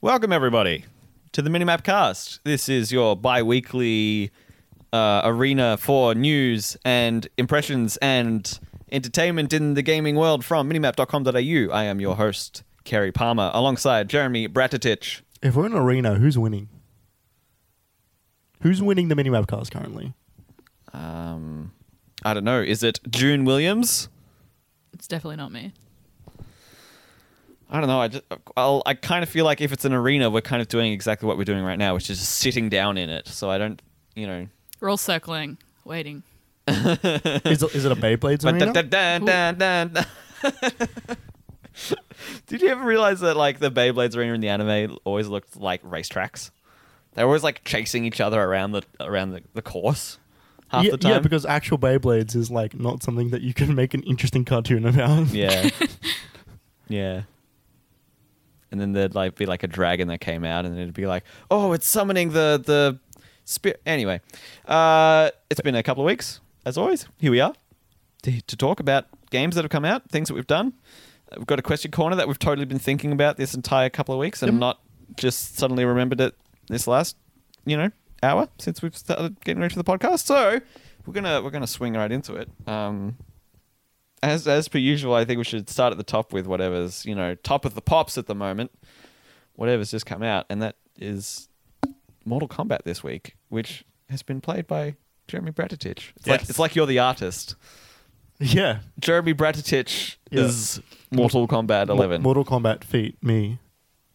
Welcome, everybody, to the Minimap Cast. This is your bi weekly uh, arena for news and impressions and entertainment in the gaming world from minimap.com.au. I am your host, Kerry Palmer, alongside Jeremy Bratatich. If we're in an arena, who's winning? Who's winning the mini webcast currently? Um, I don't know, is it June Williams? It's definitely not me. I don't know. I just, I'll, I kind of feel like if it's an arena, we're kind of doing exactly what we're doing right now, which is just sitting down in it. So I don't, you know. We're all circling, waiting. is, it, is it a Beyblades Dun, arena? dun, dun, dun, dun, dun. Did you ever realize that like the Beyblades arena in the anime always looked like racetracks? They're always like chasing each other around the around the, the course half yeah, the time. yeah, because actual Beyblades is like not something that you can make an interesting cartoon about. yeah, yeah. And then there'd like be like a dragon that came out, and it'd be like, oh, it's summoning the the spirit. Anyway, uh, it's been a couple of weeks, as always. Here we are to, to talk about games that have come out, things that we've done. Uh, We've got a question corner that we've totally been thinking about this entire couple of weeks, and not just suddenly remembered it this last, you know, hour since we've started getting ready for the podcast. So we're gonna we're gonna swing right into it. Um, as as per usual, I think we should start at the top with whatever's you know top of the pops at the moment, whatever's just come out, and that is Mortal Kombat this week, which has been played by Jeremy Bratatich. It's like Yes. it's like you're the artist. Yeah. Jeremy Bratatich Yeah. is Mortal Kombat Mo- 11. Mortal Kombat feat me.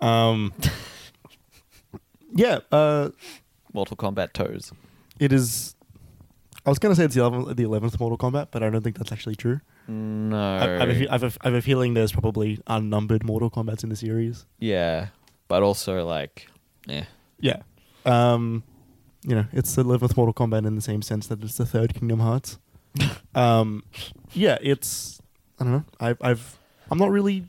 Um, yeah, uh, Mortal Kombat toes. it is. I was going to say it's the 11th, the 11th Mortal Kombat, but I don't think that's actually true. No. I, I, have a, fe- I, have a, I have a feeling there's probably unnumbered Mortal Kombats in the series. yeah, but also like, eh. yeah. Yeah. Um, you know, it's the 11th Mortal Kombat in the same sense that it's the third Kingdom Hearts. um, yeah, it's I don't know. I've, I've I'm not really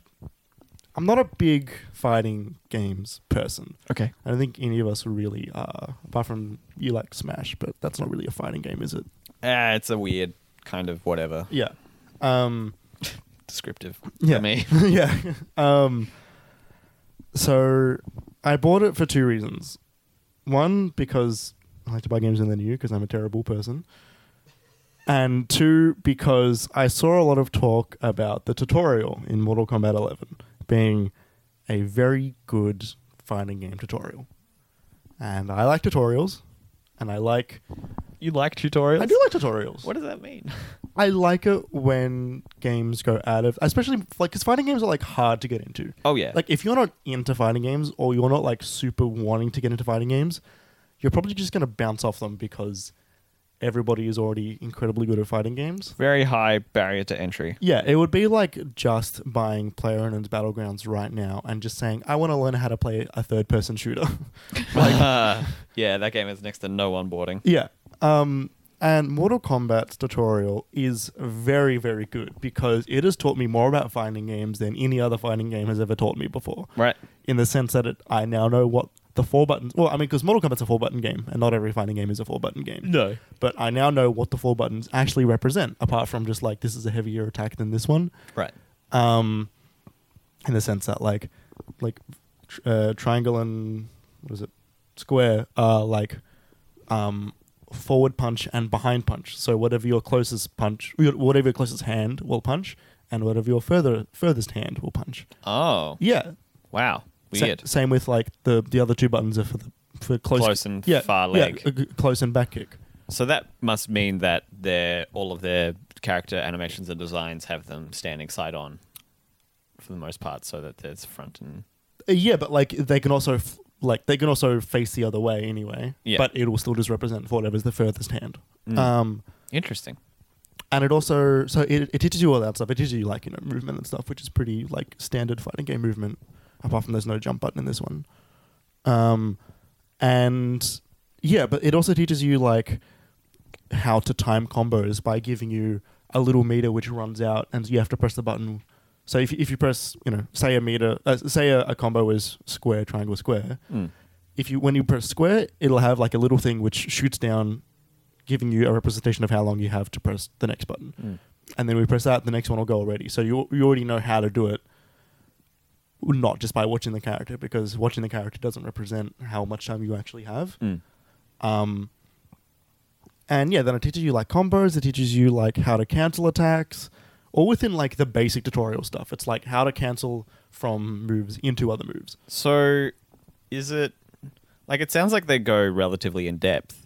I'm not a big fighting games person. Okay. I don't think any of us really are, apart from you like Smash, but that's not really a fighting game, is it? Ah, it's a weird kind of whatever Yeah. Um, descriptive Yeah. for me. yeah. Um, so I bought it for two reasons. One, because I like to buy games when they're new because I'm a terrible person. And two, because I saw a lot of talk about the tutorial in Mortal Kombat 11 being a very good fighting game tutorial. And I like tutorials. And I like. You like tutorials? I do like tutorials. What does that mean? I like it when games go out of. Especially, like, because fighting games are, like, hard to get into. Oh yeah. Like if you're not into fighting games or you're not like super wanting to get into fighting games, you're probably just gonna bounce off them because everybody is already incredibly good at fighting games. very high barrier to entry. Yeah, it would be like just buying PlayerUnknown's Battlegrounds right now and just saying, I want to learn how to play a third person shooter. Uh, yeah, that game is next to no onboarding. yeah. Um and Mortal Kombat's tutorial is very, very good because it has taught me more about fighting games than any other fighting game has ever taught me before. Right. in the sense that it, I now know what the four buttons. Well, I mean, because Mortal Kombat's a four button game, and not every fighting game is a four button game. No. But I now know what the four buttons actually represent, apart from just like this is a heavier attack than this one. Right. Um, in the sense that like, like, tr- uh, triangle and what is it, square are like, um, forward punch and behind punch. So whatever your closest punch, whatever your closest hand will punch, and whatever your further furthest hand will punch. Oh. Yeah, Wow. Sa- Weird. same with like the the other two buttons are for the for close, Close and far leg. uh, g- close and back kick. So that must mean that their all of their character animations and designs have them standing side on, for the most part, so that there's front and Uh, yeah, but like they can also f- like they can also face the other way anyway. Yeah. But it will still just represent whatever's the furthest hand. Mm. Um, interesting. and it also so it, it teaches you all that stuff. It teaches you like you know movement and stuff, which is pretty like standard fighting game movement. Apart from there's no jump button in this one. Um, and yeah, but it also teaches you like how to time combos by giving you a little meter which runs out, and you have to press the button. So if if you press you know say a meter uh, say a, a combo is square triangle square, Mm. if you when you press square, it'll have like a little thing which shoots down, giving you a representation of how long you have to press the next button. Mm. And then we press that, the next one will go already. So you you already know how to do it. not just by watching the character because watching the character doesn't represent how much time you actually have. Mm. Um, and yeah, then it teaches you like combos. It teaches you like how to cancel attacks, all within like the basic tutorial stuff. It's like how to cancel from moves into other moves. So, is it like it sounds like they go relatively in depth?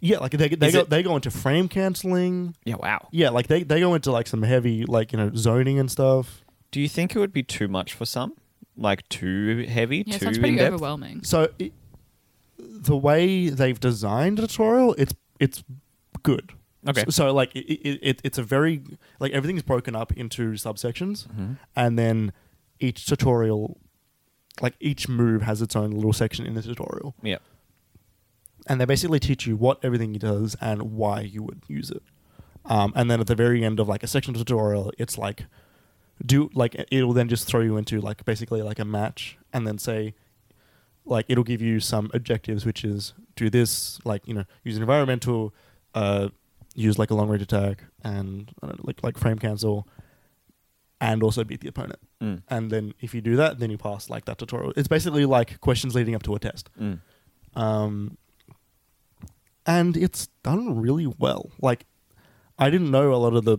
Yeah, like they they Is go, it- they go into frame canceling. Yeah. Wow. Yeah, like they, they go into like some heavy like you know zoning and stuff. Do you think it would be too much for some? Like too heavy, Yeah, it too sounds in pretty depth. overwhelming. So it, the way they've designed the tutorial, it's it's good. Okay. So, so, like it, it, it, it's a very like everything's broken up into subsections, Mhm. and then each tutorial, like each move has its own little section in the tutorial, Yeah. and they basically teach you what everything does and why you would use it. Um, and then at the very end of like a section tutorial, it's like do like it'll then just throw you into like basically like a match and then say like it'll give you some objectives which is do this like you know use an environmental uh use like a long range attack and I don't know, like like frame cancel and also beat the opponent Mm. and then if you do that then you pass like that tutorial it's basically like questions leading up to a test Mm. um, and it's done really well. Like, I didn't know a lot of the.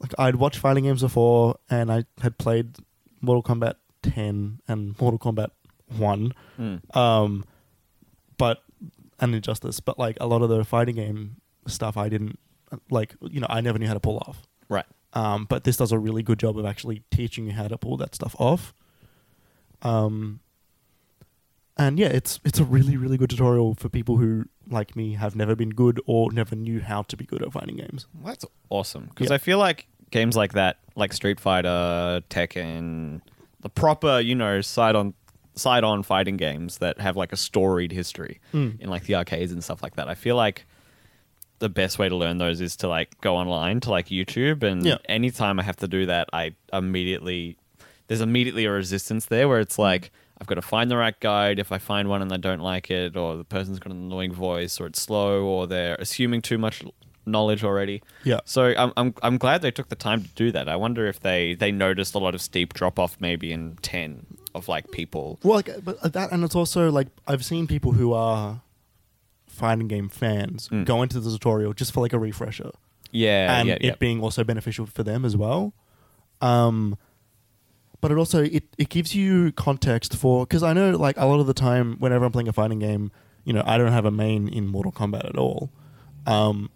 Like, I'd watched fighting games before, and I had played Mortal Kombat 10 and Mortal Kombat 1, Mm. um, but and Injustice. But like a lot of the fighting game stuff, I didn't like. You know, I never knew how to pull off. Right. Um, but this does a really good job of actually teaching you how to pull that stuff off. Um, and yeah, it's it's a really really good tutorial for people who like me have never been good or never knew how to be good at fighting games. Well, that's awesome because Yeah. I feel like games like that, like Street Fighter, Tekken, the proper you know side on side on fighting games that have like a storied history Mm. in like the arcades and stuff like that. I feel like the best way to learn those is to like go online to like YouTube and Yeah. anytime I have to do that, I immediately there's immediately a resistance there where it's like I've got to find the right guide. If I find one and I don't like it, or the person's got an annoying voice, or it's slow, or they're assuming too much l- knowledge already. Yeah. So I'm I'm, I'm glad they took the time to do that. I wonder if they they noticed a lot of steep drop off maybe in ten of like people. Well, like, uh, but that and it's also like I've seen people who are fighting game fans Mm. go into the tutorial just for like a refresher. Yeah. and yeah. Yeah. it being also beneficial for them as well. Um, but it also it, it gives you context for because I know like a lot of the time whenever I'm playing a fighting game, you know I don't have a main in Mortal Kombat at all, um,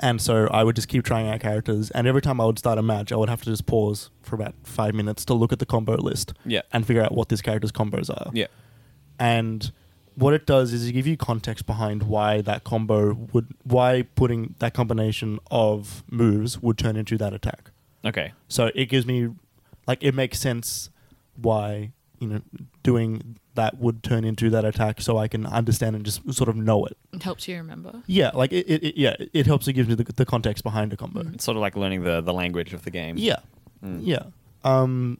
and so I would just keep trying out characters, and every time I would start a match, I would have to just pause for about five minutes to look at the combo list Yeah. and figure out what this character's combos are. yeah. And what it does is it give you context behind why that combo would, why putting that combination of moves would turn into that attack. Okay. So it gives me, like, it makes sense why, you know, doing that would turn into that attack so I can understand and just sort of know it. It helps you remember. Yeah, like, it, it, it yeah, it helps to give me the, the context behind a combo. It's sort of like learning the the language of the game. Yeah, Mm. yeah. Um,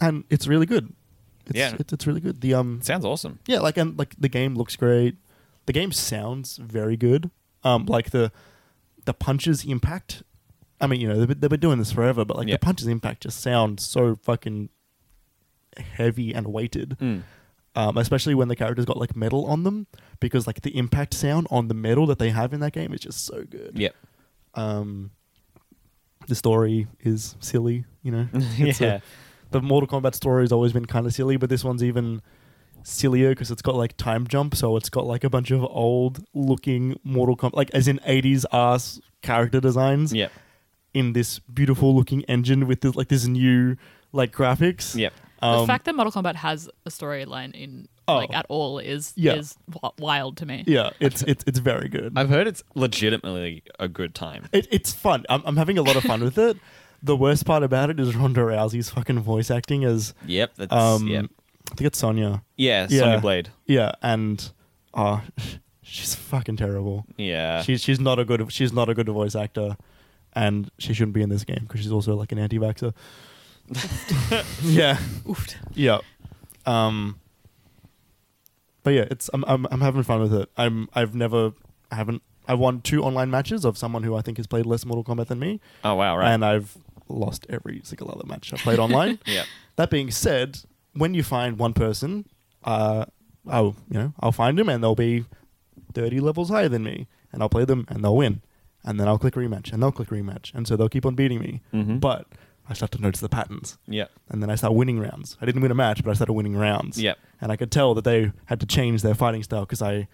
and it's really good. It's, Yeah. It's, it's really good. The, um, Sounds awesome. yeah like and like the game looks great the game sounds very good um like the the punches impact i mean you know they've, been- they've been doing this forever but like Yeah. the punches impact just sound so fucking heavy and weighted Mm. um especially when the characters got like metal on them because like the impact sound on the metal that they have in that game is just so good Yep. um the story is silly you know It's a- yeah. the Mortal Kombat story has always been kind of silly, but this one's even sillier because it's got like time jump, so it's got like a bunch of old looking Mortal Kombat, like as in 80s ass character designs Yep. in this beautiful looking engine with this, like this new like graphics. Yep. the Um, fact that Mortal Kombat has a storyline in Oh. like at all is Yeah. is w- wild to me. yeah, it's it's it's very good. I've heard it's legitimately a good time. It, it's fun. I'm, I'm having a lot of fun with it. The worst part about it is Ronda Rousey's fucking voice acting as Yep. That's um, yep. I think it's Sonya. Yeah. Sonya yeah. Blade. Yeah, and oh, she's fucking terrible. Yeah. she's she's not a good she's not a good voice actor, and she shouldn't be in this game because she's also like an anti-vaxer. yeah, Oofed. yeah. Um, but yeah, it's I'm, I'm I'm having fun with it. I'm I've never I haven't I've won two online matches of someone who I think has played less Mortal Kombat than me, oh wow. Right. and I've lost every single other match I played online. Yeah. That being said, when you find one person, uh, I'll you know I'll find them and they'll be thirty levels higher than me, and I'll play them and they'll win, and then I'll click rematch and they'll click rematch, and so they'll keep on beating me. Mhm. But I start to notice the patterns, Yeah. and then I start winning rounds. I didn't win a match, but I started winning rounds. Yep. and I could tell that they had to change their fighting style because I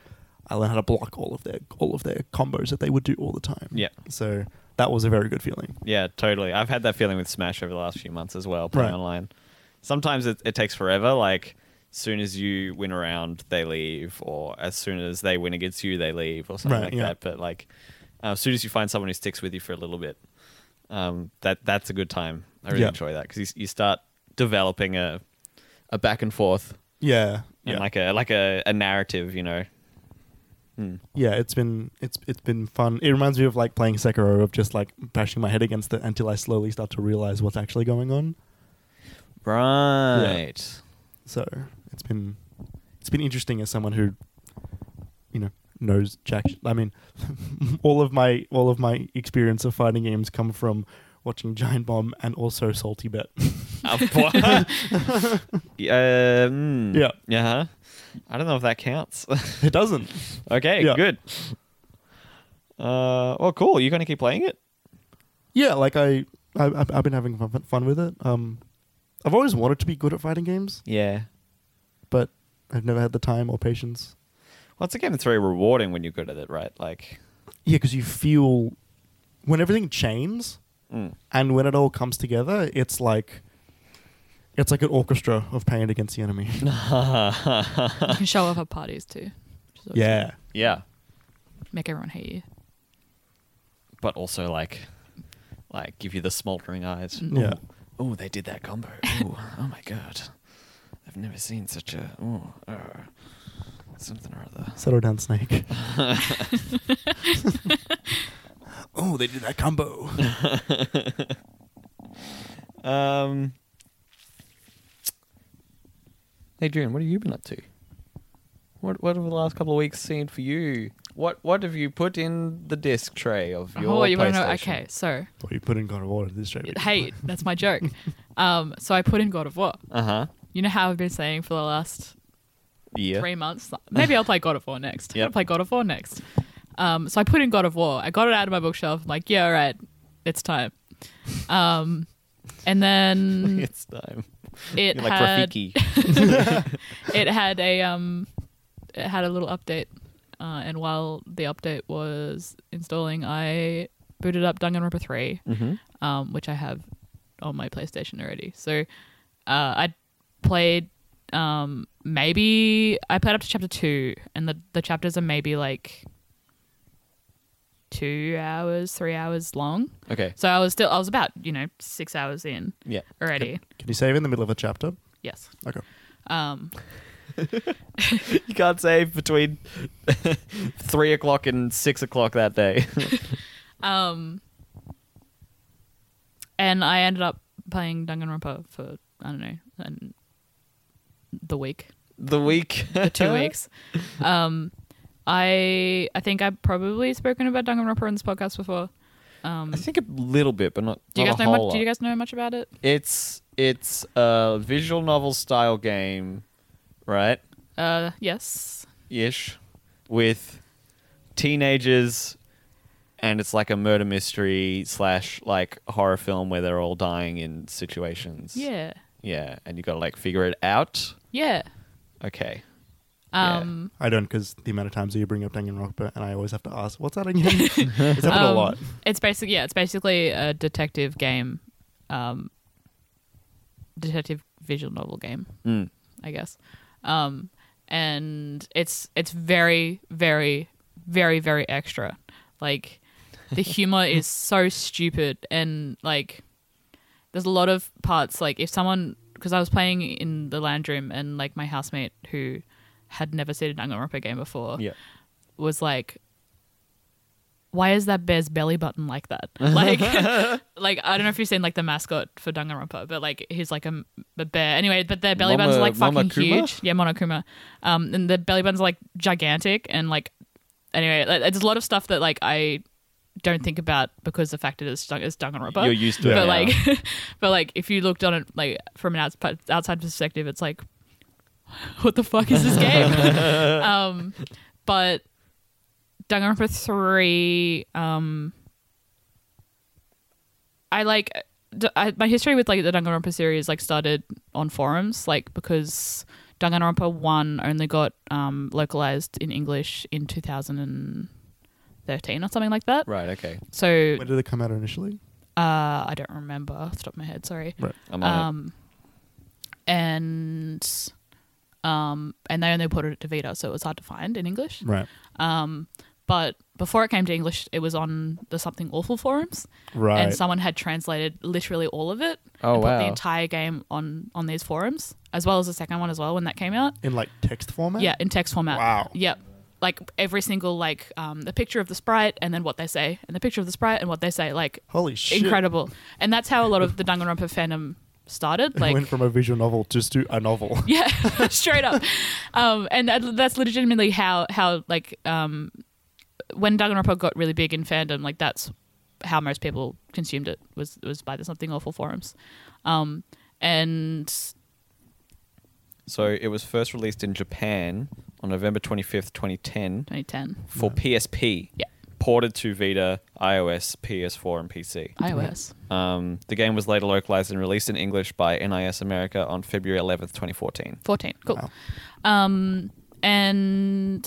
I learned how to block all of their all of their combos that they would do all the time. Yeah. so that was a very good feeling. Yeah, totally. I've had that feeling with Smash over the last few months as well, playing Right. online. Sometimes it, it takes forever. Like, soon as you win a round, they leave, or as soon as they win against you, they leave, or something Right, like yeah. that. But, like, uh, as soon as you find someone who sticks with you for a little bit, um, that that's a good time. I really Yeah. enjoy that because you, s- you start developing a, a back and forth Yeah, and yeah, like a like a, a narrative, you know. Hmm. yeah. It's been it's it's been fun. It reminds me of like playing Sekiro of just like bashing my head against it until I slowly start to realize what's actually going on. Right. So it's been it's been interesting as someone who you know knows jack. sh- I mean, all of my all of my experience of fighting games come from watching Giant Bomb and also Salty Bet. Uh, what? yeah. mm. Yeah. Yeah. I don't know if that counts. it doesn't. okay, Yeah. good. Uh, well, cool. You're going to keep playing it? Yeah, like I, I I've I've been having fun, fun with it. Um, I've always wanted to be good at fighting games, Yeah. but I've never had the time or patience. Well, it's a game that's very rewarding when you're good at it, right? Like, Yeah, because you feel when everything chains mm. and when it all comes together, it's like it's like an orchestra of pain against the enemy. You can show off at parties too. which is always yeah, yeah. good. Make everyone hate you. But also, like, like give you the smoldering eyes. yeah. Oh, they did that combo. Ooh, oh my god. I've never seen such a. Ooh, uh, something or other. Settle down, snake. oh, they did that combo. Um, Adrian, what have you been up to? What what have the last couple of weeks seen for you? What what have you put in the disc tray of your? oh, you PlayStation? want to know? Okay, so Well, you put in God of War to this show. hey, that's my joke. Um, so I put in God of War. Uh huh. You know how I've been saying for the last Yeah. three months. Maybe I'll play God of War next. Yep. I'll play God of War next. Um, so I put in God of War. I got it out of my bookshelf. I'm like, yeah, all right, it's time. Um, and then it's time. it You're like had Rafiki. it had a um, it had a little update. Uh, and while the update was installing, I booted up Danganronpa three, Mhm. um, which I have on my PlayStation already. So uh, I played um, maybe I played up to chapter two, and the the chapters are maybe like two hours, three hours long. Okay. So I was still I was about you know six hours in Yeah. already. Can you save in the middle of a chapter? Yes. Okay. Um, You can't save between three o'clock and six o'clock that day. um, and I ended up playing Danganronpa for I don't know an, the week. the week. the two weeks. Um, I I think I've probably spoken about Danganronpa in this podcast before. Um, I think a little bit, but not. do you not guys a know whole much? Do lot. you guys know much about it? It's it's a visual novel style game, right? Uh, yes. Ish, with teenagers, and it's like a murder mystery slash like horror film where they're all dying in situations. Yeah. yeah, and you got to like figure it out. Yeah. Okay, Yeah. Um, I don't because the amount of times that you bring up Danganronpa and I always have to ask, what's that again? it's happened a um, lot. It's basically yeah. It's basically a detective game, um, detective visual novel game. Mm. I guess. Um, and it's it's very, very, very, very extra. Like the humor is so stupid and like there's a lot of parts like if someone because I was playing in the land room and like my housemate who had never seen a Danganronpa game before yeah, was like why is that bear's belly button like that? Like, like I don't know if you've seen like the mascot for Danganronpa, but like he's like a, m- a bear. Anyway, but their belly buttons are Mama- like fucking Mama Kuma? huge. Yeah, Monokuma. Um, and the belly buttons are like gigantic and like anyway, like, there's a lot of stuff that like I don't think about because the fact that it's Dun- it's Danganronpa. You're used to it but now. like, but like if you looked on it like from an outs- outside perspective, it's like, what the fuck is this game? um, but Danganronpa three, um, I like. d I my history with like the Danganronpa series like started on forums, like because Danganronpa one only got um, localized in English in 2013 or something like that. Right. Okay. So When did it come out initially? uh, I don't remember off the top of my head. Sorry. I'm on it. Um, and um, and they only ported it to Vita, so it was hard to find in English. Right. Um, but before it came to English, it was on the Something Awful forums, Right. and someone had translated literally all of it Oh and put the wow. entire game on on these forums, as well as the second one as well when that came out. in like text format. Yeah, in text format. Wow. Yep. Like every single like um, the picture of the sprite and then what they say and the picture of the sprite and what they say like Holy shit! incredible. And that's how a lot of the Danganronpa fandom started. It Like, went from a visual novel just to a novel. yeah, straight up. Um, and that, that's legitimately how how like um, when Danganronpa got really big in fandom, like that's how most people consumed it was was by the something awful forums. Um, and So it was first released in Japan on November 25th, 2010 2010 for PSP. Yeah. Ported to Vita, iOS, PS4, and PC. iOS. Um, the game was later localized and released in English by NIS America on February 11th, 2014. 14 cool Wow. um and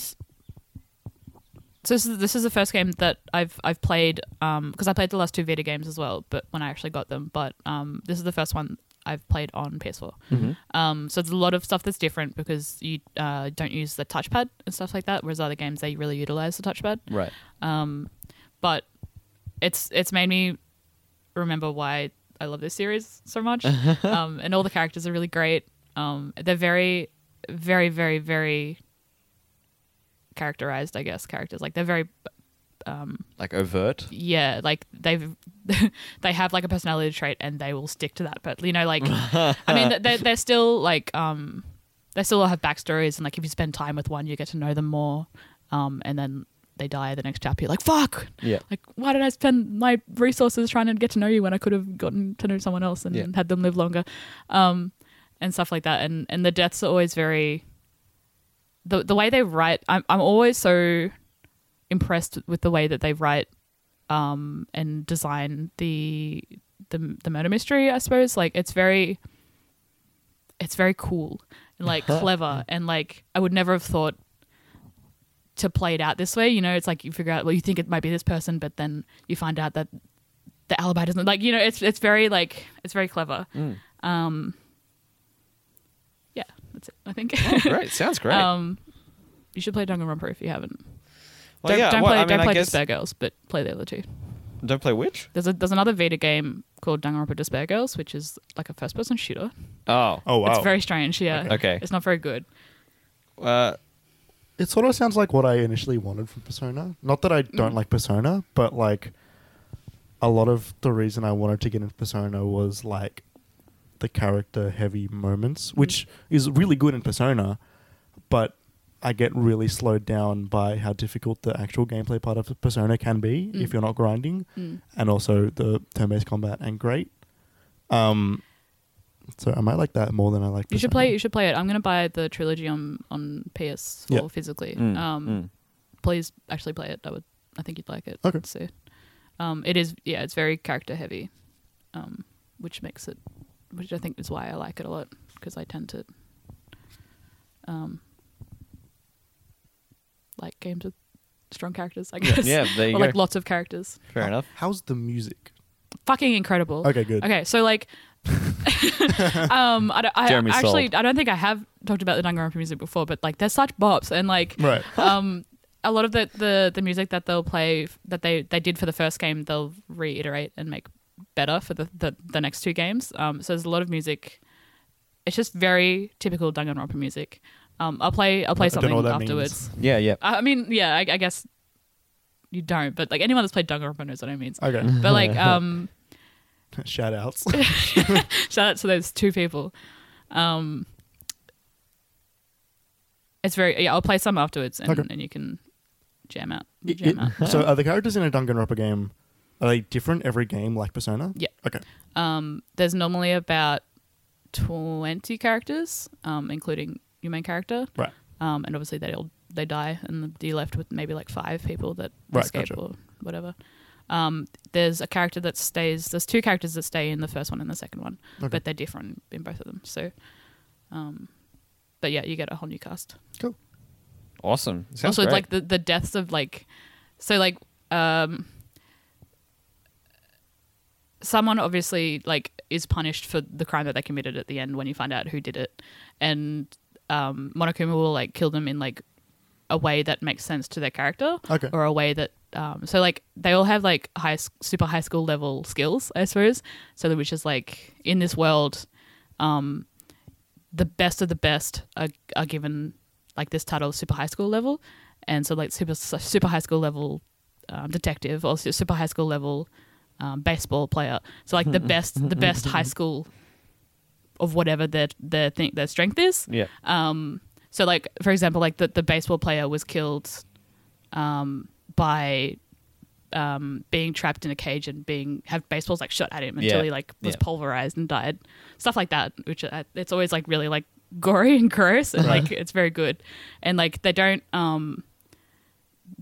so this is, this is the first game that I've I've played um because I played the last two Vita games as well but when I actually got them but um this is the first one I've played on PS4 um so there's a lot of stuff that's different because you uh, don't use the touchpad and stuff like that whereas other games they really utilize the touchpad Right. um, but it's it's made me remember why I love this series so much. um, and all the characters are really great. Um, they're very, very, very, very characterized. I guess characters like they're very Like overt. yeah like they've they have like a personality trait and they will stick to that but you know like i mean they're, they're still like um they still have backstories and like if you spend time with one you get to know them more um and then they die the next chapter you're like fuck Yeah. like why did i spend my resources trying to get to know you when i could have gotten to know someone else and Yeah. had them live longer um and stuff like that and and the deaths are always very the the way they write i'm i'm always so impressed with the way that they write um and design the the the murder mystery i suppose like it's very it's very cool and like clever and like i would never have thought to play it out this way you know it's like you figure out well you think it might be this person but then you find out that the alibi doesn't like you know it's it's very like it's very clever Mm. um yeah that's it i think Great. Sounds great. um you should play Danganronpa if you haven't. Well, don't yeah, don't well, play I mean, don't I play guess- Despair Girls, but play the other two. Don't play which? There's a there's another Vita game called Danganronpa Despair Girls, which is like a first person shooter. Oh. Oh wow! It's very strange, yeah. Okay. It's not very good. Uh, it sort of sounds like what I initially wanted from Persona. Not that I Mm. don't like Persona, but like a lot of the reason I wanted to get into Persona was like the character heavy moments, Mm. which is really good in Persona, but I get really slowed down by how difficult the actual gameplay part of Persona can be if Mm. you're not grinding, Mm. and also the turn-based combat and great. Um, so I might like that more than I like. You should Persona. play you should play it. I'm gonna buy the trilogy on on PS4 Yeah. physically. mm, um mm. please actually play it. I would I think you'd like it. Okay. So um it is yeah, it's very character heavy. Um which makes it which I think is why I like it a lot because I tend to um like games with strong characters, I guess. Yeah, there you or go. like lots of characters. Fair How- enough. How's the music? Fucking incredible. Okay, good. Okay, so like, um, I, don't, I Jeremy actually sold. I don't think I have talked about the Danganronpa music before, but like they're such bops, and like Right. um, a lot of the, the the music that they'll play that they they did for the first game, they'll reiterate and make better for the the, the next two games. Um, so there's a lot of music. It's just very typical Danganronpa music. Um, I'll play I'll play I don't know something what that afterwards. Yeah, yeah. I I mean, yeah, I, I guess you don't, but like anyone that's played Danganronpa knows what I mean. Okay. But like, um. Shout outs. shout out to those two people. Um, it's very yeah. I'll play some afterwards, and, Okay. and you can jam out. You It- Jam it- out. so are the characters in a Danganronpa game are they different every game like Persona? Yeah. Okay. Um, there's normally about 20 characters, um, including your main character. Right. Um, and obviously they all they die, and you're left with maybe like five people that Right, escape gotcha. or whatever. Um, there's a character that stays. There's two characters that stay in the first one and the second one, Okay. but they're different in both of them. So, um, but yeah, you get a whole new cast. Cool. Awesome. Sounds also, great. like the the deaths of like, so like um, someone obviously like is punished for the crime that they committed at the end when you find out who did it, and um, Monokuma will like kill them in like a way that makes sense to their character, Okay. or a way that um, so like they all have like high s- super high school level skills, I suppose. So that which is like in this world, um, the best of the best are, are given like this title, super high school level, and so like super super high school level um, detective or su- super high school level um, baseball player. So like the best the best high school of whatever their their thing their strength is. yeah. Um, so like for example, like the, the baseball player was killed um, by um, being trapped in a cage and being have baseballs like shot at him until Yeah. he like was Yeah. pulverized and died. Stuff like that, which uh, it's always like really like gory and gross and like Uh-huh. it's very good. And like they don't um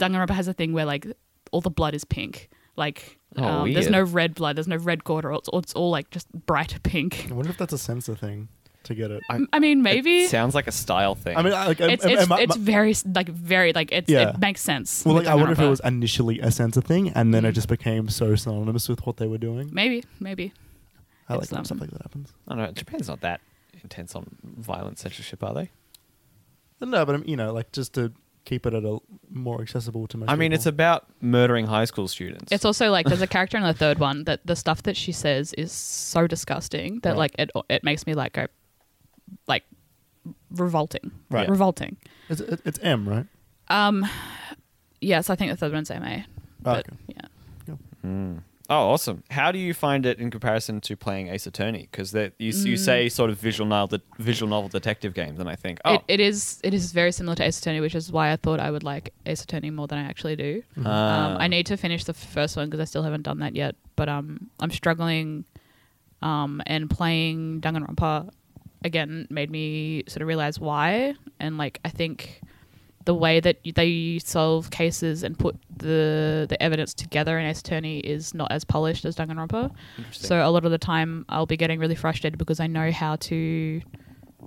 Danganronpa has a thing where like all the blood is pink. Like Oh, um, there's weird. no red blood, there's no red quarter, it's, it's all like just bright pink. I wonder if that's a sensor thing to get it. I, I mean, maybe It sounds like a style thing. mean, I, like, am- it's it's, am I- it's very s- like very like it's Yeah. it makes sense. well, with like, I wonder if it Danganronpa. was initially a sensor thing, and then it Mm. just became so synonymous with what they were doing. maybe maybe I like it's, when um, stuff like that happens. I don't know. Japan's not that intense on violent censorship, are they? No, but I'm, you know, like just to keep it at a more accessible to most. I mean, people. it's about murdering high school students. it's also like there's a character in the third one that the stuff that she says is so disgusting that Right. like it it makes me like go like revolting Right. revolting. it's, it- it's M, right? Um, yes, I think the third one's MA. Oh, But, okay. Yeah. oh, awesome. How do you find it in comparison to playing Ace Attorney? Because you, you say sort of visual novel, visual novel detective games, and I think, oh, Mm. It, it is it is very similar to Ace Attorney, which is why I thought I would like Ace Attorney more than I actually do. Um, ah. I need to finish the first one because I still haven't done that yet. But um, I'm struggling, um, and playing Danganronpa again made me sort of realize why. And like, I think the way that y- they solve cases and put the the evidence together in Ace Attorney is not as polished as Danganronpa. Interesting. So a lot of the time, I'll be getting really frustrated because I know how to.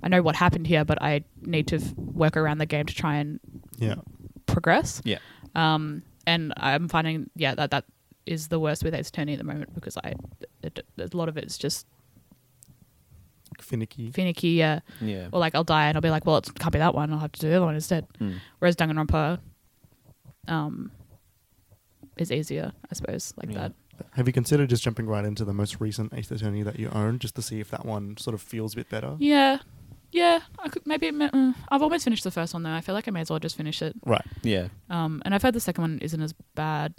I know what happened here, but I need to f- work around the game to try and Yeah. progress yeah. um, and I'm finding yeah that that is the worst with Ace Attorney E at the moment because I it, a lot of it's just Finicky. finicky. Yeah, Yeah. or like I'll die and I'll be like, well, it can't be that one. I'll have to do the other one instead. Mm. Whereas Danganronpa, um, is easier, I suppose, like Yeah. that. Have you considered just jumping right into the most recent Ace Attorney that you own, just to see if that one sort of feels a bit better? Yeah, yeah. I could maybe mm, I've almost finished the first one though. I feel like I may as well just finish it. Right. Yeah. Um, and I've heard the second one isn't as bad,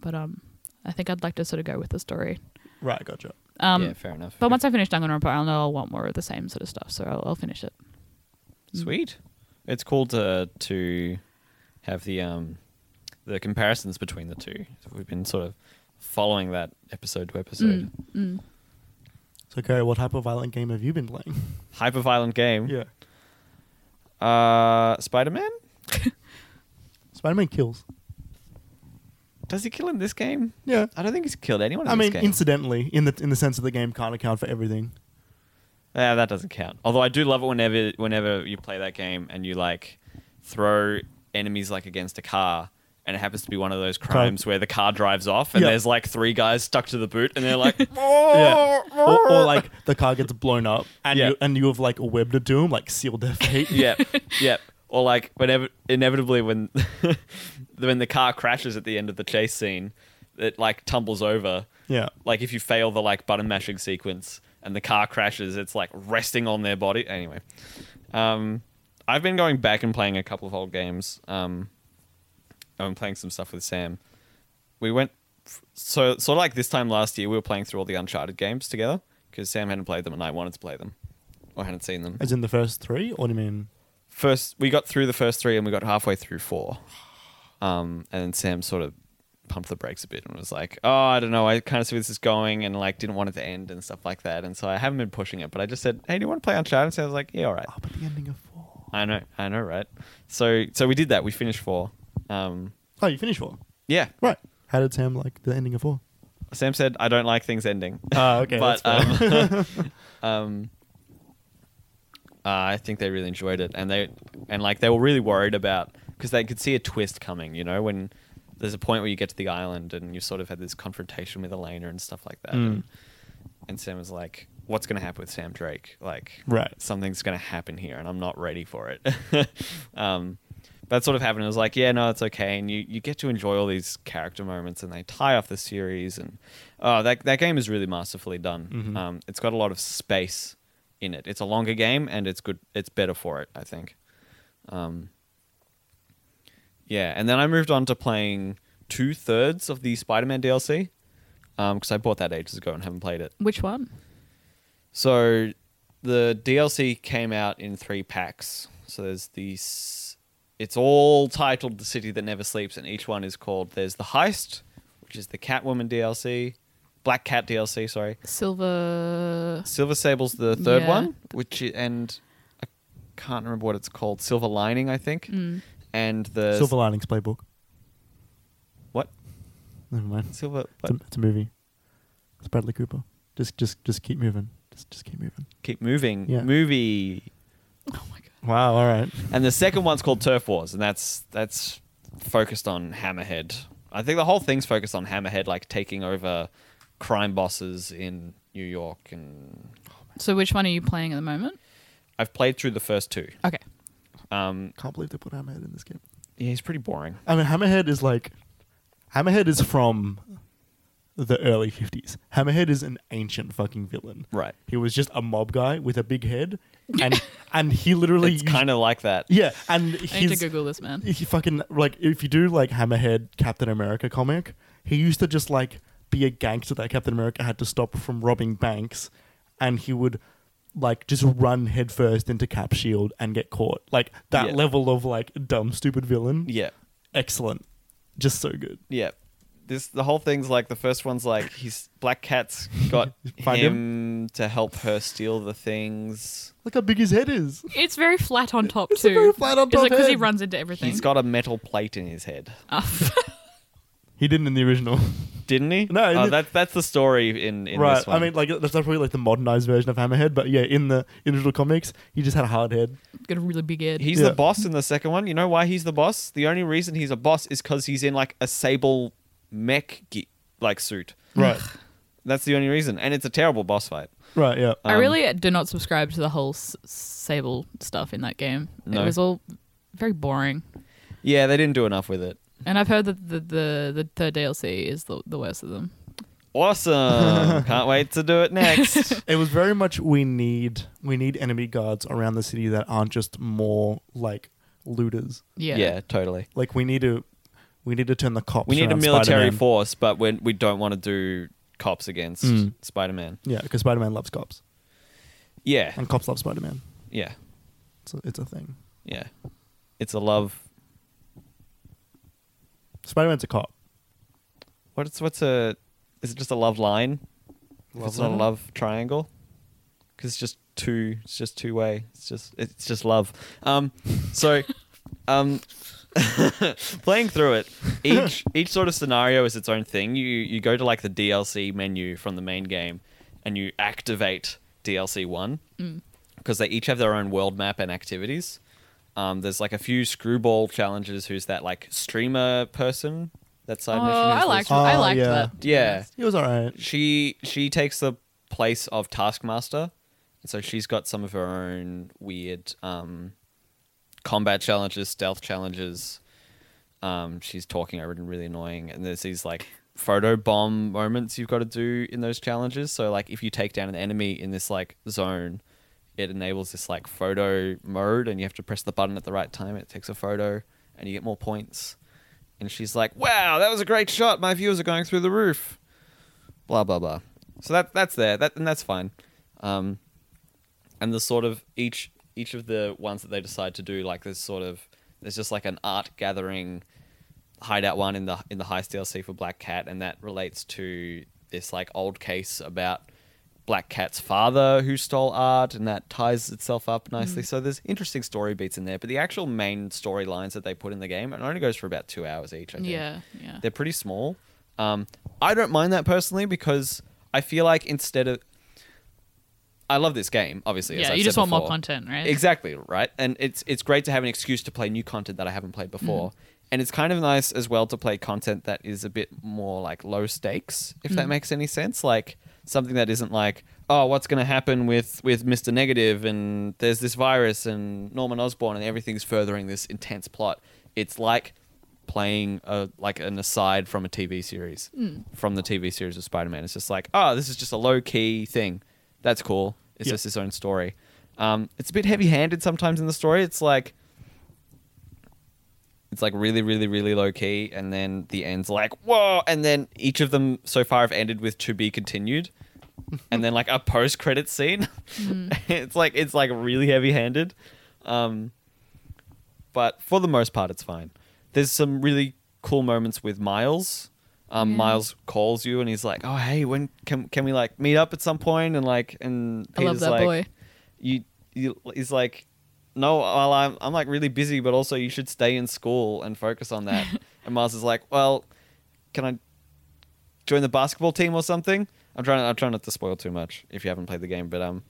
but um, I think I'd like to sort of go with the story. Right. Gotcha. Um, yeah. Fair enough. But once I finish Danganronpa, I'll know I'll want more of the same sort of stuff, so I'll, I'll finish it. Sweet. It's cool to to have the um the comparisons between the two. So we've been sort of following that episode to episode. Mm. So, Kerry, what type of violent game have you been playing? Hyper violent game. yeah. Uh Spider Man? Spider-Man kills. Does he kill in this game? Yeah. I don't think he's killed anyone in I this mean, game. incidentally, in the in the sense of the game can't account for everything. Yeah, that doesn't count. Although I do love it whenever whenever you play that game and you like throw enemies like against a car and it happens to be one of those crimes where the car drives off and Yeah. there's like three guys stuck to the boot and they're like Yeah. Or, or like the car gets blown up and Yeah. you and you have like webbed it to him, like sealed their fate. yep, yep. Or like whenever inevitably when when the car crashes at the end of the chase scene, it like tumbles over. Yeah. Like if you fail the like button mashing sequence and the car crashes, it's like resting on their body. Anyway, um, I've been going back and playing a couple of old games. Um, I'm playing some stuff with Sam. We went f- so sort of like this time last year. We were playing through all the Uncharted games together because Sam hadn't played them and I wanted to play them or hadn't seen them As in the first three, or do you mean? first we got through the first three and we got halfway through four Um, and then Sam sort of pumped the brakes a bit and was like, "Oh, I don't know. I kind of see where this is going, and like didn't want it to end and stuff like that." And so I haven't been pushing it, but I just said, "Hey, do you want to play Uncharted?" And Sam was like, "Yeah, all right." Oh, but the ending of four. I know, I know, right? So, so we did that. We finished four. Um, Oh, you finished four. yeah. Right. How did Sam like the ending of four? Sam said, "I don't like things ending." Ah, okay, but that's um, um, uh, I think they really enjoyed it, and they and like they were really worried about because they could see a twist coming. You know, when there's a point where you get to the island and you sort of had this confrontation with Elena and stuff like that, Hmm. and, and Sam was like, "What's going to happen with Sam Drake? Like, Right. something's going to happen here, and I'm not ready for it." um, that sort of happened. It was like, yeah, no, it's okay, and you, you get to enjoy all these character moments, and they tie off the series, and oh, that that game is really masterfully done. Um, it's got a lot of space in it. It's a longer game, and it's good. It's better for it, I think. Um, yeah, and then I moved on to playing two thirds of the Spider-Man DLC because um, I bought that ages ago and haven't played it. Which one? So the DLC came out in three packs. So there's these. It's all titled "The City That Never Sleeps," and each one is called. There's the Heist, which is the Catwoman DLC, Black Cat DLC. Sorry, Silver. Silver Sable's the third Yeah. one, which i- and I can't remember what it's called. Silver Lining, I think. Mm. And the Silver Linings Playbook. what Never mind. It's silver? a, What? it's a movie. It's Bradley Cooper. Just, just, just keep moving. Just, just keep moving. Keep moving. Yeah. Movie. Oh my god. Wow. All right. And the second one's called Turf Wars, and that's that's focused on Hammerhead. I think the whole thing's focused on Hammerhead, like taking over crime bosses in New York. And So which one are you playing at the moment? I've played through the first two. Okay. Um, Can't believe they put Hammerhead in this game. yeah, he's pretty boring. I mean, Hammerhead is like, Hammerhead is from the early fifties. Hammerhead is an ancient fucking villain. Right. He was just a mob guy with a big head, and and he literally It's kind of like that. yeah, and I need to his Google this man. he fucking like if you do like Hammerhead Captain America comic, he used to just like be a gangster that Captain America had to stop from robbing banks, and he would like just run headfirst into Cap Shield and get caught. Like that Yeah. level of like dumb stupid villain. Yeah, Excellent. Just so good. yeah. This the whole thing's like the first one's like he's Black Cat's got Find him. him to help her steal the things. Look how big his head is. It's very flat on top It's a too. very flat on Is it top because he head. runs into everything? He's got a metal plate in his head. Uh, Oh. He didn't in the original. Didn't he? No, oh, it- that's that's the story in, in right. this one. I mean like that's probably like the modernized version of Hammerhead, but yeah, in the in the original comics, he just had a hard head. got a really big head. He's Yeah. the boss in the second one. You know why he's the boss? The only reason he's a boss is because he's in like a sable mech ge- like suit. Right. That's the only reason, and it's a terrible boss fight. right, yeah. I Um, really do not subscribe to the whole s- Sable stuff in that game. No. It was all very boring. Yeah, they didn't do enough with it. And I've heard that the, the, the third DLC is the, the worst of them. Awesome! Can't wait to do it next. It was very much we need we need enemy guards around the city that aren't just more like looters. Yeah. totally. Like we need to we need to turn the cops. We need a around military Spider-Man. force, but when we don't want to do cops against Mm. Spider-Man. Yeah, because Spider Man loves cops, Yeah, and cops love Spider Man. yeah, It's a, it's a thing. yeah. It's a love. Spider Man's a cop. What's what's a? Is it just a love line? If it's not a letter? love triangle because it's just two it's just two way it's just it's just love um so um playing through it each each sort of scenario is its own thing you you go to like the dlc menu from the main game and you activate dlc 1 because they each have their own world map and activities um, there's like a few screwball challenges who's that like streamer person that side Oh, mission is I this- liked, Oh, I liked yeah. that. to be Yeah. honest. He was all right. she she takes the place of Taskmaster, and so she's got some of her own weird um, combat challenges, stealth challenges. Um, she's talking over it and really annoying, and there's these like photo bomb moments you've got to do in those challenges. So like if you take down an enemy in this like zone, it enables this like photo mode, and you have to press the button at the right time. It takes a photo, and you get more points. And she's like, "Wow, that was a great shot. My viewers are going through the roof." blah blah blah. So that that's there. That and that's fine. Um, and the sort of each each of the ones that they decide to do, like there's sort of there's just like an art gathering hideout one in the in the heist DLC for Black Cat, and that relates to this like old case about Black Cat's father who stole art, and that ties itself up nicely. So there's interesting story beats in there, but the actual main storylines that they put in the game it only goes for about two hours each. I think. Yeah, yeah. They're pretty small. Um, I don't mind that personally because I feel like instead of I love this game, obviously. as Yeah, I've you just said want more before. content, right? Exactly, right? And it's it's great to have an excuse to play new content that I haven't played Mm-hmm. before. And it's kind of nice as well to play content that is a bit more like low stakes, if Mm-hmm. that makes any sense. Like something that isn't like, oh, what's going to happen with with Mr. Negative and there's this virus and Norman Osborn and everything's furthering this intense plot. It's like playing a like an aside from a TV series, from the TV series of Spider-Man. It's just like, oh, this is just a low key thing. That's cool. It's Yeah. just his own story. Um, it's a bit heavy-handed sometimes in the story. It's like it's like really, really, really low key, and then the end's like whoa, and then each of them so far have ended with to be continued, and then like a post credit scene. it's like it's like really heavy handed, um, but for the most part, it's fine. There's some really cool moments with Miles. Um, Yeah. Miles calls you and he's like, "Oh hey, when can can we like meet up at some point?" And like and I love Peter's that like, boy. you, you he's like no well I'm, I'm like really busy but also you should stay in school and focus on that and miles is like well can i join the basketball team or something i'm trying i'm trying not to spoil too much if you haven't played the game but um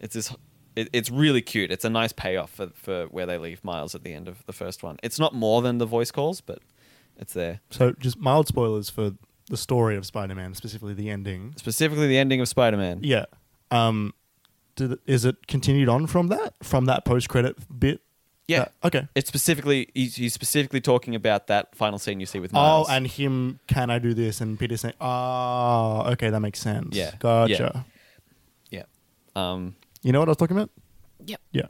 it's this it, it's really cute it's a nice payoff for, for where they leave miles at the end of the first one it's not more than the voice calls but it's there So just mild spoilers for the story of Spider-Man, specifically the ending. specifically the ending of spider-man Yeah. Um, did, is it continued on from that? From that post-credit bit? Yeah. Uh, okay. it's specifically he's, he's specifically talking about that final scene you see with miles Oh, and him, can I do this? And Peter saying, oh, okay, that makes sense. Yeah. Gotcha. yeah um You know what I was talking about? Yep. Yeah.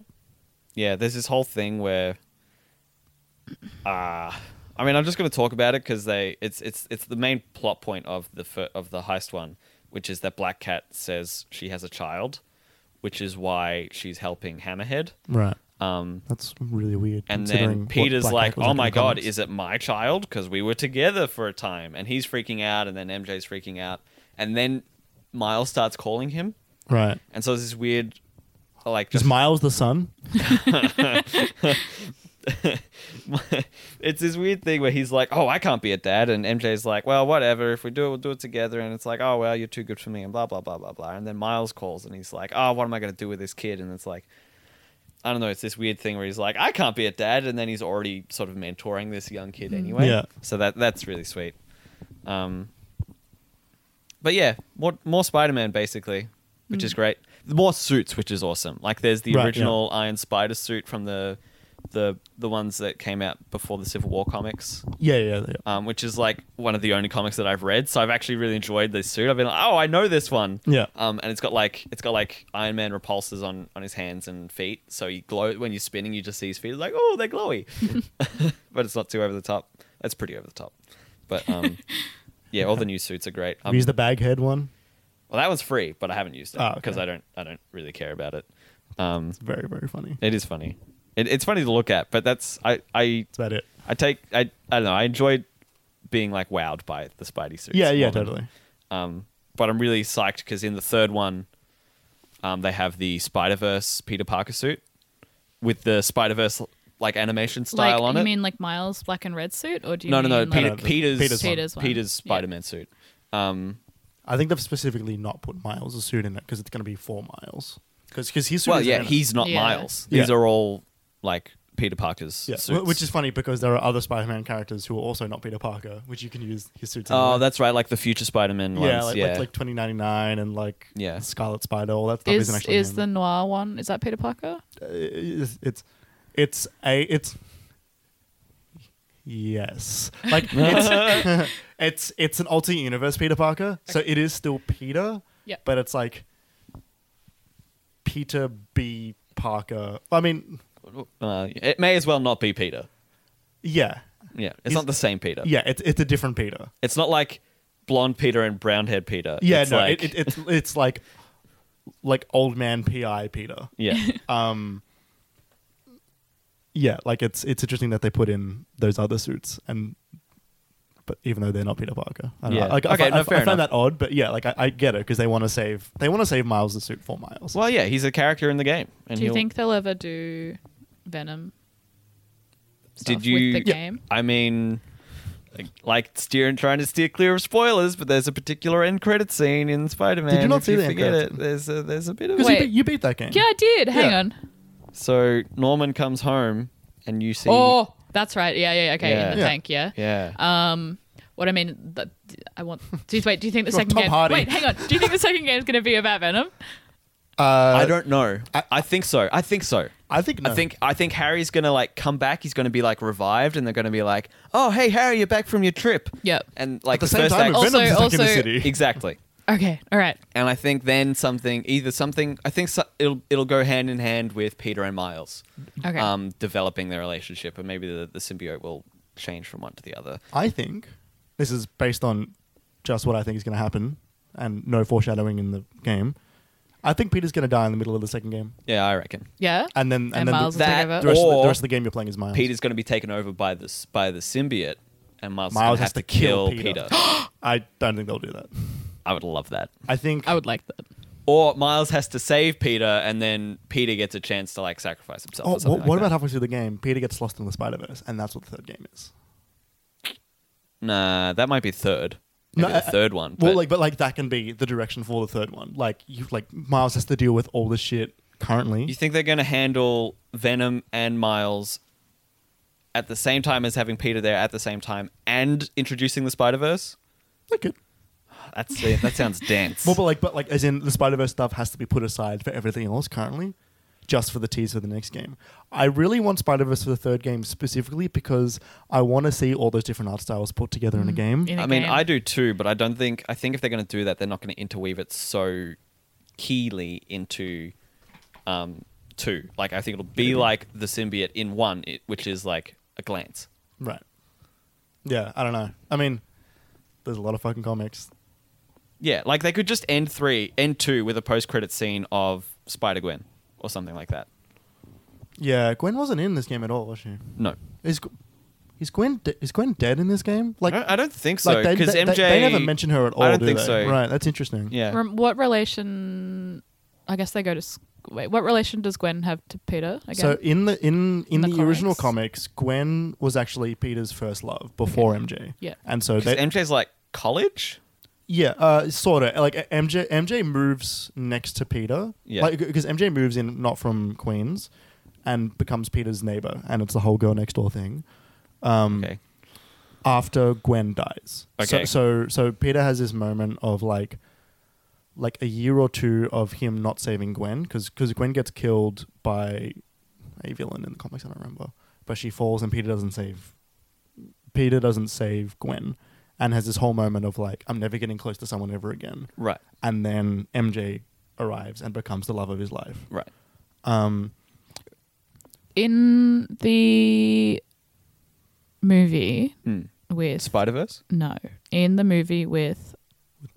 yeah, there's this whole thing where, uh, I mean, I'm just going to talk about it because they, it's, it's, it's the main plot point of the fir- of the heist one, which is that Black Cat says she has a child, which is why she's helping Hammerhead. Right. Um, That's really weird. and considering then what Peter's Black like, Jack was "Oh my in the god, comics." is it my child? Because we were together for a time." And he's freaking out, and then MJ's freaking out, and then Miles starts calling him, right? and so there's this weird, like, Is just Miles the son? it's this weird thing where he's like, "Oh, I can't be a dad," and MJ's like, "Well, whatever. If we do it, we'll do it together." And it's like, "Oh, well, you're too good for me," and blah blah blah blah blah. And then Miles calls and he's like, "Oh, what am I going to do with this kid?" And it's like, I don't know. It's this weird thing where he's like, "I can't be a dad," and then he's already sort of mentoring this young kid anyway. Yeah. So that that's really sweet. Um. But yeah, more more Spider-Man basically, which is great. More suits, which is awesome. Like there's the Mm. Right, yeah. original Iron Spider suit from the the the ones that came out before the Civil War comics, Yeah, yeah, yeah. um, which is like one of the only comics that I've read. So I've actually really enjoyed this suit. I've been like, oh, I know this one. Yeah. Um, and it's got like it's got like Iron Man repulsors on on his hands and feet. So he glow when you're spinning, you just see his feet. It's like oh, they're glowy, but it's not too over the top. That's pretty over the top, but um. Yeah, all the new suits are great. Have you Um, used the baghead one. well, that one's free, but I haven't used it Oh, okay. because I don't I don't really care about it. Um, It's very, very funny. it is funny. It, it's funny to look at, but that's I I That's about it. I take I I don't know. I enjoyed being like wowed by the Spidey suits. Yeah, yeah, more than- totally. Um, but I'm really psyched because in the third one, um, they have the Spider Verse Peter Parker suit with the Spider Verse like animation style like, on you it. mean like Miles black and red suit, or do you no, no, mean no, like, Peter, No, no, the- Peter's Peter's one. Peter's one. Peter's Yeah. Spider Man suit. Um, I think they've specifically not put Miles' suit in it because it's going to be four Miles. Because his suit well, is yeah, in it. he's not Yeah. Miles. Yeah. These are all like Peter Parker's Yeah, suits. wh- which is funny because there are other Spider-Man characters who are also not Peter Parker, which you can use his suits. Oh, anyway. that's right, like the future Spider-Man ones. yeah, like, yeah. like, like 2099 and like Yeah. Scarlet Spider, all that stuff Is isn't actually is him. the noir one? Is that Peter Parker? Uh, it's it's it's a it's yes like it's it's it's an alternate universe peter parker so it is still peter Yep. but it's like peter b parker i mean Uh, it may as well not be Peter. yeah Yeah, it's Is- not the same Peter. yeah it's it's a different peter It's not like blonde Peter and brown haired Peter. yeah it's no like, it, it, it's it's like like old man pi peter yeah, um yeah like it's it's interesting that they put in those other suits and but even though they're not Peter Parker, I don't Yeah. know. Like, Okay, I, no, I, fair I found enough. that odd, but yeah, like I, I get it because they want to save they want to save Miles the suit for Miles. Well, yeah, he's a character in the game. And do you he'll- think they'll ever do Venom? stuff Did you? With the game? I mean, like, like steering, trying to steer clear of spoilers, but there's a particular end credit scene in Spider-Man. Did you not if see the end forget credits? it? There's a, there's a bit of because you, Wait. beat- you beat that game. Yeah, I did. Hang Yeah. on. so Norman comes home and you see. Oh, that's right. Yeah, yeah. yeah. Okay, Yeah. in the Yeah. tank. Yeah. Yeah. Um, what I mean, that, I want. Do you, wait, do you think the You're second Tom game? Hardy. Wait, hang on. Do you think the second game is going to be about Venom? Uh, I I don't don't. know. I, I think so. I think so. I think no. I think I think Harry's gonna like come back. He's gonna be like revived, and they're gonna be like, "Oh, hey Harry, you're back from your trip." Yep. And like at the, the same first time, act- Also- Venom's stuck in the also- city. exactly. Okay. All right. And I think then something, either something, I think so, it'll it'll go hand in hand with Peter and Miles, Okay. um, developing their relationship, and maybe the, the symbiote will change from one to the other. I think this is based on just what I think is going to happen and no foreshadowing in the game. I think Peter's going to die in the middle of the second game, Yeah, I reckon. yeah. and then and, And then Miles the, will take That over. the rest, of the, Or- the rest of the game you're playing is Miles. Peter's going to be taken over by this by the symbiote, and Miles, is gonna Miles have has to kill Peter. Peter. I don't think they'll do that. I would love that. I think I would like that. Or Miles has to save Peter, and then Peter gets a chance to like sacrifice himself. Oh, or what, something what like about that. halfway through the game? Peter gets lost in the Spider Verse, and that's what the third game is. Nah, that might be third. Maybe No, the I- third one. Well, but- like, but like that can be the direction for the third one. Like, you like Miles has to deal with all the shit you currently. think they're going to handle Venom and Miles at the same time as having Peter there at the same time and introducing the Spider Verse? Like it. That's that sounds dense. Well, but like, but like, as in the Spider Verse stuff has to be put aside for everything else currently, just for the tease for the next game. I really want Spider Verse for the third game specifically because I want to see all those different art styles put together in a game. In a I mean, game. I do too, but I don't think I think if they're going to do that, they're not going to interweave it so keenly into um, two. Like I think it'll be like the symbiote in one, it, which is like a glance. Right. Yeah, I don't know. I mean, there's a lot of fucking comics. Yeah, like they could just end three, end two with a post-credit scene of Spider Gwen or something like that. Yeah, Gwen wasn't in this game at all, was she? No, Is G- is Gwen de- is Gwen dead in this game? Like, I, don't, I don't think so like they, because they, MJ they, they never mention her at all. I don't do think they? so. Right, that's interesting. Yeah, Rem- what relation? I guess they go to. sc- Wait, what relation does Gwen have to Peter? Again? So in the in in, the the, original comics, Gwen was actually Peter's first love before MJ. Yeah. and so 'Cause they, MJ's like college. yeah, uh, sort of like uh, MJ. MJ moves next to Peter. Yeah. because MJ moves in not from Queens, and becomes Peter's neighbor, and it's the whole girl next door thing. Um, Okay, after Gwen dies. Okay. So, so so Peter has this moment of like like a year or two of him not saving Gwen because Gwen gets killed by a villain in the comics. I don't remember, but she falls and Peter doesn't save. Peter doesn't save Gwen, and has this whole moment of like I'm never getting close to someone ever again. right, And then MJ arrives and becomes the love of his life. right. Um, in the movie Mm. with Spider Verse. no, in the movie with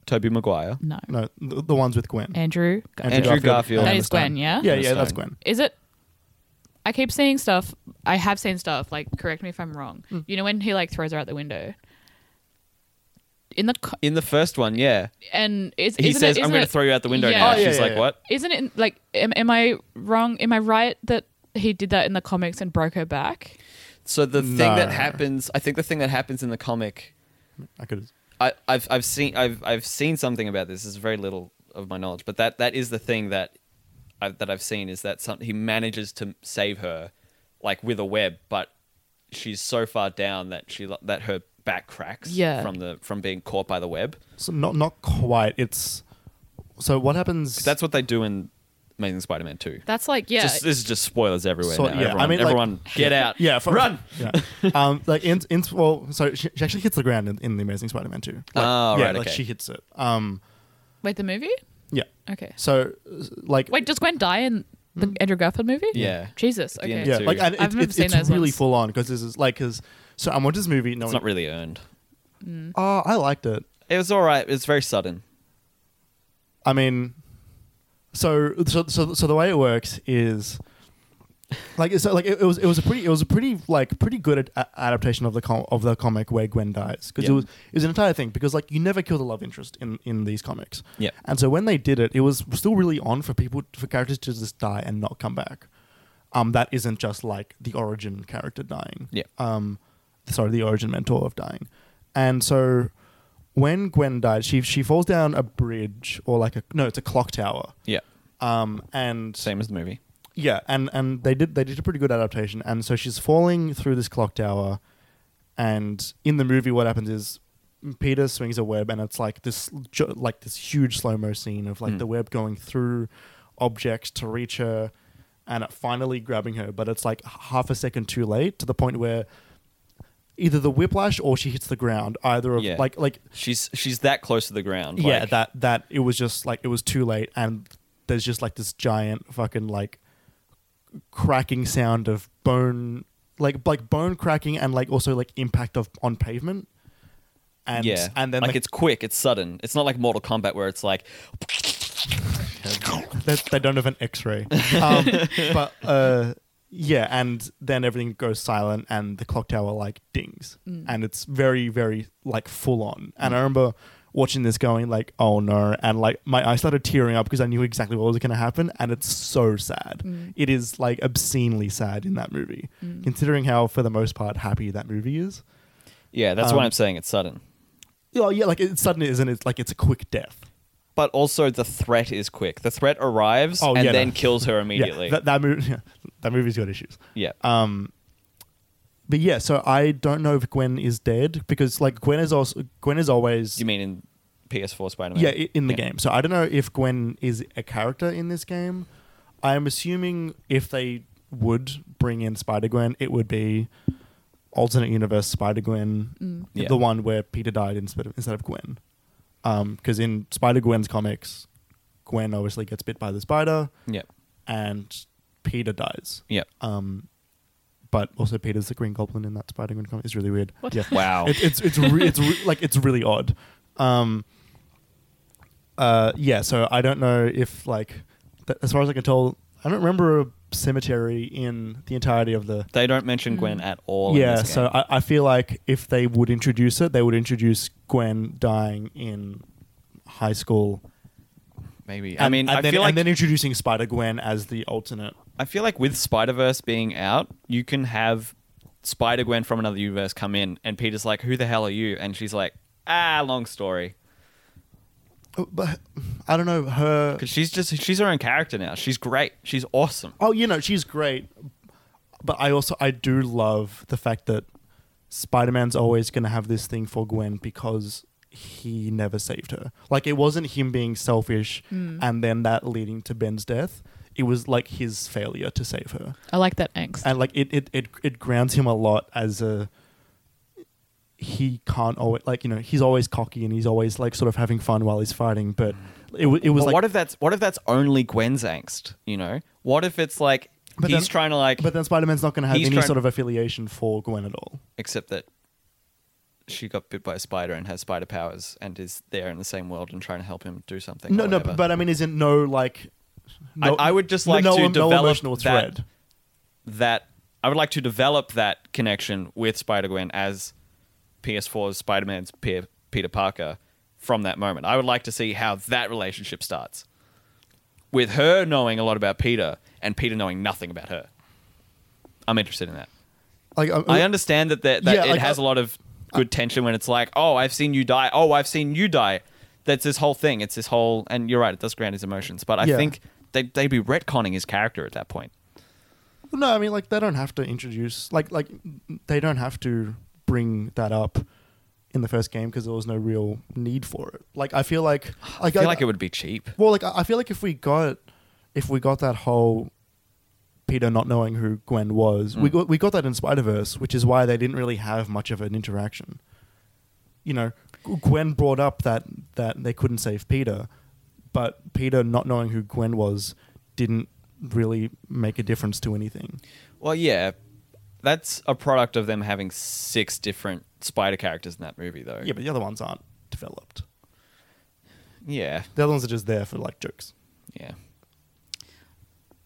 Toby Maguire. no, no, the, the ones with Gwen. Andrew. Gar- Andrew Garfield. and That Emma is Stone. Gwen, yeah? Yeah, Emma yeah, that's Stone. Gwen. Is it? I keep seeing stuff. I have seen stuff. Like, correct me if I'm wrong. You know when he like throws her out the window. In the co- In the first one, yeah. and is, He isn't says, it, "I'm isn't going to it- throw you out the window Yeah. now." Oh, yeah, She's yeah, like, yeah. "What?" Isn't it like? Am, am I wrong? Am I right that he did that in the comics and broke her back? So the thing that No. happens, I think the thing that happens in the comic, I could. I, I've I've seen I've I've seen something about this. It's very little of my knowledge, but that that is the thing that I, that I've seen is that some, he manages to save her, like with a web, but she's so far down that she that her back cracks Yeah. from the from being caught by the web. So not not quite. It's so what happens? That's what they do in Amazing Spider-Man Two. That's like yeah. Just, this is just spoilers everywhere. So- now. yeah, I everyone, mean, like- everyone get out. yeah. for- run. Yeah. um, like in, in well, so she, she actually hits the ground in, in the Amazing Spider-Man two. Like, Oh, yeah, right, like okay. she hits it. Um, Wait, the movie? yeah. Okay. So uh, like Wait, does Gwen die in the Andrew Garfield movie? Yeah. Jesus. the Okay. end yeah, too. like and I've it, never it's seen it's those really ones. full on because this is like because so I'm watching this movie. No, It's not really earned. Oh, I liked it. It was all right. It was very sudden. I mean, so so so so the way it works is like so like it, it was it was a pretty it was a pretty like pretty good a- adaptation of the com- of the comic where Gwen dies because Yeah. it was it was an entire thing because like you never kill the love interest in in these comics Yeah. and so when they did it it was still really on for people for characters to just die and not come back um that isn't just like the origin character dying Yeah. um sorry the origin mentor of dying and so when Gwen died she she falls down a bridge or like a no it's a clock tower Yeah. um and Same as the movie. yeah, and and they did they did a pretty good adaptation. And so she's falling through this clock tower, and in the movie, what happens is Peter swings a web, and it's like this jo- like this huge slow mo scene of like Mm. the web going through objects to reach her, and it finally grabbing her. But it's like half a second too late to the point where either the whiplash or she hits the ground. Either of Yeah. like like She's she's that close to the ground. yeah like- that that it was just like it was too late and there's just like this giant fucking like cracking sound of bone like like bone cracking and like also like impact of on pavement and yeah. and then like like it's quick, it's sudden. It's not like Mortal Kombat where it's like they, they don't have an x-ray um, but uh yeah and then everything goes silent and the clock tower like dings and it's very very like full on and i remember watching this going like oh no and like my eyes started tearing up because i knew exactly what was going to happen and it's so sad it is like obscenely sad in that movie considering how for the most part happy that movie is Yeah, that's Um, why I'm saying it's sudden. oh yeah like it suddenly isn't it's like it's a quick death But also the threat is quick. The threat arrives Oh, and yeah, no. then kills her Yeah, immediately. Yeah. that, that movie that movie's got issues Um, but yeah, so I don't know if Gwen is dead because like Gwen is also Gwen is always you mean in PS4 Spider-Man? yeah i- in the Yeah. game. So I don't know if Gwen is a character in this game. I am assuming if they would bring in Spider Gwen, it would be alternate universe Spider Gwen, Yeah. the one where Peter died instead of instead of Gwen. Because in Spider Gwen's comics, Gwen obviously gets bit by the spider, Yep. and Peter dies. Yep. Um, but also Peter's the Green Goblin in that Spider-Man comic is really weird. What? Yeah, Wow. it, it's it's re- it's re- like it's really odd. Um, uh, yeah. So I don't know if like, th- as far as I can tell, I don't remember a cemetery in the entirety of the. they don't mention Gwen at all. in Mm. yeah. this game. So I, I feel like if they would introduce it, they would introduce Gwen dying in high school. maybe I and- mean and I then, feel and like then introducing Spider Gwen as the alternate. I feel like with Spider Verse being out, you can have Spider Gwen from another universe come in, and Peter's like, "Who the hell are you?" And she's like, "Ah, long story." Oh, But I don't know her. Because she's just she's her own character now. She's great. She's awesome. Oh, you know, she's great. But I also I do love the fact that Spider-Man's always going to have this thing for Gwen because he never saved her. Like it wasn't him being selfish Mm. and then that leading to Ben's death. It was like his failure to save her. I like that angst. Uh, And like it it it, it grounds him a lot as a he can't always like you know he's always cocky and he's always like sort of having fun while he's fighting but Mm. it, wa- it was But like what if that's what if that's only Gwen's angst? You know, what if it's like But he's then- trying to like, but then spider-man's not going to have He's any trying- sort of affiliation for gwen at all except that she got bit by a spider and has spider powers and is there in the same world and trying to help him do something. No, or no, whatever. but, but I mean, isn't no like? I- I would just like to develop that- thread. that I would like to develop that connection with Spider Gwen as PS4's Spider Man's Pe- Peter Parker from that moment. I would like to see how that relationship starts with her knowing a lot about Peter and Peter knowing nothing about her. I'm interested in that. Like uh, I understand that, that, that Yeah, it like, has I- a lot of good tension when it's like, oh, I've seen you die. Oh, I've seen you die. That's this whole thing. It's this whole, and you're right, it does ground his emotions. But I Yeah. think they, they'd be retconning his character at that point. No, I mean, like they don't have to introduce like like they don't have to bring that up in the first game because there was no real need for it. Like I feel like I feel like it would be cheap. Well, like I I feel like if we got if we got that whole Peter not knowing who Gwen was, we Mm. got we got that in Spider Verse, which is why they didn't really have much of an interaction. You know, G- Gwen brought up that that they couldn't save Peter, but Peter not knowing who Gwen was didn't really make a difference to anything. Well, yeah, that's a product of them having six different spider characters in that movie, though. Yeah, but the other ones aren't developed. yeah, The other ones are just there for like jokes. yeah.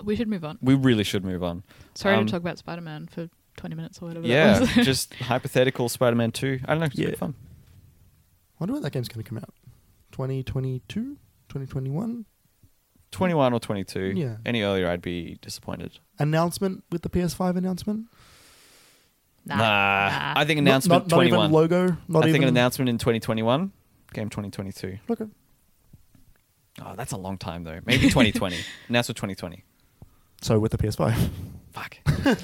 we should move on. We really should move on. Sorry Um, to talk about Spider Man for 20 minutes or whatever. that Yeah, was. just hypothetical Spider-Man Two. I don't know. It's yeah. Yeah. fun. wonder when that game's going to come out. 2022? 2021? Twenty-one or twenty-two. Yeah. Any earlier, I'd be disappointed. Announcement with the PS5 announcement? nah. nah. I think Not- announcement not, not, twenty-one. even logo? Not I even think an announcement in twenty twenty-one. Game twenty twenty-two. Okay. Oh, that's a long time though. Maybe twenty twenty. Announcement twenty twenty. So with the PS5. Fuck.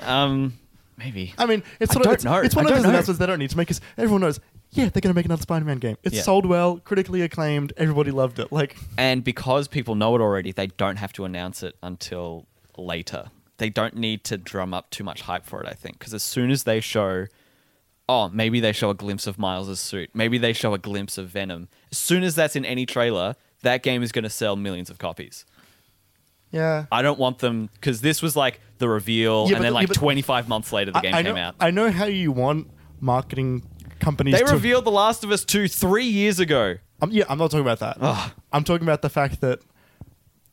um, maybe. I mean, it's I sort of don't it's, know. it's one I of don't those know. announcements they don't need to make because everyone knows. Yeah, they're going to make another Spider-Man game. It's Yeah. sold well, critically acclaimed. Everybody loved it. Like, And because people know it already, they don't have to announce it until later. They don't need to drum up too much hype for it, I think. Because as soon as they show, oh, maybe they show a glimpse of Miles' suit, maybe they show a glimpse of Venom, as soon as that's in any trailer, that game is going to sell millions of copies. yeah, I don't want them, because this was like the reveal, Yeah, but and then the- like yeah, but- 25 months later, the I- game I, came know, out. I know how you want marketing companies. they to, revealed The Last of Us 2 three years ago. I'm, yeah, I'm not talking about that. Ugh. I'm talking about the fact that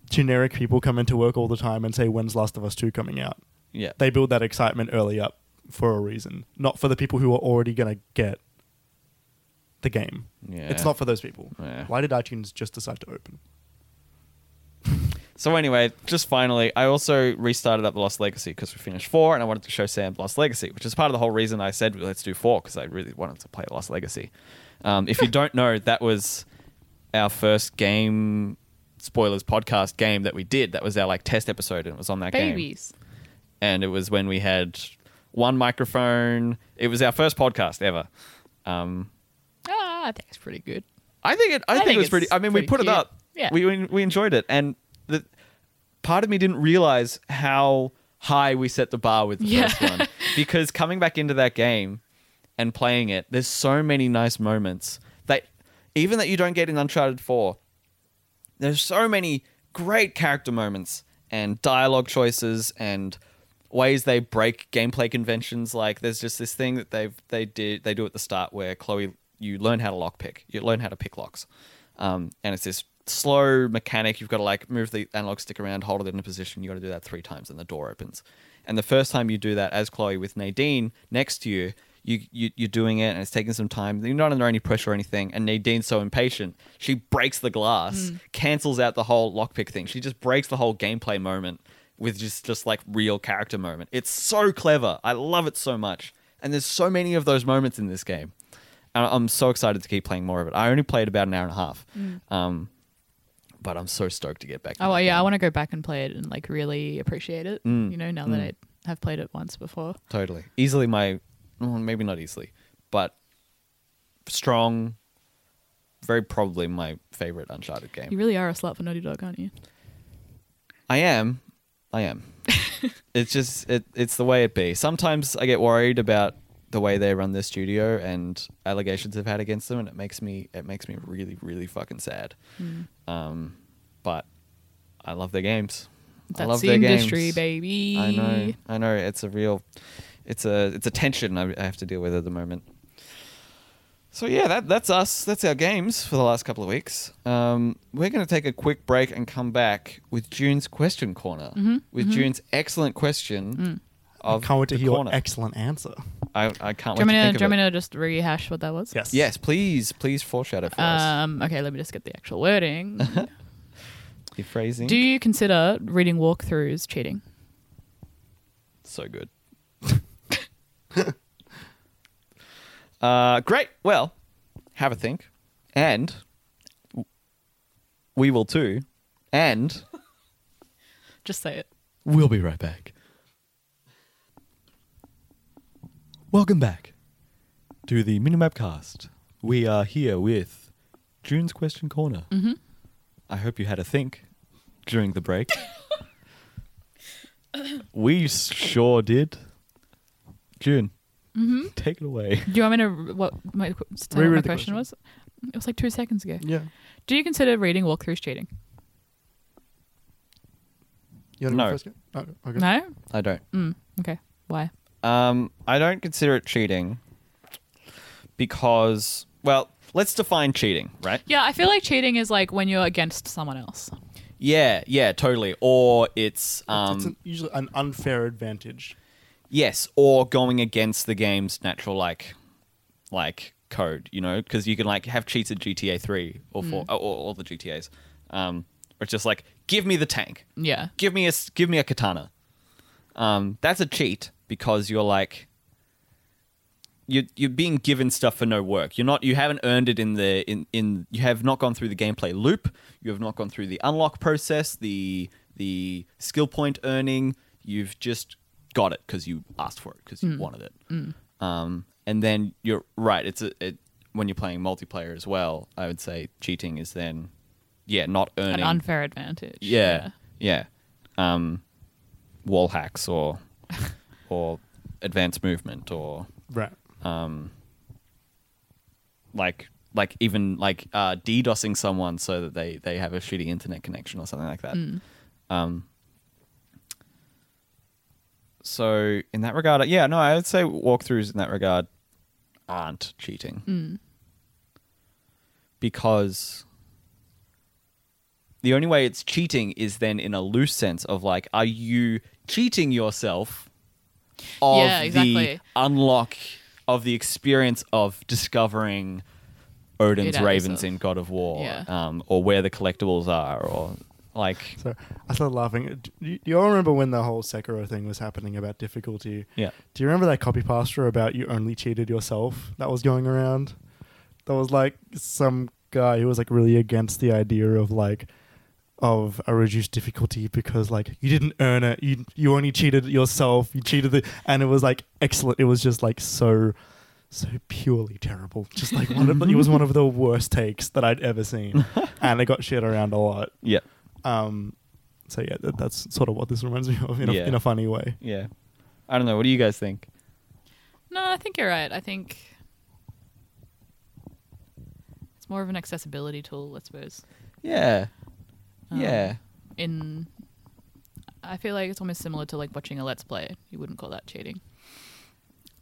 generic people come into work all the time and say, "When's Last of Us Two coming out?" Yeah. They build that excitement early up for a reason, not for the people who are already going to get the game. Yeah. It's not for those people. Yeah. Why did iTunes just decide to open? So anyway, just finally, I also restarted up the Lost Legacy because we finished four, and I wanted to show Sam Lost Legacy, which is part of the whole reason I said let's do four because I really wanted to play Lost Legacy. Um, if you don't know, that was our first game spoilers podcast game that we did. That was our like test episode, and it was on that game, Babies. and it was when we had one microphone. It was our first podcast ever. Um, Ah, I think it's pretty good. I think it. I, I think, think it was it's pretty. I mean, we pretty put it cute. up. Yeah. We, we we enjoyed it, and the part of me didn't realize how high we set the bar with the Yeah. first one because coming back into that game and playing it, there's so many nice moments that even that you don't get in Uncharted Four. There's so many great character moments and dialogue choices and ways they break gameplay conventions. Like there's just this thing that they've they did they do at the start where Chloe you learn how to lockpick. You learn how to pick locks. Um, and it's this slow mechanic. You've got to like move the analog stick around, hold it in a position. You got to do that three times, and the door opens. And the first time you do that as Chloe with Nadine next to you, you, you you're doing it, and it's taking some time. You're not under any pressure or anything. And Nadine's so impatient, she breaks the glass, Mm. cancels out the whole lockpick thing. She just breaks the whole gameplay moment with just just like real character moment. It's so clever. I love it so much. And there's so many of those moments in this game. And I'm so excited to keep playing more of it. I only played about an hour and a half. Um, but I'm so stoked to get back. Mm. Oh, well, yeah. I want to go back and play it and like really appreciate it. Mm, You know, now that I have played it once before. Totally. Easily my, well, maybe not easily, but strong, very probably my favorite Uncharted game. You really are a slut for Naughty Dog, aren't you? I am. I am. it's just it it's the way it be. Sometimes I get worried about the way they run their studio and allegations they've had against them and it makes me it makes me really, really fucking sad. Hmm. Um but I love their games. I That's love the their industry, games. baby. I know. I know. It's a real it's a it's a tension I I have to deal with at the moment. So yeah, that that's us. That's our games for the last couple of weeks. Um, we're going to take a quick break and come back with June's question corner. Mm-hmm, With June's excellent question Mm. of I can't wait to the hear corner. your excellent answer. I, I can't Do wait you want me to to, think do of you want it. me to just rehash what that was? Yes. Yes, please, please foreshadow for us Um, okay, let me just get the actual wording. the phrasing. Do you consider reading walkthroughs cheating? so good. uh, great. Well, have a think, and w- we will too. And Just say it. We'll be right back. Welcome back to the Minimap Cast. We are here with June's Question Corner. Mm-hmm. I hope you had a think during the break. we sure did. June, take it away. Mm-hmm. Do you want me to r- what my, qu- tell me what Reread my the question question. was? It was like two seconds Mm. ago. Yeah. Do you consider reading walkthroughs cheating? You No. want to go first? No. Okay. No. I don't. Mm, okay. Why? Um, I don't consider it cheating because, well, let's define cheating, right? Yeah, I feel like cheating is like when you're against someone else. Yeah, yeah, totally. Or it's um it's an, usually an unfair advantage. yes, or going against the game's natural like like code, you know, because you can like have cheats at GTA 3 or 4 or, or all the GTAs. Um or just like give me the tank. Yeah. give me a s- give me a katana. Um, that's a cheat because you're like you you're being given stuff for no work. You're not you haven't earned it in the in in you have not gone through the gameplay loop. You have not gone through the unlock process, the the skill point earning. You've just got it because you asked for it because you Hmm. wanted it. Um, and then you're right. It's a, it when you're playing multiplayer as well. I would say cheating is then yeah not An earning unfair advantage. yeah, yeah. Um, wall hacks or or advanced movement or Right. like like even like uh, DDoSing someone so that they they have a shitty internet connection or something like that. Um, so in that regard, uh, yeah, no, I would say walkthroughs in that regard aren't cheating Hmm. because the only way it's cheating is then in a loose sense of like, are you cheating yourself of Yeah, exactly. the unlock of the experience of discovering Odin's It out ravens yourself. in God of War, Yeah. um, or where the collectibles are, or like, So I started laughing. Do you, do you all remember when the whole Sekiro thing was happening about difficulty? yeah, Do you remember that copy pasta about you only cheated yourself that was going around? That was like some guy who was like really against the idea of like of a reduced difficulty because like you didn't earn it. You you only cheated yourself. You cheated the and it was like excellent. It was just like so so purely terrible. Just like one of the, it was one of the worst takes that I'd ever seen, and it got shit around a lot. yeah, Um, so yeah, that, that's sort of what this reminds me of in a, Yeah. in a funny way. yeah. I don't know. What do you guys think? No, I think you're right. I think it's more of an accessibility tool, I suppose. Yeah, Um, yeah, In I feel like it's almost similar to like watching a let's play. You wouldn't call that cheating.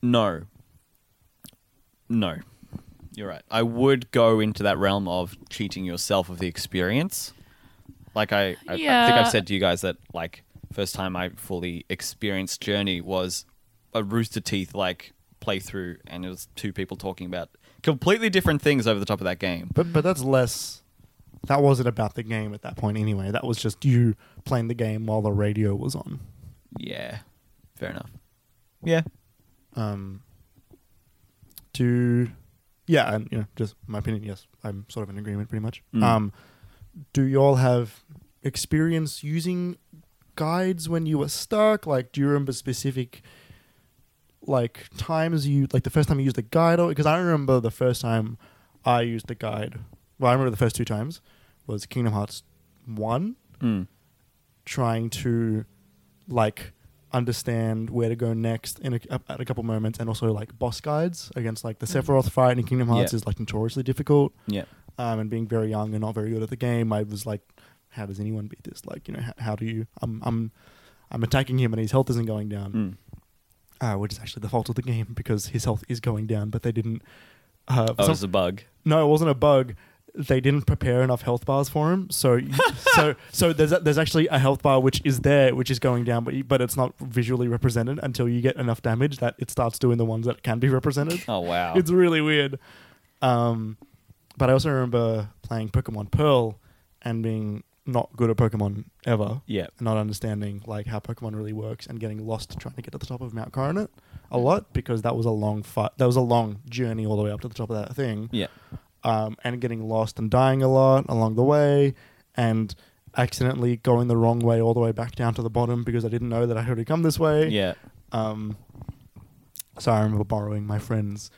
no, no. You're right. I would go into that realm of cheating yourself of the experience. Like I, I, I think Yeah. I've said to you guys that like first time I fully experienced Journey was a Rooster Teeth like playthrough, and it was two people talking about completely different things over the top of that game. But but that's less. That wasn't about the game at that point anyway. That was just you playing the game while the radio was on. Yeah, fair enough. Yeah, Um, to yeah, and you know, just my opinion. Yes, I'm sort of in agreement, pretty much. Mm. Um, do you all have experience using guides when you were stuck? Like, do you remember specific like times you like the first time you used a guide? Or because I remember the first time I used a guide. Well, I remember the first two times was Kingdom Hearts one Mm. trying to like understand where to go next in a, at a couple moments and also like boss guides against like the Sephiroth fight in Kingdom Hearts Mm-hmm. Yeah. is like notoriously difficult yeah, um, and being very young and not very good at the game I was like how does anyone beat this like you know how, how do you I'm I'm I'm attacking him and his health isn't going down mm. uh, which is actually the fault of the game because his health is going down but they didn't uh, Oh, for it some- was a bug. no, it wasn't a bug. They didn't prepare enough health bars for him, so so so there's there's actually a health bar which is there, which is going down, but but it's not visually represented until you get enough damage that it starts doing the ones that can be represented. Oh wow. It's really weird. Um, but I also remember playing Pokemon Pearl and being not good at Pokemon ever, yeah, and not understanding like how Pokemon really works, and getting lost trying to get to the top of Mount Coronet a lot because that was a long fight. That was a long journey all the way up to the top of that thing yeah, um, and getting lost and dying a lot along the way, and accidentally going the wrong way all the way back down to the bottom because I didn't know that I had to come this way. yeah. Um, so I remember borrowing my friend's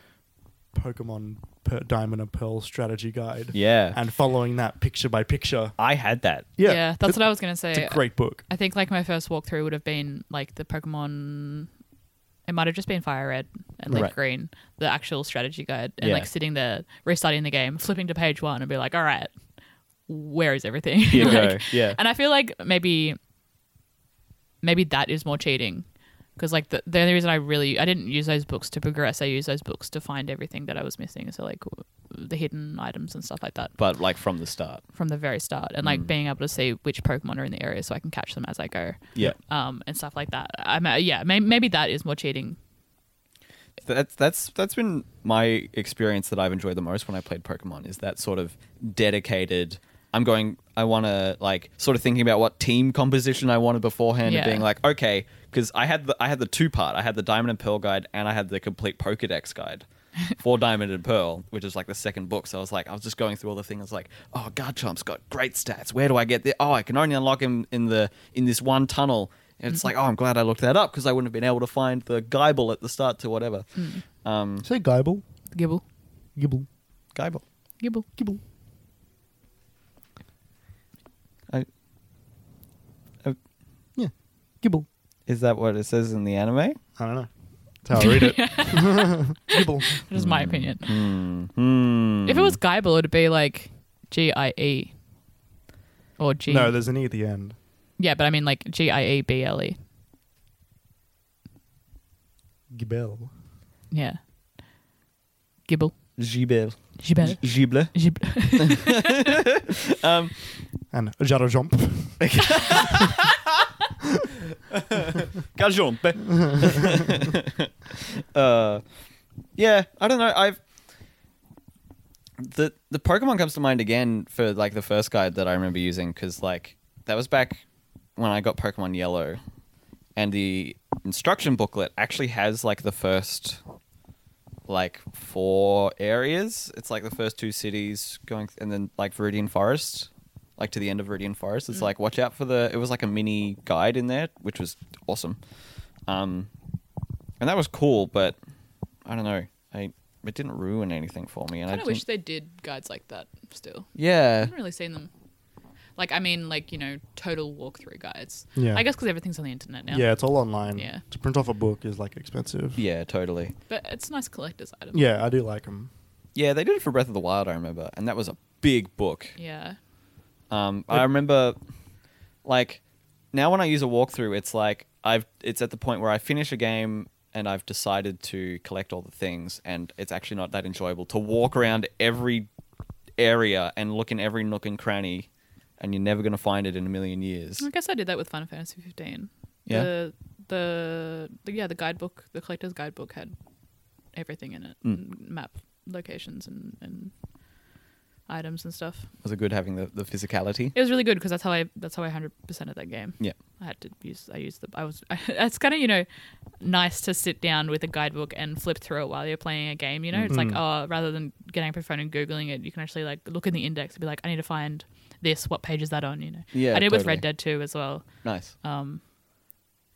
Pokemon per- Diamond and Pearl strategy guide Yeah. and following that picture by picture. I had that. Yeah, that's it's, what I was gonna say. it's a great book. I think like my first walkthrough would have been like the Pokemon. It might have just been Fire Red and like Right. Green, the actual strategy guide, and Yeah. like sitting there restarting the game, flipping to page one, and be like, "All right, where is everything?" Here you Like, go. Yeah. And I feel like maybe, maybe that is more cheating because like the, the only reason I really I didn't use those books to progress. I used those books to find everything that I was missing. So like w- the hidden items and stuff like that but like from the start. from the very start, and Mm. like being able to see which Pokemon are in the area so I can catch them as I go, Yeah, um, and stuff like that. I ma- yeah, may- maybe that is more cheating. that's that's that's been my experience that I've enjoyed the most when I played Pokemon is that sort of dedicated. I'm going. I want to like sort of thinking about what team composition I wanted beforehand and Yeah. being like, okay, because I had the I had the two part. I had the Diamond and Pearl guide and I had the complete Pokedex guide for Diamond and Pearl, which is like the second book. So I was like, I was just going through all the things. I was like, oh, Garchomp's got great stats. Where do I get the? Oh, I can only unlock him in the in this one tunnel. And it's like, oh, Mm-hmm. I'm glad I looked that up because I wouldn't have been able to find the Guyball at the start to whatever. Hmm. Um, Say Gibble. Gibble, Gibble. Guyball. Gibble, Gibble. I, I, Yeah. Gibble. is that what it says in the anime? I don't know. That's how I read it. Gibble. That is my Mm. opinion. Hmm. Hmm. If it was Gibble, it'd be like G I E or G. No, there's an E at the end. yeah, but I mean like G I E B L E. Gibble. Yeah, Gibble, Gibel. E Gibble, Gible. Gibble. And Jarajomp. Gajompe. uh, yeah, I don't know. I've the the Pokemon comes to mind again for like the first guide that I remember using because like that was back when I got Pokemon Yellow, and the instruction booklet actually has like the first like four areas. It's like the first two cities going, and then like Viridian Forest, like to the end of Viridian Forest. It's like watch out for the. It was like a mini guide in there, which was awesome, um, and that was cool. But I don't know, I it didn't ruin anything for me, and I kind of wish didn't- they did guides like that still. I yeah, haven't really seen them. Like, I mean, like, you know, total walkthrough guides. Yeah. I guess because everything's on the internet now. Yeah, it's all online. Yeah. To print off a book is like expensive. yeah, totally. But it's a nice collector's item. Yeah, I do like them. Yeah, they did it for Breath of the Wild. I remember, and that was a big book. Yeah. Um, I remember, like, now when I use a walkthrough, it's like I've it's at the point where I finish a game and I've decided to collect all the things, and it's actually not that enjoyable to walk around every area and look in every nook and cranny, and you're never gonna find it in a million years. I guess I did that with Final Fantasy 15. Yeah. The, the, the, yeah, the guidebook, the collector's guidebook had everything in it Mm. and map locations and, and items and stuff. Was it good having the, the physicality? It was really good because that's how I that's how I hundred percent of that game. Yeah. I had to use I used the I was it's kind of you know nice to sit down with a guidebook and flip through it while you're playing a game. You know, it's like Mm-hmm. oh rather than getting up your phone and googling it, you can actually like look in the index and be like I need to find this. What page is that on? You know. Yeah, I did with totally. Red Dead Two as well. Nice, Um,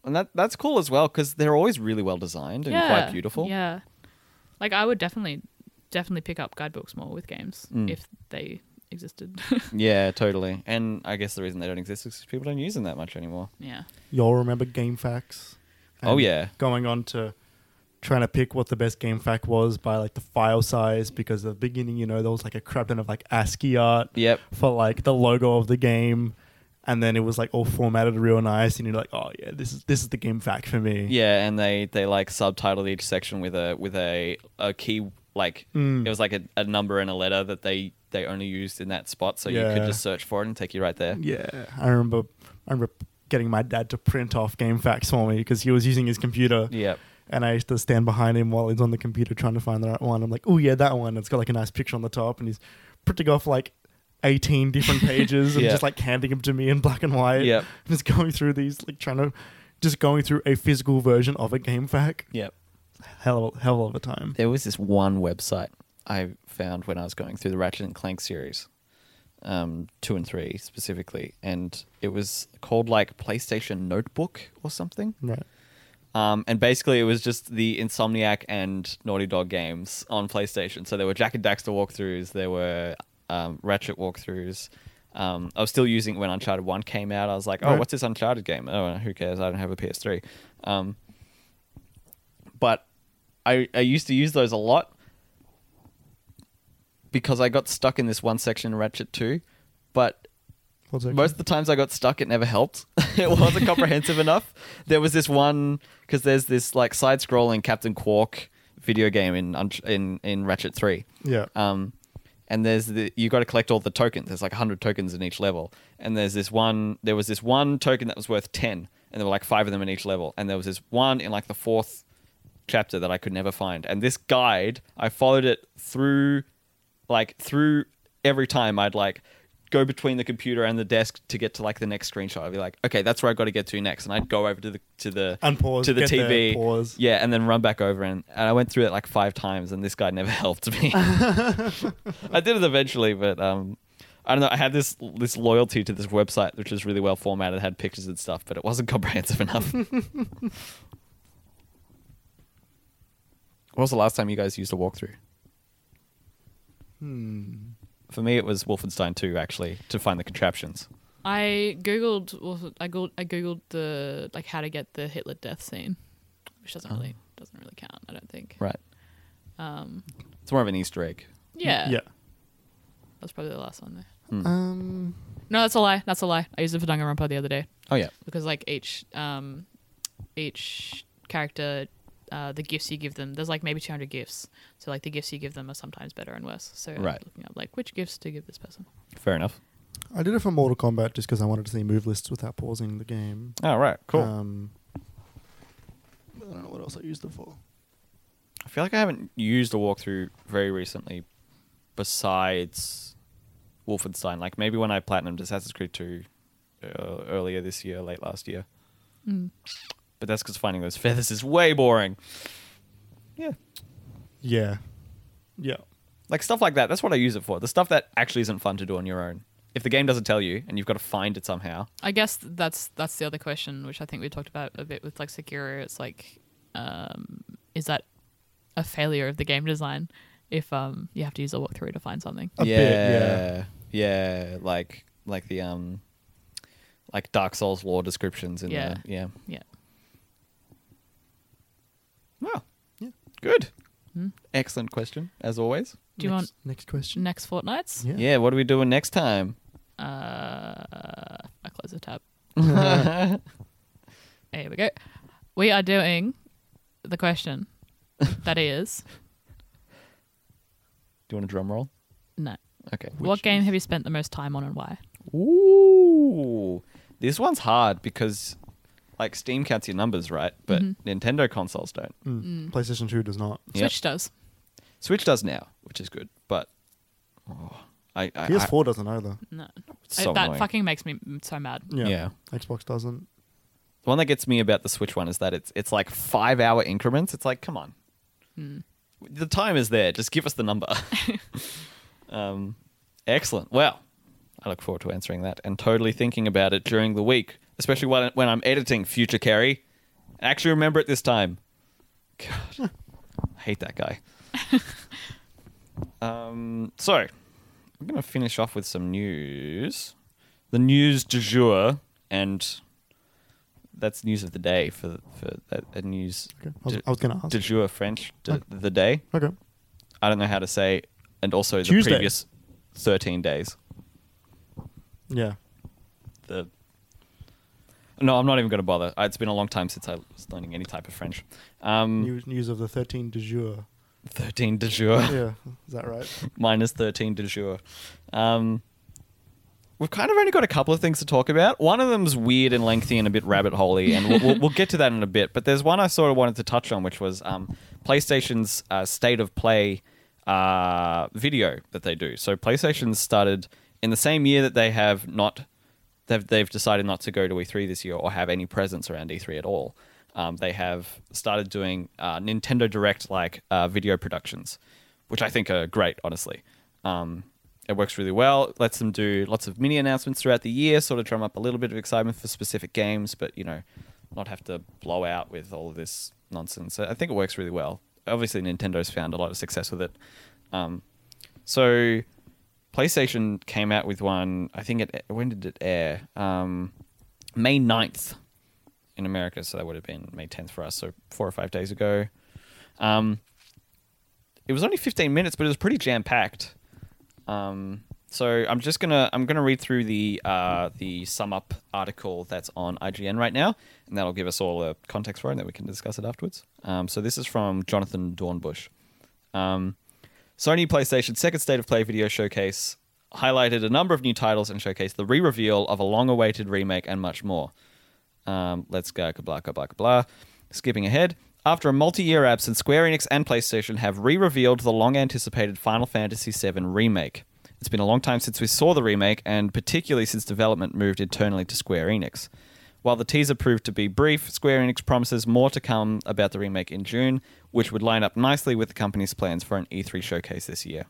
and that that's cool as well because they're always really well designed and yeah, quite beautiful. Yeah. Like I would definitely definitely pick up guidebooks more with games Mm. if they existed. Yeah, totally. And I guess the reason they don't exist is 'cause people don't use them that much anymore. yeah. Y'all remember Game Facts? Oh, yeah. Going on to trying to pick what the best Game Fact was by like the file size because at the beginning, you know, there was like a crap ton of like ASCII art Yep. for like the logo of the game. And then it was like all formatted real nice, and you're like, "Oh yeah, this is this is the game fact for me." Yeah, and they they like subtitled each section with a with a a key like Mm. it was like a, a number and a letter that they they only used in that spot, so you Yeah. could just search for it and take you right there. Yeah, I remember. I remember getting my dad to print off game facts for me because he was using his computer, Yep. and I used to stand behind him while he's on the computer trying to find the right one. I'm like, "Oh yeah, that one." It's got like a nice picture on the top, and he's printing off like 18 different pages and Yeah. just like handing them to me in black and white. Yep. just going through these, like trying to, just going through a physical version of a game fact. Yep. Hell, hell of a time. There was this one website I found when I was going through the Ratchet and Clank series, um, two and three specifically, and it was called like PlayStation Notebook or something. Right. Um, and basically, it was just the Insomniac and Naughty Dog games on PlayStation. So there were Jack and Daxter walkthroughs, there were um, Ratchet walkthroughs. Um, I was still using it when Uncharted 1 came out. I was like, oh, Right. what's this Uncharted game? Oh, who cares? I don't have a PS3. Um, but I, I used to use those a lot because I got stuck in this one section in Ratchet 2. But What's that? most of the times I got stuck, it never helped. it wasn't comprehensive enough. There was this one because there's this like side-scrolling Captain Quark video game in Unch- in in Ratchet Three. Yeah. Um, and there's the you got to collect all the tokens. There's like hundred tokens in each level, and there's this one. There was this one token that was worth ten, and there were like five of them in each level, and there was this one in like the fourth chapter that I could never find. And this guide, I followed it through, like through every time. I'd like go between the computer and the desk to get to like the next screenshot. I'd be like, okay, that's where I got to get to next, and I'd go over to the to the And pause, to the get there, TV, pause. yeah, and then run back over. And, and I went through it like five times, and this guy never helped me. I did it eventually, but um, I don't know. I had this this loyalty to this website, which is really well formatted, had pictures and stuff, but it wasn't comprehensive enough. when was the last time you guys used a walkthrough? Hmm. For me, it was Wolfenstein 2, actually, to find the contraptions. I googled. well, I googled. I googled the like how to get the Hitler death scene, which doesn't really doesn't really count. I don't think. Oh. Right. Um. It's more of an Easter egg. Yeah. Yeah. That's probably the last one there. Um. No, that's a lie. That's a lie. I used it for Danganronpa the other day Oh, yeah. because like each um each character uh the gifts you give them there's like maybe 200 gifts so like the gifts you give them are sometimes better and worse so I'm Right. looking up like which gifts to give this person Fair enough. I did it for Mortal Kombat just because I wanted to see move lists without pausing the game. All Oh, right, cool. Um, I don't know what else I used it for. I feel like I haven't used a walkthrough very recently, besides Wolfenstein. Like maybe when I platinumed Assassin's Creed Two uh, earlier this year, late last year. But that's because finding those feathers is way boring. Yeah, Yeah. Yeah. like stuff like that. That's what I use it for. The stuff that actually isn't fun to do on your own. If the game doesn't tell you and you've got to find it somehow, I guess that's that's the other question, which I think we talked about a bit with like Sekiro. It's like, um, is that a failure of the game design if um you have to use a walkthrough to find something? A bit, yeah, yeah, like like the um, like Dark Souls lore descriptions in Yeah. there. Yeah. Yeah, Wow. Yeah. Good. Hmm. Excellent question, as always. Do you next, want- next question? next fortnights. Yeah. what are we doing next time? Uh, I close the tab. Here we go. We are doing the question that is Do you want a drum roll? no. Okay. what game have you spent the most time on and why? Ooh. This one's hard because, like, Steam counts your numbers, right? But Mm-hmm. Nintendo consoles don't. Mm. PlayStation 2 does not. Yep. Switch does. Switch does now, which is good, but. Oh, I, I, I- PS4 doesn't either. No, it's so that annoying. fucking makes me so mad. Yeah. Yeah. Xbox doesn't. The one that gets me about the Switch one is that it's it's like five hour increments. It's like, come on, the time is there. Just give us the number. um, excellent. Well, I look forward to answering that and totally thinking about it during the week, especially when when I'm editing Future Carry. I actually remember it this time. God, I hate that guy. um, so I'm gonna finish off with some news. The news du jour and that's news of the day for for that, that news Okay. I was, Did- I was going to ask. du jour French d- Okay. the day. okay. I don't know how to say, and also the Tuesday. previous thirteen days. Yeah. The no, I'm not even going to bother. It's been a long time since I was learning any type of French. Um, News, news of the 13 du jour. 13 de jour. yeah. Is that right? minus 13 de jour. Um, we've kind of only got a couple of things to talk about. One of them's weird and lengthy and a bit rabbit holey, and we'll, we'll, we'll get to that in a bit. But there's one I sort of wanted to touch on, which was um, PlayStation's uh, State of Play uh, video that they do. So PlayStation started in the same year that they have not. They've, they've decided not to go to E3 this year or have any presence around E3 at all. Um, they have started doing uh, Nintendo Direct like uh, video productions, which I think are great, honestly. Um, it works really well. It lets them do lots of mini announcements throughout the year, sort of drum up a little bit of excitement for specific games, but you know, not have to blow out with all of this nonsense. So I think it works really well. Obviously, Nintendo's found a lot of success with it. Um, so, PlayStation came out with one. I think it when did it air? Um, May 9th in America, so that would have been May 10th for us, so four or five days ago. Um, it was only 15 minutes, but it was pretty jam packed. Um, So I'm just gonna I'm gonna read through the uh, the sum up article that's on IGN right now, and that'll give us all a context for it, and then we can discuss it afterwards. Um, so this is from Jonathan Dornbush. Um, Sony PlayStation Second State of Play video showcase highlighted a number of new titles and showcased the re-reveal of a long-awaited remake and much more. Um, let's go, blah, blah, blah, blah. Skipping ahead. After a multi year absence, Square Enix and PlayStation have re revealed the long anticipated Final Fantasy VII remake. It's been a long time since we saw the remake, and particularly since development moved internally to Square Enix. While the teaser proved to be brief, Square Enix promises more to come about the remake in June, which would line up nicely with the company's plans for an E3 showcase this year.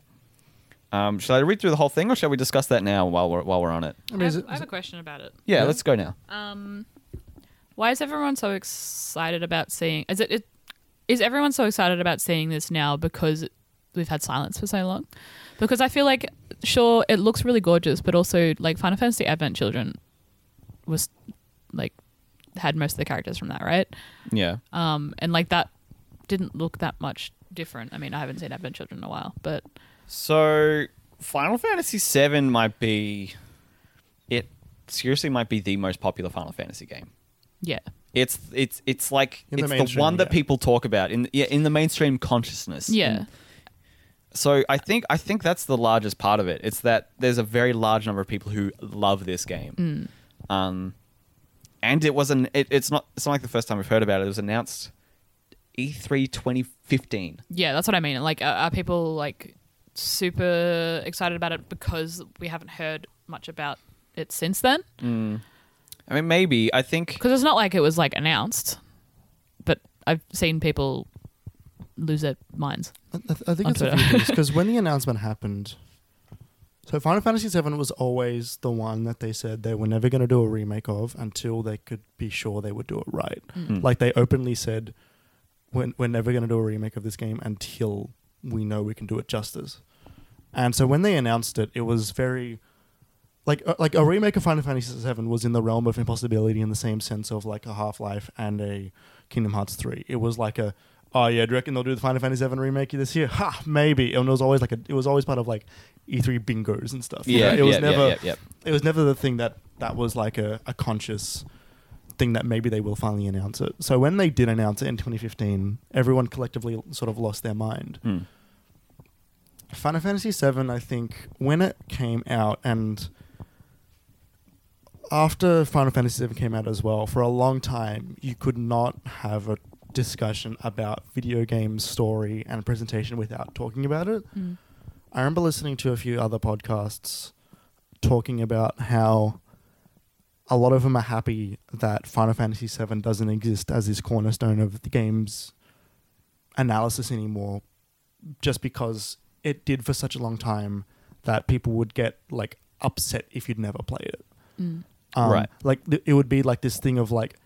Um, shall I read through the whole thing, or shall we discuss that now while we're while we're on it? I I mean, have, is it, I have is a it, question about it. Yeah, let's go now. Why is everyone so excited about seeing? Is it, it? Is everyone so excited about seeing this now because we've had silence for so long? Because I feel like, sure, it looks really gorgeous, but also like Final Fantasy Advent Children was like had most of the characters from that, right? Yeah. Um, and like that didn't look that much different. I mean, I haven't seen Advent Children in a while, but So, Final Fantasy VII might be. It seriously might be the most popular Final Fantasy game. yeah, It's it's it's like In the it's the, mainstream, one that yeah. people talk about in yeah, in the mainstream consciousness. yeah, And so I think I think that's the largest part of it. It's that there's a very large number of people who love this game. Um, and it wasn't. It, it's not. It's not like the first time we've heard about it. It was announced E E3 2015. yeah. That's what I mean. Like, are, are people like super excited about it because we haven't heard much about it since then? I mean, maybe I think Because it's not like it was like announced, but I've seen people lose their minds. I, I think on it's a few things because when the announcement happened, so Final Fantasy VII was always the one that they said they were never going to do a remake of until they could be sure they would do it right. Hmm. Mm. Like they openly said, "We're, we're never going to do a remake of this game until we know we can do it justice." And so when they announced it, it was very like uh, like a remake of Final Fantasy VII was in the realm of impossibility in the same sense of like a Half Life and a Kingdom Hearts three. It was like a oh yeah, do you reckon they'll do the Final Fantasy VII remake this year? Ha, maybe. And it was always like a, it was always part of like E three bingos and stuff. you yeah, know? it was yeah, yeah, never yeah, yeah. it was never the thing that that was like a, a conscious thing that maybe they will finally announce it. So when they did announce it in 2015, everyone collectively sort of lost their mind. Hmm. Final Fantasy VII, I think, when it came out and after Final Fantasy VII came out as well, for a long time, you could not have a discussion about video game story and presentation without talking about it. Mm. I remember listening to a few other podcasts talking about how a lot of them are happy that Final Fantasy VII doesn't exist as this cornerstone of the game's analysis anymore, just because it did for such a long time that people would get like upset if you'd never played it. Mm. Um, Right. Like th- it would be like this thing of like,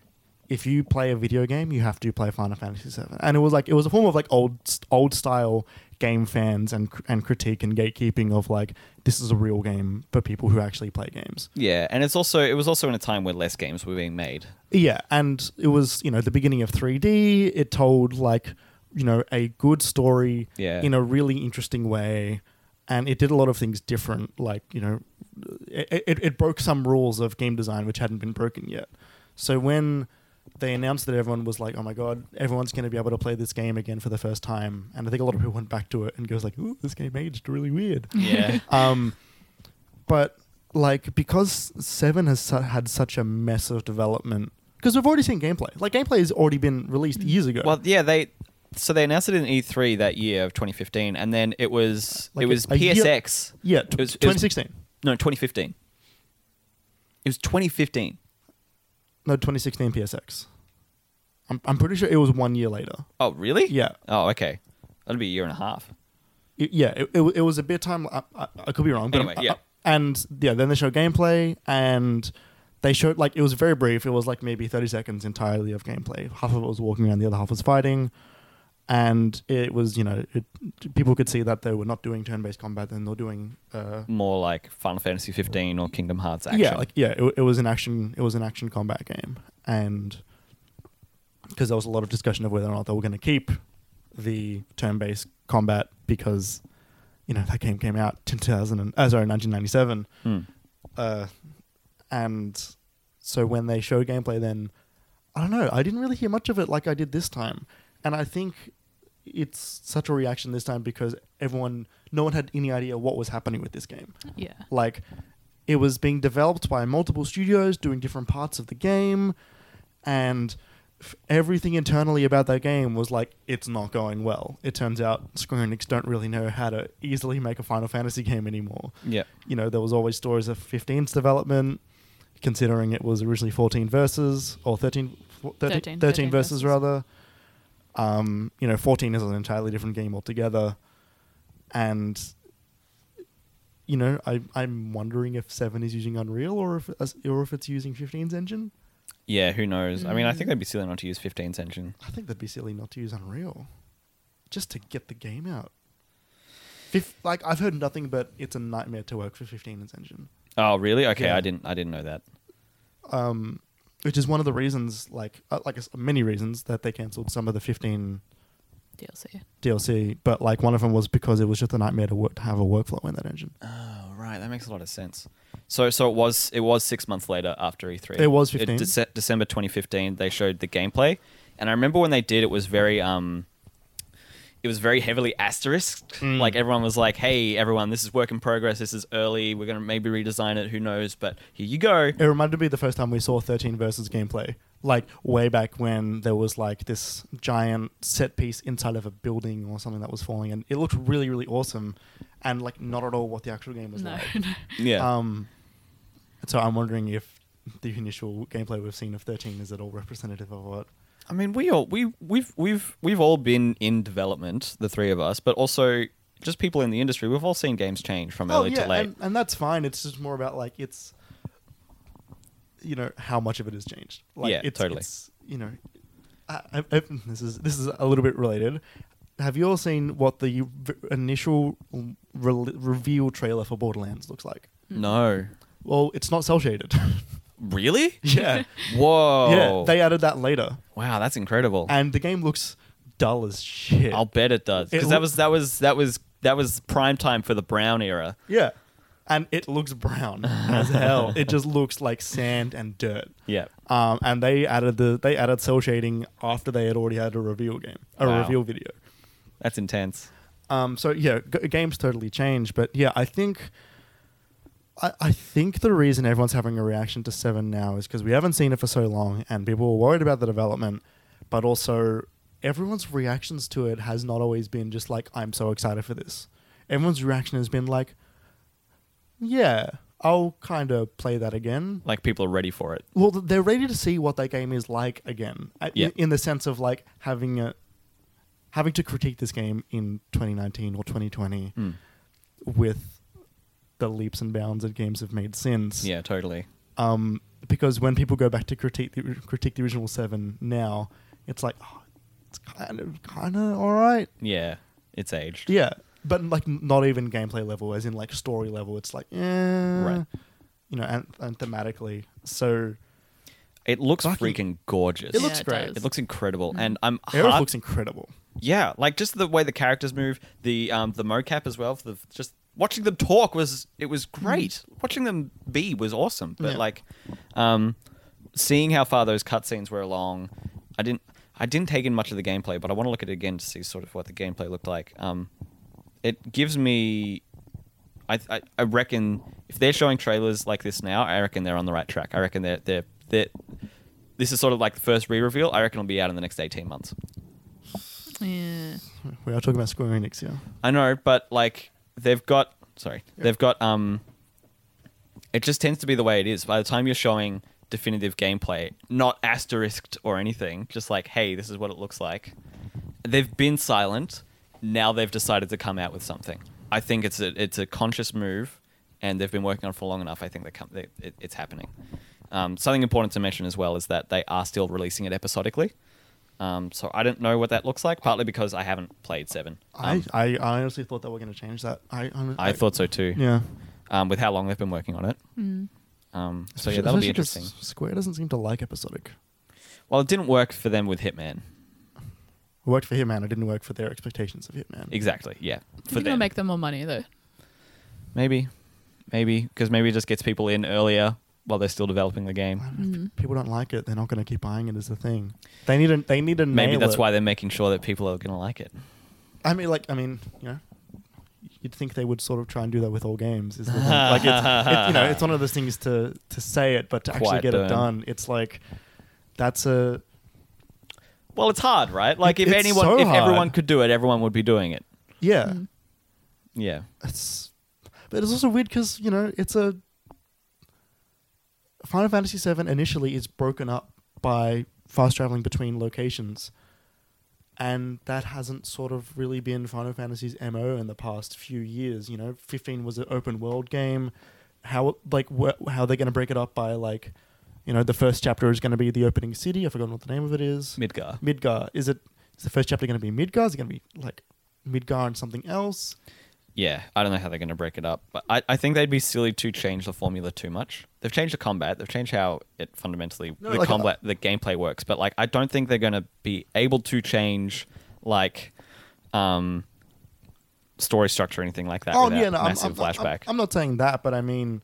if you play a video game, you have to play Final Fantasy VII, and it was like it was a form of like old old style game fans and cr- and critique and gatekeeping of like this is a real game for people who actually play games. Yeah, and it's also it was also in a time where less games were being made. Yeah, and it was you know the beginning of 3D. It told like you know a good story Yeah. in a really interesting way, and it did a lot of things different. Like you know, it, it, it broke some rules of game design which hadn't been broken yet. So when they announced that everyone was like, "Oh my god, everyone's going to be able to play this game again for the first time," and I think a lot of people went back to it and goes like, "Ooh, this game aged really weird." Yeah, Um, but like because Seven has su- had such a mess of development, because we've already seen gameplay. Like gameplay has already been released years ago. well, yeah, they so they announced it in E3 that year of 2015, and then it was Like it was a- a year- PSX. yeah, t- it was- it was- 2016. No, 2015. It was 2015. no, 2016 PSX. I'm I'm pretty sure it was one year later. Oh, really? Yeah. Oh, okay. That'll be a year and a half. It- yeah, it, it, wa- it was a bit time. I, I, I could be wrong, but Anyway, I- yeah. I- and yeah, then they showed gameplay, and they showed like it was very brief. It was like maybe thirty seconds entirely of gameplay. Half of it was walking around, the other half was fighting, and it was you know it, people could see that they were not doing turn-based combat, and they were doing uh, More like Final Fantasy 15 or Kingdom Hearts action. yeah, like yeah, it, w- it was an action. It was an action combat game, and because there was a lot of discussion of whether or not they were going to keep the turn-based combat because you know that game came out 2000 and, uh, sorry 1997 Hmm. uh, and so when they show gameplay then i don't know i didn't really hear much of it like i did this time and i think it's such a reaction this time because everyone no one had any idea what was happening with this game Yeah. like it was being developed by multiple studios doing different parts of the game and f- everything internally about that game was like it's not going well it turns out square enix don't really know how to easily make a final fantasy game anymore Yeah. you know there was always stories of 15's development considering it was originally 14 verses or 13 13, 13, 13, verses, verses. rather um, you know 14 is an entirely different game altogether and you know I, i'm wondering if 7 is using unreal or if, as- or if it's using 15's engine Yeah, who knows? I mean, I think Mm. they'd be silly not to use 15's engine. i think that'd be silly not to use unreal just to get the game out Fif- like i've heard nothing but it's a nightmare to work for 15's engine Oh, really? Okay, Yeah. I didn't I didn't know that. um, which is one of the reasons, like uh, like s- many reasons, that they cancelled some of the fifteen DLC. DLC. But like one of them was because it was just a nightmare to work to have a workflow in that engine. Oh, right. That makes a lot of sense. So so it was it was 6 months later after E3. It was 15. Dece- December 2015 they showed the gameplay. And I remember when they did it was very um it was very heavily asterisked. Mm. Like everyone was like, "Hey, everyone, this is work in progress. This is early. We're going to maybe redesign it, who knows, but here you go." It reminded me the first time we saw thirteen versus gameplay, like way back when there was like this giant set piece inside of a building or something that was falling, and it looked really really awesome, and like not at all what the actual game was No. like. no. Yeah. Um, so I'm wondering if the initial gameplay we've seen of thirteen is at all representative of what I mean, we all we we've we've we've all been in development, the three of us, but also just people in the industry. We've all seen games change from early to late. Oh, And, and that's fine. It's just more about like it's, you know, how much of it has changed. Like, Yeah, it's, totally. It's, you know, I, I, I- this is this is a little bit related. Have you all seen what the v- initial re- reveal trailer for Borderlands looks like? no, Well, it's not cel shaded. really? yeah, Whoa! yeah. They added that later, wow, that's incredible. and the game looks dull as shit. I'll bet it does It because loo- that was that was that was that was prime time for the Brown era. yeah, and it looks brown as hell. It just looks like sand and dirt. Yeah. um, and they added the they added cell shading after they had already had a reveal game, a Wow. reveal video. That's intense. Um, so yeah, g- games totally changed, but yeah, I think I, I think the reason everyone's having a reaction to Seven now is because we haven't seen it for so long, and people were worried about the development, but also everyone's reactions to it has not always been just like I'm so excited for this. Everyone's reaction has been like, yeah, I'll kind of play that again, Like people are ready for it. well, th- they're ready to see what that game is like again, I- Yeah. in, in the sense of like having a having to critique this game in 2019 or 2020 Mm. with the leaps and bounds that games have made since. Yeah, totally. Um, because when people go back to critique the, critique the original Seven now, it's like oh, it's kind of kind of all right. Yeah, it's aged. Yeah, but like n- not even gameplay level, as in like story level. It's like eh, Right. you know, and, and thematically. So It looks Fucking- freaking gorgeous. it looks Yeah, it great. does. It looks incredible, and I'm Aerith heart- looks incredible. Yeah, like just the way the characters move, the um the mocap as well. For the just watching them talk was it was great. Watching them be was awesome. But Yeah. like, um, seeing how far those cutscenes were along, I didn't I didn't take in much of the gameplay, but I want to look at it again to see sort of what the gameplay looked like. Um, it gives me. I, I, I reckon if they're showing trailers like this now, I reckon they're on the right track. I reckon they're they're, they're this is sort of like the first re-reveal. I reckon it'll be out in the next eighteen months. Yeah. We are talking about Square Enix, yeah. I know, but like they've got sorry, Yeah. they've got um. It just tends to be the way it is. By the time you're showing definitive gameplay, not asterisked or anything, just like hey, this is what it looks like. They've been silent. Now they've decided to come out with something. I think it's a it's a conscious move, and they've been working on it for long enough. I think they come they, it, it's happening. Um, something important to mention as well is that they are still releasing it episodically. Um, so I don't know what that looks like, partly because I haven't played Seven. Um, I, I, I honestly thought that we're going to change that. I, I, I thought so too. Yeah. Um, with how long they've been working on it. Mm. Um, so Especially- yeah, that'll be especially 'cause interesting. Square doesn't seem to like episodic. Well, it didn't work for them with Hitman. I worked for Hitman. I didn't work for their expectations of Hitman. Exactly. Yeah. I think it'll them. make them more money though. maybe, maybe because maybe it just gets people in earlier while they're still developing the game. I don't know, if pe- People don't like it. They're not going to keep buying it. Is the thing. They need to. They need to. Maybe nail that's it. why they're making sure that people are going to like it. I mean, like, I mean, you know, you'd think they would sort of try and do that with all games. Is the thing. like, it's, it, you know, it's one of those things to to say it, but to actually Quiet get it doing. done, it's like that's a Well, it's hard, right? Like if It's anyone, so if everyone hard. could do it, everyone would be doing it. yeah. Mm. Yeah. It's but it's also weird because you know it's a Final Fantasy VII initially is broken up by fast traveling between locations, and that hasn't sort of really been Final Fantasy's mo in the past few years. You know, fifteen was an open world game. How like wh- how they're going to break it up by like, you know, the first chapter is going to be the opening city. I've forgotten what the name of it is. Midgar. Midgar. Is it? Is the first chapter going to be Midgar? Is it going to be like Midgar and something else? Yeah, I don't know how they're going to break it up, but I, I think they'd be silly to change the formula too much. They've changed the combat, they've changed how it fundamentally No, the like, uh, combat, the gameplay works, but like I don't think they're going to be able to change like um story structure or anything like that without Oh, I'm- massive I'm, flashback. I'm, I'm not saying that, but I mean,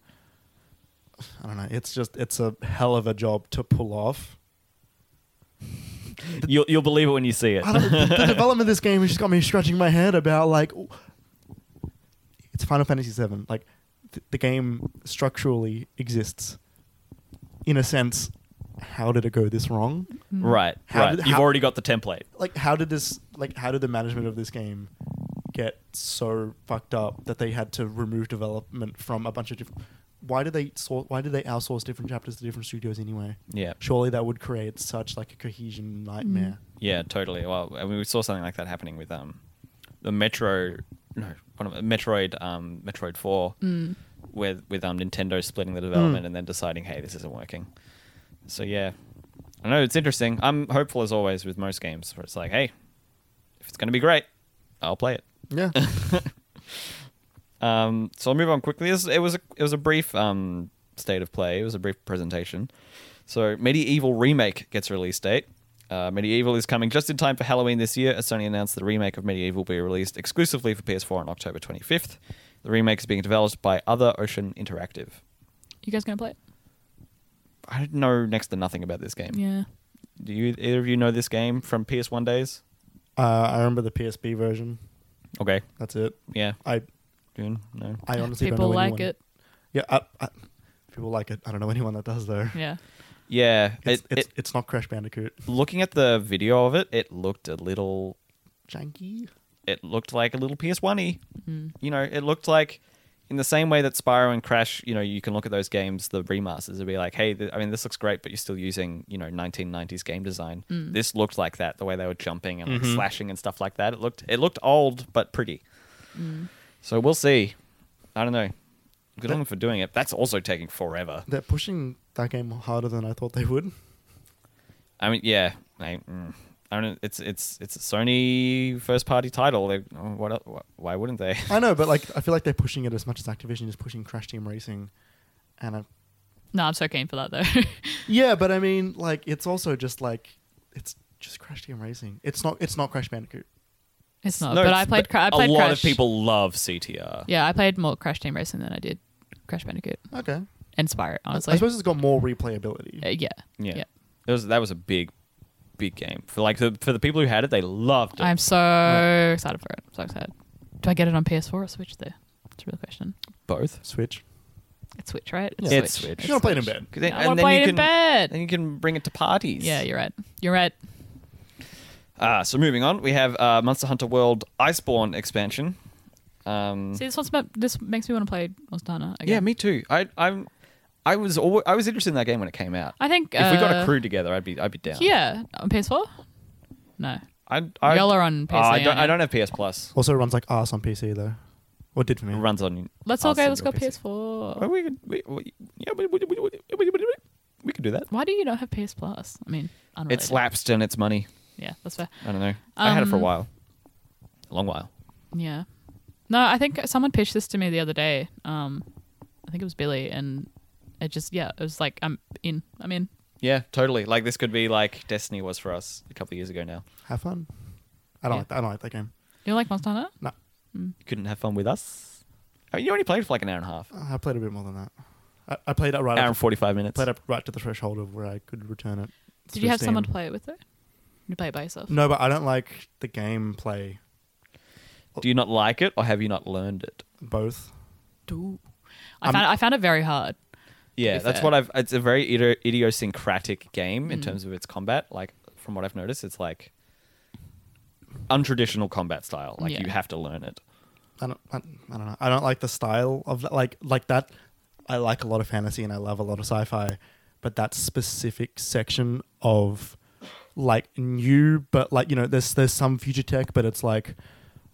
I don't know. It's just it's a hell of a job to pull off. you'll you'll believe it when you see it. I don't, the, the development of this game has just got me scratching my head about like w- it's Final Fantasy VII. Like th- the game structurally exists. In a sense, how did it go this wrong? right. How right. did- You've how- already got the template. Like how did this? Like how did the management of this game get so fucked up that they had to remove development from a bunch of different? Why did they sort? Why did they outsource different chapters to different studios anyway? Yeah. surely that would create such like a cohesion nightmare. Yeah, totally. Well, I mean, we saw something like that happening with um, the Metro, no, one of Metroid, um, Metroid Four, Mm. Mm. with with um Nintendo splitting the development and then deciding, hey, this isn't working. So yeah, I know it's interesting. I'm hopeful as always with most games, where it's like, hey, if it's gonna be great, I'll play it. Yeah, Um, so I'll move on quickly. This, it was a, it was a brief um, state of play. It was a brief presentation. So Medieval remake gets a release date. Uh, Medieval is coming just in time for Halloween this year. As Sony announced the remake of Medieval will be released exclusively for PS4 on October 25th. The remake is being developed by Other Ocean Interactive. You guys gonna play it? I know next to nothing about this game. Yeah. Do you either of you know this game from PS1 days? uh, I remember the PSP version. Okay, That's it. yeah, I June, no. I honestly People don't know like anyone. it. Yeah, I, I, people like it. I don't know anyone that does though. Yeah. Yeah, It's it, it's, it, it's not Crash Bandicoot. looking at the video of it, it looked a little Janky. it looked like a little PS1 y. You know, it looked like in the same way that Spyro and Crash, you know, you can look at those games, the remasters, and be like, hey, th- I mean, this looks great, but you're still using, you know, 1990s game design. This looked like that, the way they were jumping and like, slashing and stuff like that. It looked it looked old but pretty. So we'll see. I don't know. Good That- on them for doing it. That's also taking forever. They're pushing that game harder than I thought they would. I mean, yeah, I, mm, I don't. It's it's it's a Sony first party title. They, oh, what, el- why wouldn't they? I know, but like I feel like they're pushing it as much as Activision is pushing Crash Team Racing, and I, No, I'm so keen for that though. yeah, but I mean, like it's also just like it's just Crash Team Racing. It's not it's not Crash Bandicoot. it's not. No, but it's- I played. Cra- I a played lot Crash. of people love CTR. Yeah, I played more Crash Team Racing than I did Crash Bandicoot Okay, and Spyro. Honestly. I suppose it's got more replayability. Uh, yeah. yeah. It was that was a big, big game for like the, for the people who had it. They loved it. I'm so excited for it. I'm so excited. Do I get it on PS4 or Switch though? It's a real question. both. Switch. It's Switch, right? Yeah. It's Switch. You're gonna play it in bed. Then, I want to play you it can, in bed. Then you can bring it to parties. Yeah, you're right. You're right. Ah, so moving on, we have uh, Monster Hunter World Iceborne expansion. Um, See, this one's ma- this makes me want to play Monster Hunter. Again. yeah, me too. I I'm I was always, I was interested in that game when it came out. I think if we got a uh, crew together, I'd be I'd be down. Yeah, on PS4. No, I, I, Y'all are on Oh, I PC, don't I aren't don't have PS Plus. Also runs like ass on PC though. Or did for me. It runs on. let's all us go. and Let's go your PC. PS4. Oh, we could we, we, yeah, we, we, we, we, we, we could do that. Why do you not have PS Plus? I mean, unrelated. It's lapsed and it's money. Yeah, that's fair. I don't know. I had it for a Um, while, a long while. Yeah. No, I think someone pitched this to me the other day. Um, I think it was Billy, and it just yeah, it was like I'm in. I'm in. Yeah, totally. Like this could be like Destiny was for us a couple of years ago now. Have fun. I don't Yeah. like that. I don't like that game. You like Monster Hunter? No, You couldn't have fun with us. I mean, you only played for like an hour and a half, I played a bit more than that. I, I played it right. hour Up and to, forty five minutes. played up right to the threshold of where I could return it. Did you have Steam. someone to play it with though? You play it by yourself. No, but I don't like the gameplay. Do you not like it, or have you not learned it? Both. Ooh. I I'm- found I found it very hard. Yeah, be that's fair. what I've. It's a very idi- idiosyncratic game in terms of its combat. Like from what I've noticed, it's like untraditional combat style. Like Yeah. you have to learn it. I don't. I, I don't know. I don't like the style of that. Like like that. I like a lot of fantasy and I love a lot of sci-fi, but that specific section of like new, but like you know, there's there's some future tech, but it's like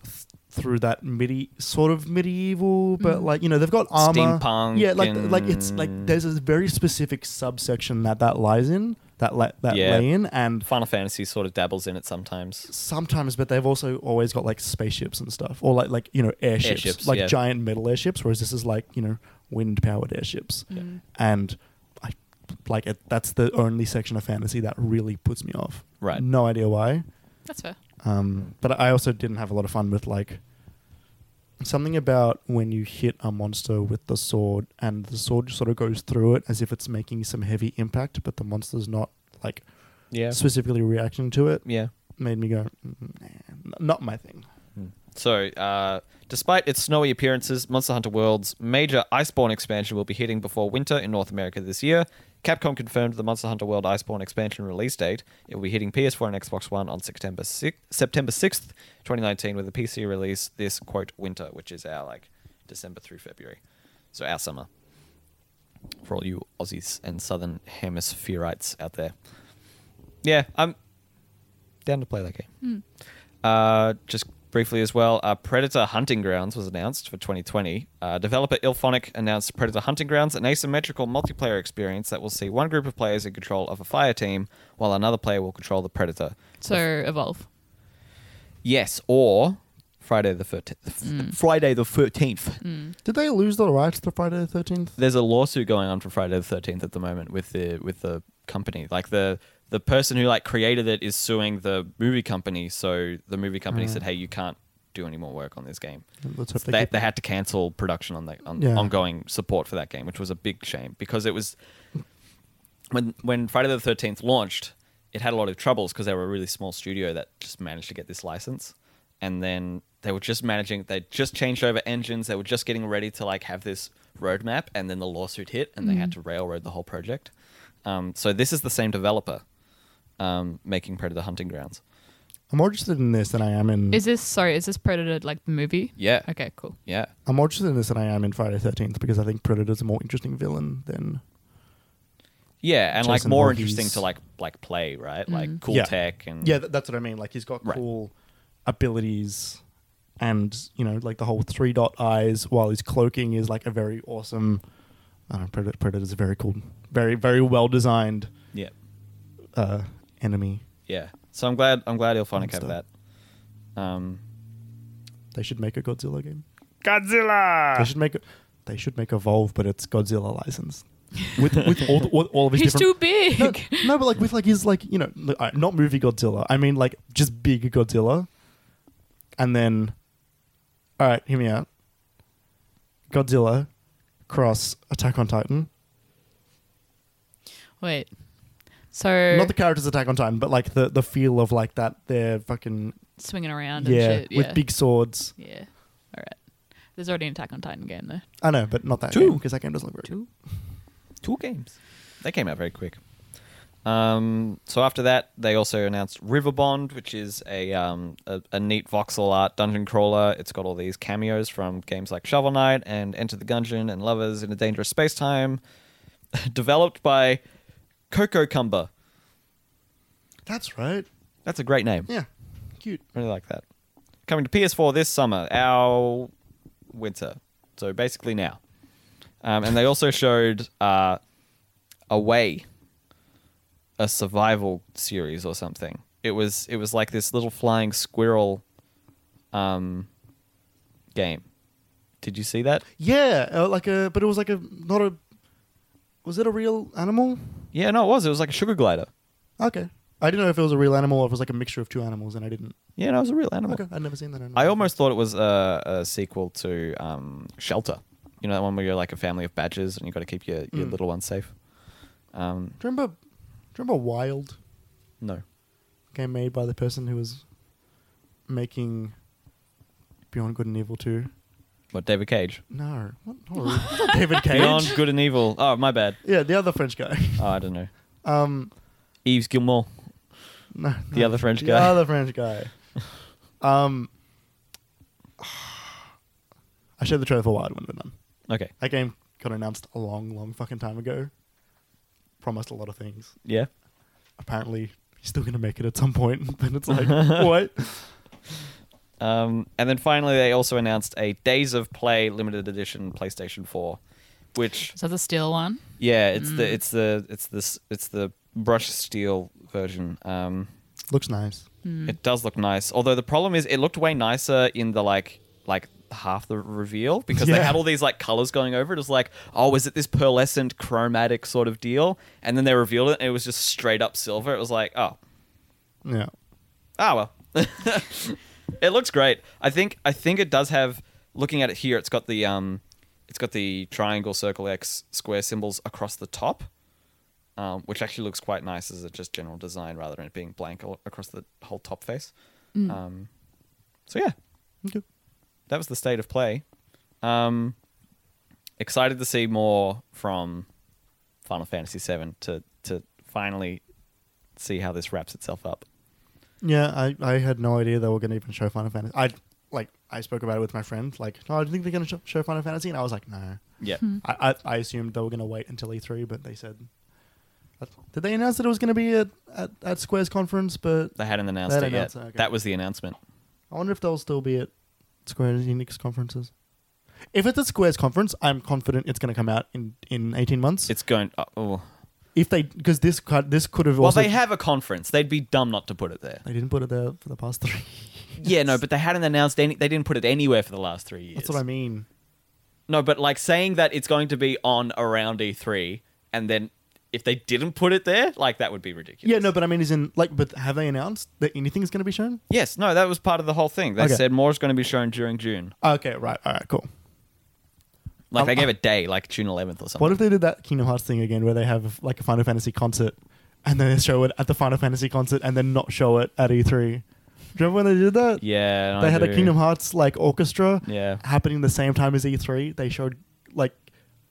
th- through that midi sort of medieval, but Mm. like you know, they've got armor, Steampunk yeah, like like it's like and- there's a very specific subsection that that lies in that la- that Yeah. lay in, and Final Fantasy sort of dabbles in it sometimes. sometimes, but they've also always got like spaceships and stuff, or like like you know airships, Airships, like yeah. giant metal airships. Whereas this is like you know wind powered airships, Mm. and I like it, that's the only section of fantasy that really puts me off. Right. No idea why. That's fair. Um, but I also didn't have a lot of fun with like something about when you hit a monster with the sword and the sword sort of goes through it as if it's making some heavy impact, but the monster's not like Yeah. specifically reacting to it Yeah. made me go, "Mm, nah, n- not my thing. Hmm. So, uh, despite its snowy appearances, Monster Hunter World's major Iceborne expansion will be hitting before winter in North America this year. Capcom confirmed the Monster Hunter World Iceborne expansion release date. It will be hitting PS4 and Xbox One on September 6th, September 6th 2019, with a PC release this, quote, winter, which is our, like, December through February. So, our summer. For all you Aussies and Southern Hemispherites out there. Yeah, I'm down to play that game. Uh, just briefly as well, uh, Predator Hunting Grounds was announced for 2020. Uh, developer Ilphonic announced Predator Hunting Grounds, an asymmetrical multiplayer experience that will see one group of players in control of a fire team while another player will control the Predator. So evolve. Yes, or Friday the 13th. Friday the 13th. Did they lose the rights to Friday the Thirteenth? There's a lawsuit going on for Friday the 13th at the moment with the with the company. Like the the person who like created it is suing the movie company, so the movie company Mm. said, "Hey, you can't do any more work on this game." Let's hope So they, they, keep- they had to cancel production on the on Yeah. ongoing support for that game, which was a big shame because it was when when Friday the Thirteenth launched, it had a lot of troubles because they were a really small studio that just managed to get this license, and then they were just managing. They just changed over engines. They were just getting ready to like have this roadmap, and then the lawsuit hit, and Mm. they had to railroad the whole project. Um, so this is the same developer um, making Predator Hunting Grounds. I'm more interested in this than I am in. Is this sorry, is this Predator like the movie? Yeah, Okay, cool. yeah. I'm more interested in this than I am in Friday the Thirteenth because I think Predator's a more interesting villain than. Yeah, and like Jason more Voorhees. interesting to like like play, right? Like cool Yeah. tech and Yeah, th- that's what I mean. Like he's got Mm. Right. cool abilities, and you know, like the whole three dot eyes while he's cloaking is like a very awesome. I don't know. Predator, Predator's a very cool, very very well designed yeah, uh, enemy. yeah. So I'm glad I'm glad Ilphonic have Understood. that. Um, They should make a Godzilla game. They Godzilla. should make they should make Evolve, but it's Godzilla license with with all, the, all, all of his He's different. too big. no, no, but like with like his like you know li- alright, not movie Godzilla. I mean like just big Godzilla, and then all right, hear me out. Godzilla cross Attack on Titan. Wait. So Not the characters Attack on Titan, but like the the feel of like that they're fucking swinging around and yeah shit. with yeah. big swords. Yeah. All right. There's already an Attack on Titan game though. I know, but not that Two. because that game doesn't look very good. Two. Two games. They came out very quick. Um, so after that, they also announced Riverbond, which is a, um, a a neat voxel art dungeon crawler. It's got all these cameos from games like Shovel Knight and Enter the Gungeon and Lovers in a Dangerous Space Time, developed by Coco Cumber. That's right. That's a great name. Yeah, cute. Really like that. Coming to PS4 this summer, our winter. So basically now. Um, and they also showed uh, Away, a survival series or something. It was it was like this little flying squirrel um, game. Did you see that? Yeah, uh, like a but it was like a not a was it a real animal? Yeah, no, it was. It was like a sugar glider. Okay. I didn't know if it was a real animal or if it was like a mixture of two animals, and I didn't. Yeah, no, it was a real animal. Okay, I'd never seen that. Animal. Oh. I almost thought it was a, a sequel to um, Shelter. You know that one where you're like a family of badgers and you got to keep your, your Mm. little ones safe. Um, Do you remember. Do you remember Wild? no, Game made by the person who was making Beyond Good and Evil Two. what David Cage? No, what horror? David Cage. Beyond Good and Evil. Oh, my bad. Yeah, the other French guy. Oh, I don't know. Um, Yves Gilmore. no, The no, other French the guy. other French guy. Um, I showed the trailer for Wild when we're done. Okay. That game got announced a long, long fucking time ago. Promised a lot of things. Yeah. Apparently, he's still gonna make it at some point. Then it's like, what? Um, and then finally, they also announced a Days of Play limited edition PlayStation 4, which Is that the steel one? yeah, it's Mm. the it's the it's this it's the brush steel version. Um, Looks nice. It does look nice. Although the problem is, it looked way nicer in the like like half the reveal because they Yeah. had all these like colors going over it. It was like, oh, is it this pearlescent chromatic sort of deal? And then they revealed it, and it was just straight up silver. It was like, oh, Yeah. ah well. it looks great. I think I think it does have. Looking at it here, it's got the um, it's got the triangle, circle, X, square symbols across the top, um, which actually looks quite nice as a just general design rather than it being blank all, across the whole top face. Um, so yeah, Okay. that was the state of play. Um, excited to see more from Final Fantasy VII to to finally see how this wraps itself up. Yeah, I, I had no idea they were going to even show Final Fantasy. I like I spoke about it with my friend. Like, no, I didn't think they're going to show Final Fantasy, and I was like, no. Yeah. I, I, I assumed they were going to wait until E3, but they said, did they announce that it was going to be at, at at Square's conference? But They hadn't announced They it hadn't yet. announced it, okay. That was the announcement. I wonder if they'll still be at Square Enix conferences. If it's at Square's conference, I'm confident it's going to come out in, in 18 months. It's going. oh, oh. if they because this cut this could have Well, also they have a conference. They'd be dumb not to put it there. they didn't put it there for the past three. Yeah, no, but they hadn't announced any. They didn't put it anywhere for the last three years. That's what I mean. No, but like saying that it's going to be on around E3, and then if they didn't put it there, like that would be ridiculous. Yeah, no, but I mean, is in like, but have they announced that anything's going to be shown? Yes, no, that was part of the whole thing. They Okay. said more is going to be shown during June. Ah, Okay, right. All right, cool. Like Um, they gave uh, a day, like June 11th or something. What if they did that Kingdom Hearts thing again where they have like a Final Fantasy concert and then they show it at the Final Fantasy concert and then not show it at E3? Do you remember when they did that? yeah, they I had do. a Kingdom Hearts like orchestra Yeah. happening the same time as E3. They showed like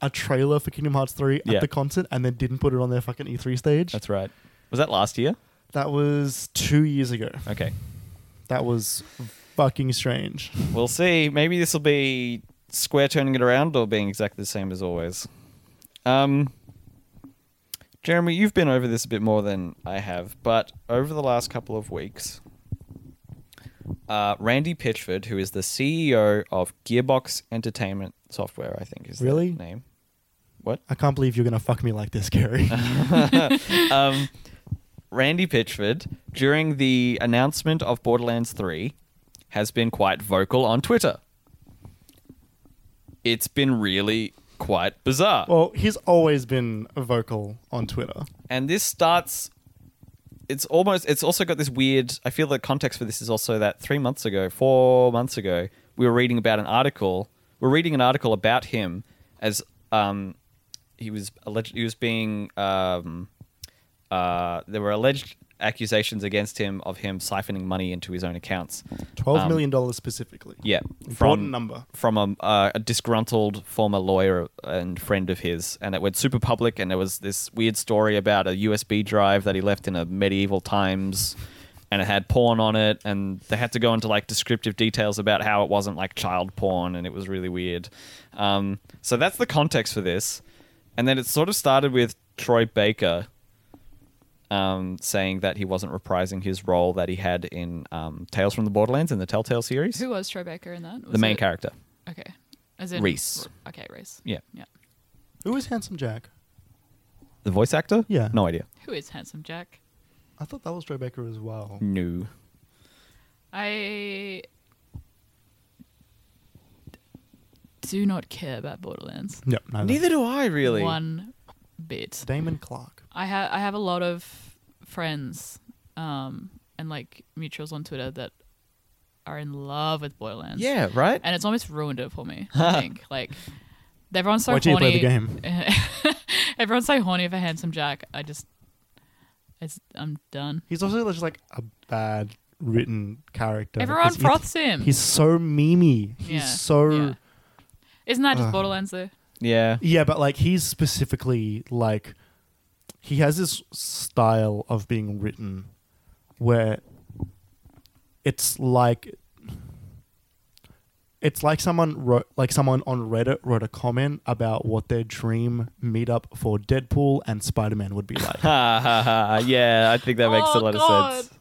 a trailer for Kingdom Hearts 3 at Yeah. the concert and then didn't put it on their fucking E3 stage. That's right. Was that last year? that was 2 years ago. Okay, That was fucking strange. we'll see. Maybe this will be Square turning it around or being exactly the same as always. Um, Jeremy, you've been over this a bit more than I have, but over the last couple of weeks, uh, Randy Pitchford, who is the CEO of Gearbox Entertainment Software, I think is the Really? name. What? I can't believe you're going to fuck me like this, Gary. um, Randy Pitchford, during the announcement of Borderlands 3, has been quite vocal on Twitter. It's been really quite bizarre. well, he's always been vocal on Twitter. and this starts. It's almost. It's also got this weird. I feel the context for this is also that three months ago, four months ago, we were reading about an article. We're reading an article about him as um, he was alleged. He was being um, uh, there were alleged accusations against him of him siphoning money into his own accounts. Twelve million dollars specifically. Um, Yeah, Important number. from a, uh, a disgruntled former lawyer and friend of his, and it went super public. And there was this weird story about a USB drive that he left in a medieval times, and it had porn on it. And they had to go into like descriptive details about how it wasn't like child porn, and it was really weird. Um, so that's the context for this. And then it sort of started with Troy Baker um, saying that he wasn't reprising his role that he had in um, Tales from the Borderlands in the Telltale series. Who was Tribeca in that? the main character. Okay. As in Reese. Okay, Reese. Yeah. Yeah. Who is Handsome Jack? The voice actor? Yeah. No idea. Who is handsome Jack? I thought that was Joe Baker as well. No. I do not care about Borderlands Yep, neither. Neither do I really. one bit. Damon Clark. I have I have a lot of friends um, and like mutuals on Twitter that are in love with Borderlands. Yeah, right? and it's almost ruined it for me. I think like everyone's so Why do you horny. play the game? everyone's so horny for Handsome Jack. I just, it's I'm done. He's also just like a bad written character. Everyone He's- froths him. He's so memey. He's Yeah, so yeah. yeah. Isn't that just Ugh. Borderlands though? Yeah. but like he's specifically like he has this style of being written where it's like it's like someone wrote like someone on Reddit wrote a comment about what their dream meetup for Deadpool and Spider Man would be like. Ha ha ha. Yeah, I think that makes a Oh, lot God. of sense.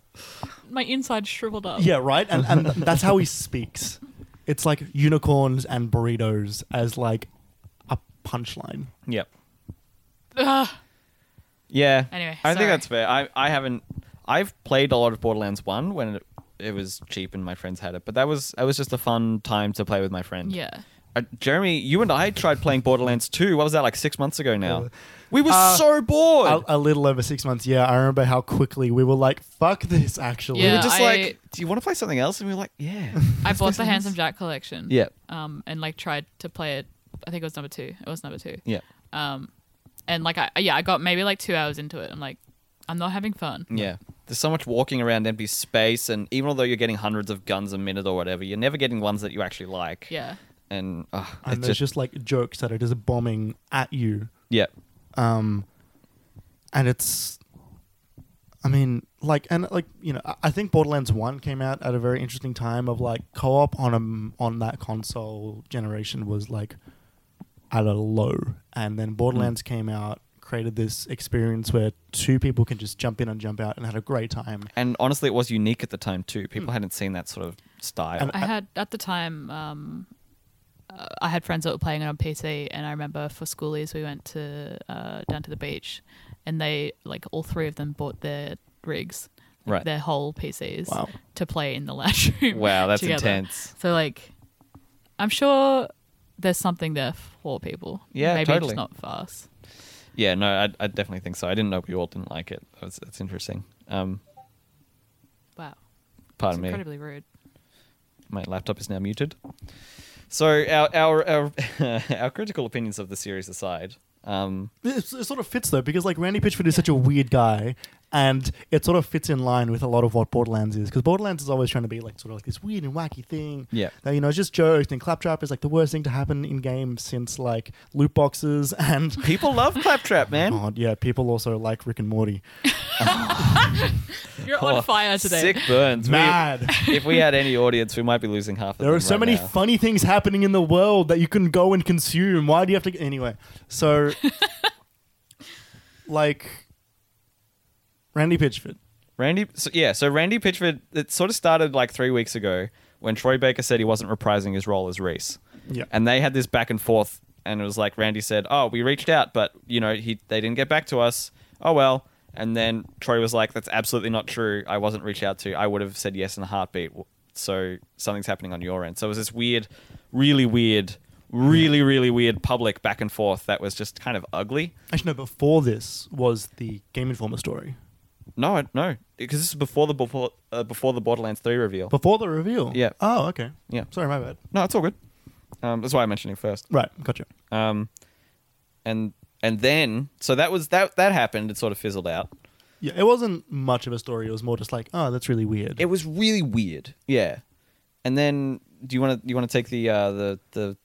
My inside shriveled up. Yeah, right. And and that's how he speaks. It's like unicorns and burritos as like a punchline. Yep. Ugh. Yeah. Anyway, I sorry. think that's fair. I, I haven't. I've played a lot of Borderlands One when it, it was cheap and my friends had it, but that was that was just a fun time to play with my friend. Yeah. Uh, Jeremy, you and I tried playing Borderlands Two. What was that like six months ago now? Uh, We were so bored. A, a little over six months. Yeah, I remember how quickly we were like, "Fuck this!" Actually, we Yeah, were just I- like, "Do you want to play something else?" And we were like, "Yeah, I bought the Handsome Jack collection. yeah, Um, and like tried to play it. I think it was number two. It was number two. yeah, Um, and like I yeah I got maybe like two hours into it. I'm like, I'm not having fun. yeah." There's so much walking around empty space, and even although you're getting hundreds of guns a minute or whatever, you're never getting ones that you actually like. Yeah. and uh, and it's there's just, just like jokes that are just bombing at you. yeah, Um, and it's, I mean, like, and like, you know, I- I think Borderlands One came out at a very interesting time of like co-op on a on that console generation was like at a low, and then Borderlands came out, created this experience where two people can just jump in and jump out and had a great time. and honestly, it was unique at the time Hmm. too. People hadn't seen that sort of style. And- I had at the time. Um, uh, I had friends that were playing it on PC, and I remember for schoolies we went to uh, down to the beach, and they like all three of them bought their rigs, like, Right. Their whole PCs Wow. to play in the lounge room. wow, that's together. intense. So like, I'm sure there's something there for people. Yeah, maybe totally. just not for us. Yeah, no, I, I definitely think so. I didn't know we all didn't like it. That's, that's interesting. Um, Wow, it's pardon me. incredibly rude. My laptop is now muted. So our our our, our critical opinions of the series aside, um, It, it sort of fits though because like Randy Pitchford is such a weird guy, and it sort of fits in line with a lot of what Borderlands is because Borderlands is always trying to be like sort of like this weird and wacky thing. Yeah. that, you know, it's just jokes and claptrap is like the worst thing to happen in games since like loot boxes and people love Claptrap, man. God, yeah, people also like Rick and Morty. You're on Oh, fire today. Sick burns. We- Mad. if we had any audience, we might be losing half. Of There them are so right many now. funny things happening in the world that you can go and consume. Why do you have to? Anyway, so like Randy Pitchford. Randy, so, yeah. So Randy Pitchford, it sort of started like three weeks ago when Troy Baker said he wasn't reprising his role as Reese. Yeah. and they had this back and forth and it was like randy said oh we reached out but you know he they didn't get back to us oh well and then troy was like that's absolutely not true i wasn't reached out to i would have said yes in a heartbeat W- so something's happening on your end so it was this weird really weird really really weird public back and forth that was just kind of ugly Actually, no. Before this was the Game Informer story. no I- no because this is before the before, uh, before the borderlands 3 reveal Before the reveal. Yeah. Oh, okay. Yeah. Sorry, my bad. no it's all good um, that's why i mentioned it first Right, gotcha. um, and and then so that was that that happened. It sort of fizzled out. Yeah, it wasn't much of a story. It was more just like, oh, that's really weird. It was really weird. Yeah, and then do you want to you want to take the uh, the the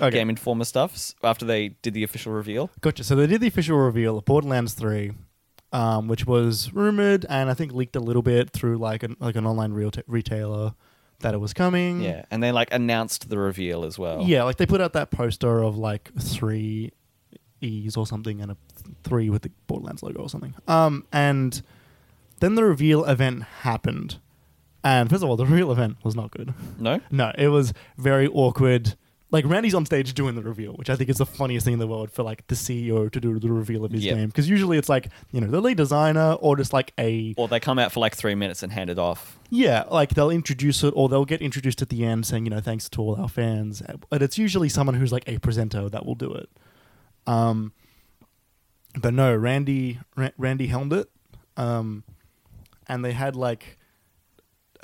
Okay. Game Informer stuffs after they did the official reveal? gotcha. So they did the official reveal of Borderlands Three, um, which was rumored and I think leaked a little bit through like an like an online real retailer that it was coming. Yeah, Oh. and they like announced the reveal as well. Mm. Yeah, like they put out that poster of like three E's or something and a th- three with the Borderlands logo or something. Um, and then the reveal event happened. And first of all, the reveal event was not good. No. No, it was very awkward. Like Randy's on stage doing the reveal, which I think is the funniest thing in the world for like the CEO to do the reveal of his Yeah. game. Because usually it's like you know the lead designer or just like a Or they come out for like three minutes and hand it off. yeah, like they'll introduce it or they'll get introduced at the end saying, you know, thanks to all our fans. But it's usually someone who's like a presenter that will do it. Um, but no, Randy Ra- Randy helmed it. Um, and they had like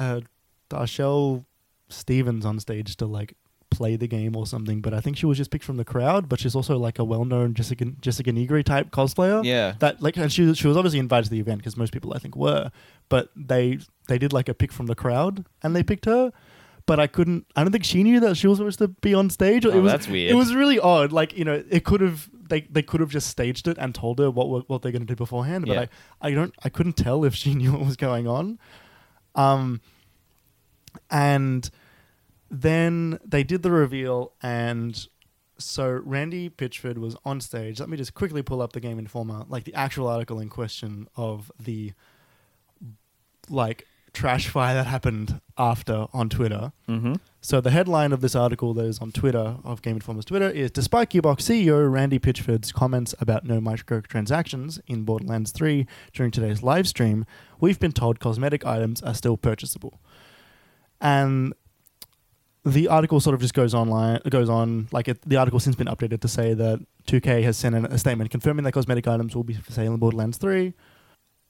uh, Darshell Stevens on stage to like play the game or something. But I think she was just picked from the crowd. But she's also like a well-known Jessica Jessica Negri type cosplayer. Yeah. That like, and she she was obviously invited to the event because most people I think were. But they they did like a pick from the crowd, and they picked her. But I couldn't. I don't think she knew that she was supposed to be on stage. Oh, it was, that's weird. It was really odd. Like you know, it could have they, they could have just staged it and told her what were- what they're going to do beforehand. But Yeah. I I don't I couldn't tell if she knew what was going on. Um, and then they did the reveal, and so Randy Pitchford was on stage. Let me just quickly pull up the Game Informer, like the actual article in question of the like trash fire that happened after on Twitter. Mm-hmm. So the headline of this article that is on Twitter of Game Informer's Twitter is: Despite Gearbox CEO Randy Pitchford's comments about no microtransactions in Borderlands 3 during today's live stream, we've been told cosmetic items are still purchasable. And the article sort of just goes online, goes on like it, the article since been updated to say that 2K has sent in a statement confirming that cosmetic items will be for sale in Borderlands 3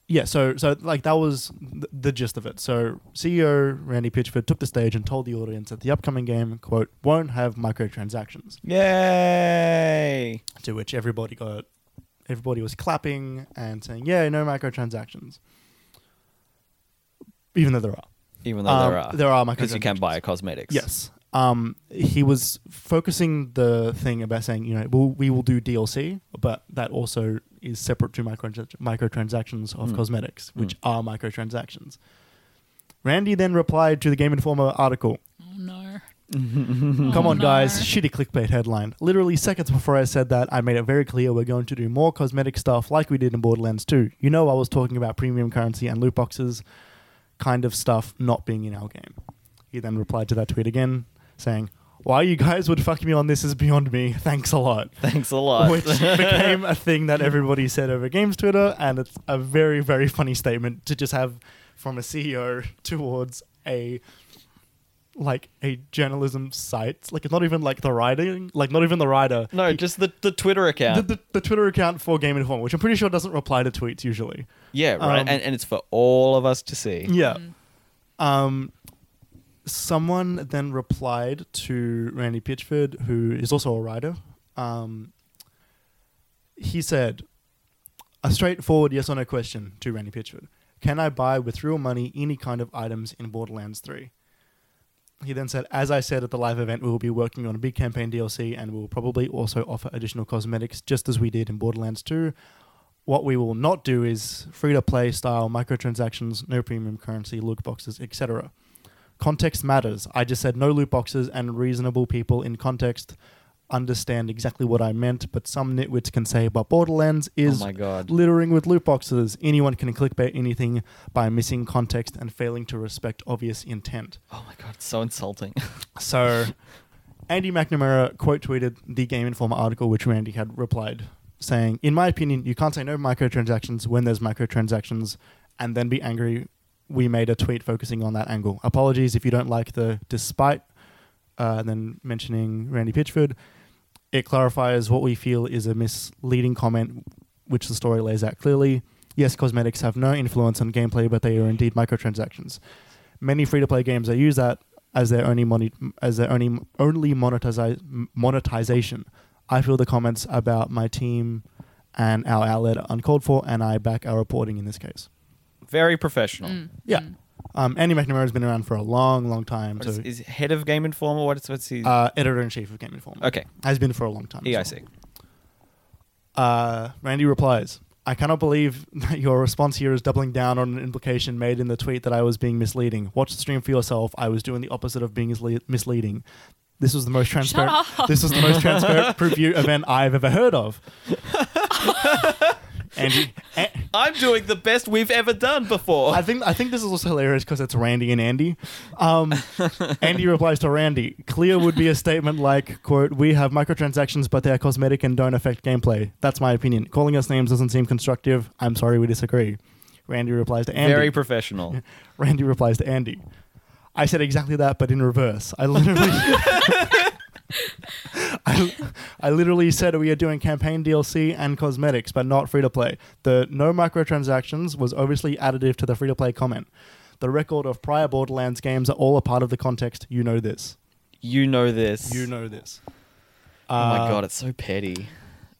yeah, so so like that was th- the gist of it. So CEO Randy Pitchford took the stage and told the audience that the upcoming game, quote, won't have microtransactions. Yay! To which everybody got, everybody was clapping and saying, yeah, no microtransactions. Even though there are, Even though Um, there are, there are because you can microtransactions. buy cosmetics. Yes. Um, he was focusing the thing about saying, you know, we'll, we will do DLC, but that also is separate to micro, microtransactions of Mm. cosmetics, which Mm. are microtransactions. Randy then replied to the Game Informer article. Oh no. Come Oh, on, guys, no. shitty clickbait headline. Literally seconds before I said that, I made it very clear we're going to do more cosmetic stuff like we did in Borderlands 2. You know, I was talking about premium currency and loot boxes kind of stuff not being in our game. He then replied to that tweet again, saying, Why you guys would fuck me on this is beyond me. Thanks a lot. Thanks a lot. Which became a thing that everybody said over games Twitter, and it's a very, very funny statement to just have from a CEO towards a like a journalism site. Like it's not even like the writing, like not even the writer. no, just the, the Twitter account. The, the, the Twitter account for Game Informer, which I'm pretty sure doesn't reply to tweets usually. yeah, right. um, and, and it's for all of us to see. Yeah. Mm. Um, someone then replied to Randy Pitchford, who is also a writer. Um, he said, a straightforward yes or no question to Randy Pitchford. Can I buy with real money any kind of items in Borderlands 3? He then said, as I said at the live event, we will be working on a big campaign DLC and we will probably also offer additional cosmetics just as we did in Borderlands 2. What we will not do is free to play style microtransactions, no premium currency, loot boxes, etc. Context matters. I just said no loot boxes and reasonable people in context understand exactly what I meant, but some nitwits can say, but Borderlands Oh is my god. littering with loot boxes. Anyone can clickbait anything by missing context and failing to respect obvious intent. Oh my god. It's so insulting. So, Andy McNamara quote tweeted the Game Informer article, which Randy had replied, saying, In my opinion, you can't say no microtransactions when there's microtransactions and then be angry. We made a tweet focusing on that angle. Apologies if you don't like the despite, uh, and then mentioning Randy Pitchford. It clarifies what we feel is a misleading comment, which the story lays out clearly. Yes, cosmetics have no influence on gameplay, but they are indeed microtransactions. Many free-to-play games they use that as their only money as their only only monetize, monetization. I feel the comments about my team and our outlet are uncalled for, and I back our reporting in this case. Very professional. Mm. Oh. Yeah. Mm. Um, Andy McNamara has been around for a long, long time. What is, So, is he head of Game Informer? What is what's he? uh, editor in chief of Game Informer okay. E has been for a long time. as well. EIC. Uh, Randy replies, I cannot believe that your response here is doubling down on an implication made in the tweet that I was being misleading. Watch the stream for yourself. I was doing the opposite of being misle- misleading. This was the most transparent. up. This was the most transparent preview event I've ever heard of. Andy, A- I'm doing the best we've ever done before. I think I think this is also hilarious because it's Randy and Andy. Um, Andy replies to Randy. Clear would be a statement like, "quote We have microtransactions, but they are cosmetic and don't affect gameplay. That's my opinion. Calling us names doesn't seem constructive. I'm sorry, we disagree." Randy replies to Andy. Very professional. Randy replies to Andy. I said exactly that, but in reverse. I literally, I I, I literally said we are doing campaign DLC and cosmetics, but not free to play. The no microtransactions was obviously additive to the free to play comment. The record of prior Borderlands games are all a part of the context. You know this. You know this. You uh, know this. Oh my god, it's so petty.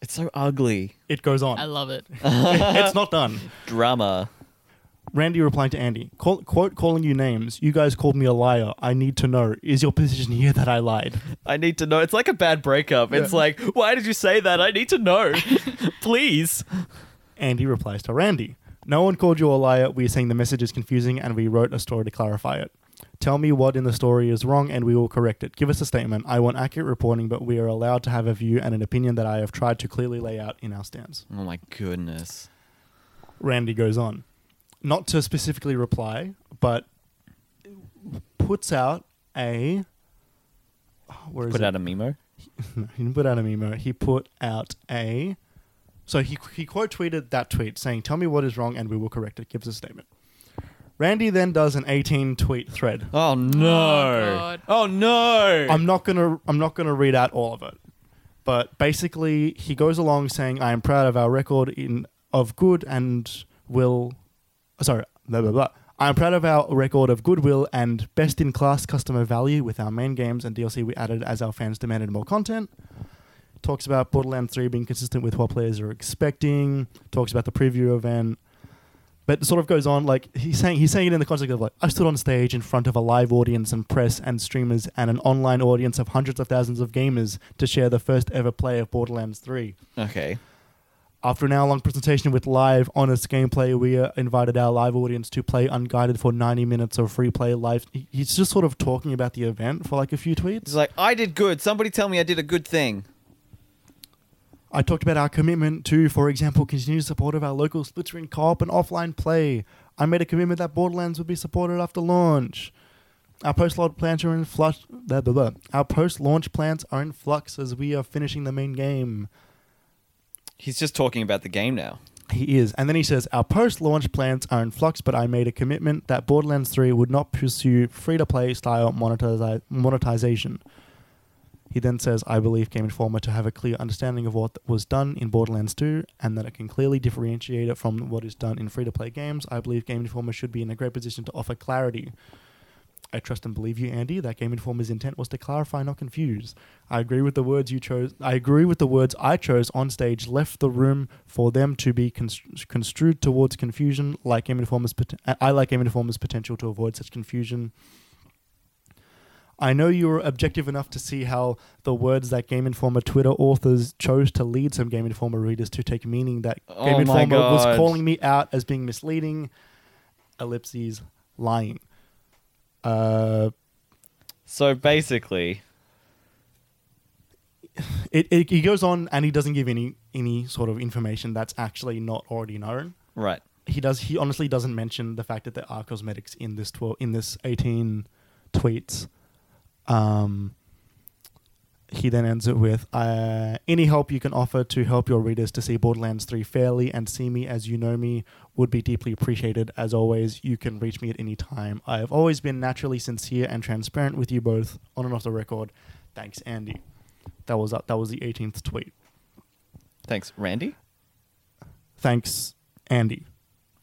It's so ugly. It goes on. I love it. it's not done. Drama. Randy replied to Andy, Call, quote, calling you names. You guys called me a liar. I need to know. Is your position here that I lied? I need to know. It's like a bad breakup. It's Yeah. like, why did you say that? I need to know. Please. Andy replies to Randy, No one called you a liar. We're saying the message is confusing and we wrote a story to clarify it. Tell me what in the story is wrong and we will correct it. Give us a statement. I want accurate reporting, but we are allowed to have a view and an opinion that I have tried to clearly lay out in our stance. Oh my goodness. Randy goes on, not to specifically reply, but puts out a. oh, Where is Put it? out a memo. No, he didn't put out a memo. He put out a. So he, he quote tweeted that tweet saying, Tell me what is wrong and we will correct it. Gives a statement. Randy then does an 18 tweet thread. Oh no. God. Oh, no. I'm not gonna I'm not gonna read out all of it, but basically he goes along saying, "I am proud of our record in of good and will." uh, Sorry, blah blah blah. I am proud of our record of goodwill and best in class customer value with our main games and DLC we added as our fans demanded more content. Talks about Borderlands 3 being consistent with what players are expecting. Talks about the preview event but it sort of goes on like he's saying he's saying it in the context of like I stood on stage in front of a live audience and press and streamers and an online audience of hundreds of thousands of gamers to share the first ever play of Borderlands 3. okay. After an hour-long presentation with live, honest gameplay, we uh, invited our live audience to play Unguided for 90 minutes of free play live. He- He's just sort of talking about the event for like a few tweets. It's like, I did good. Somebody tell me I did a good thing. I talked about our commitment to, for example, continued support of our local split screen co-op and offline play. I made a commitment that Borderlands would be supported after launch. Our post-launch plans are in flux. Blah, blah, blah. Our post-launch plans are in flux as we are finishing the main game. He's just talking about the game now. He is, and then he says, "Our post-launch plans are in flux, but I made a commitment that Borderlands 3 would not pursue free-to-play style monetiza- monetization." He then says, "I believe Game Informer to have a clear understanding of what was done in Borderlands 2, and that it can clearly differentiate it from what is done in free-to-play games. I believe Game Informer should be in a great position to offer clarity." I trust and believe you, Andy, that Game Informer's intent was to clarify, not confuse. I agree with the words you chose. I agree with the words I chose on stage left the room for them to be constr- construed towards confusion. Like Game Informer's, pot- I like Game Informer's potential to avoid such confusion. I know you were objective enough to see how the words that Game Informer Twitter authors chose to lead some Game Informer readers to take meaning that Oh Game my Informer God. was calling me out as being misleading, ellipses, lying. Uh, So basically, it, it he goes on and he doesn't give any any sort of information that's actually not already known. right. He does he honestly doesn't mention the fact that there are cosmetics in this twelve in this eighteen tweets. Um, he then ends it with uh, any help you can offer to help your readers to see Borderlands 3 fairly and see me as you know me would be deeply appreciated. As always, you can reach me at any time. I have always been naturally sincere and transparent with you both on and off the record. Thanks, Andy. That was that was the 18th tweet. Thanks, Randy. Thanks, Andy.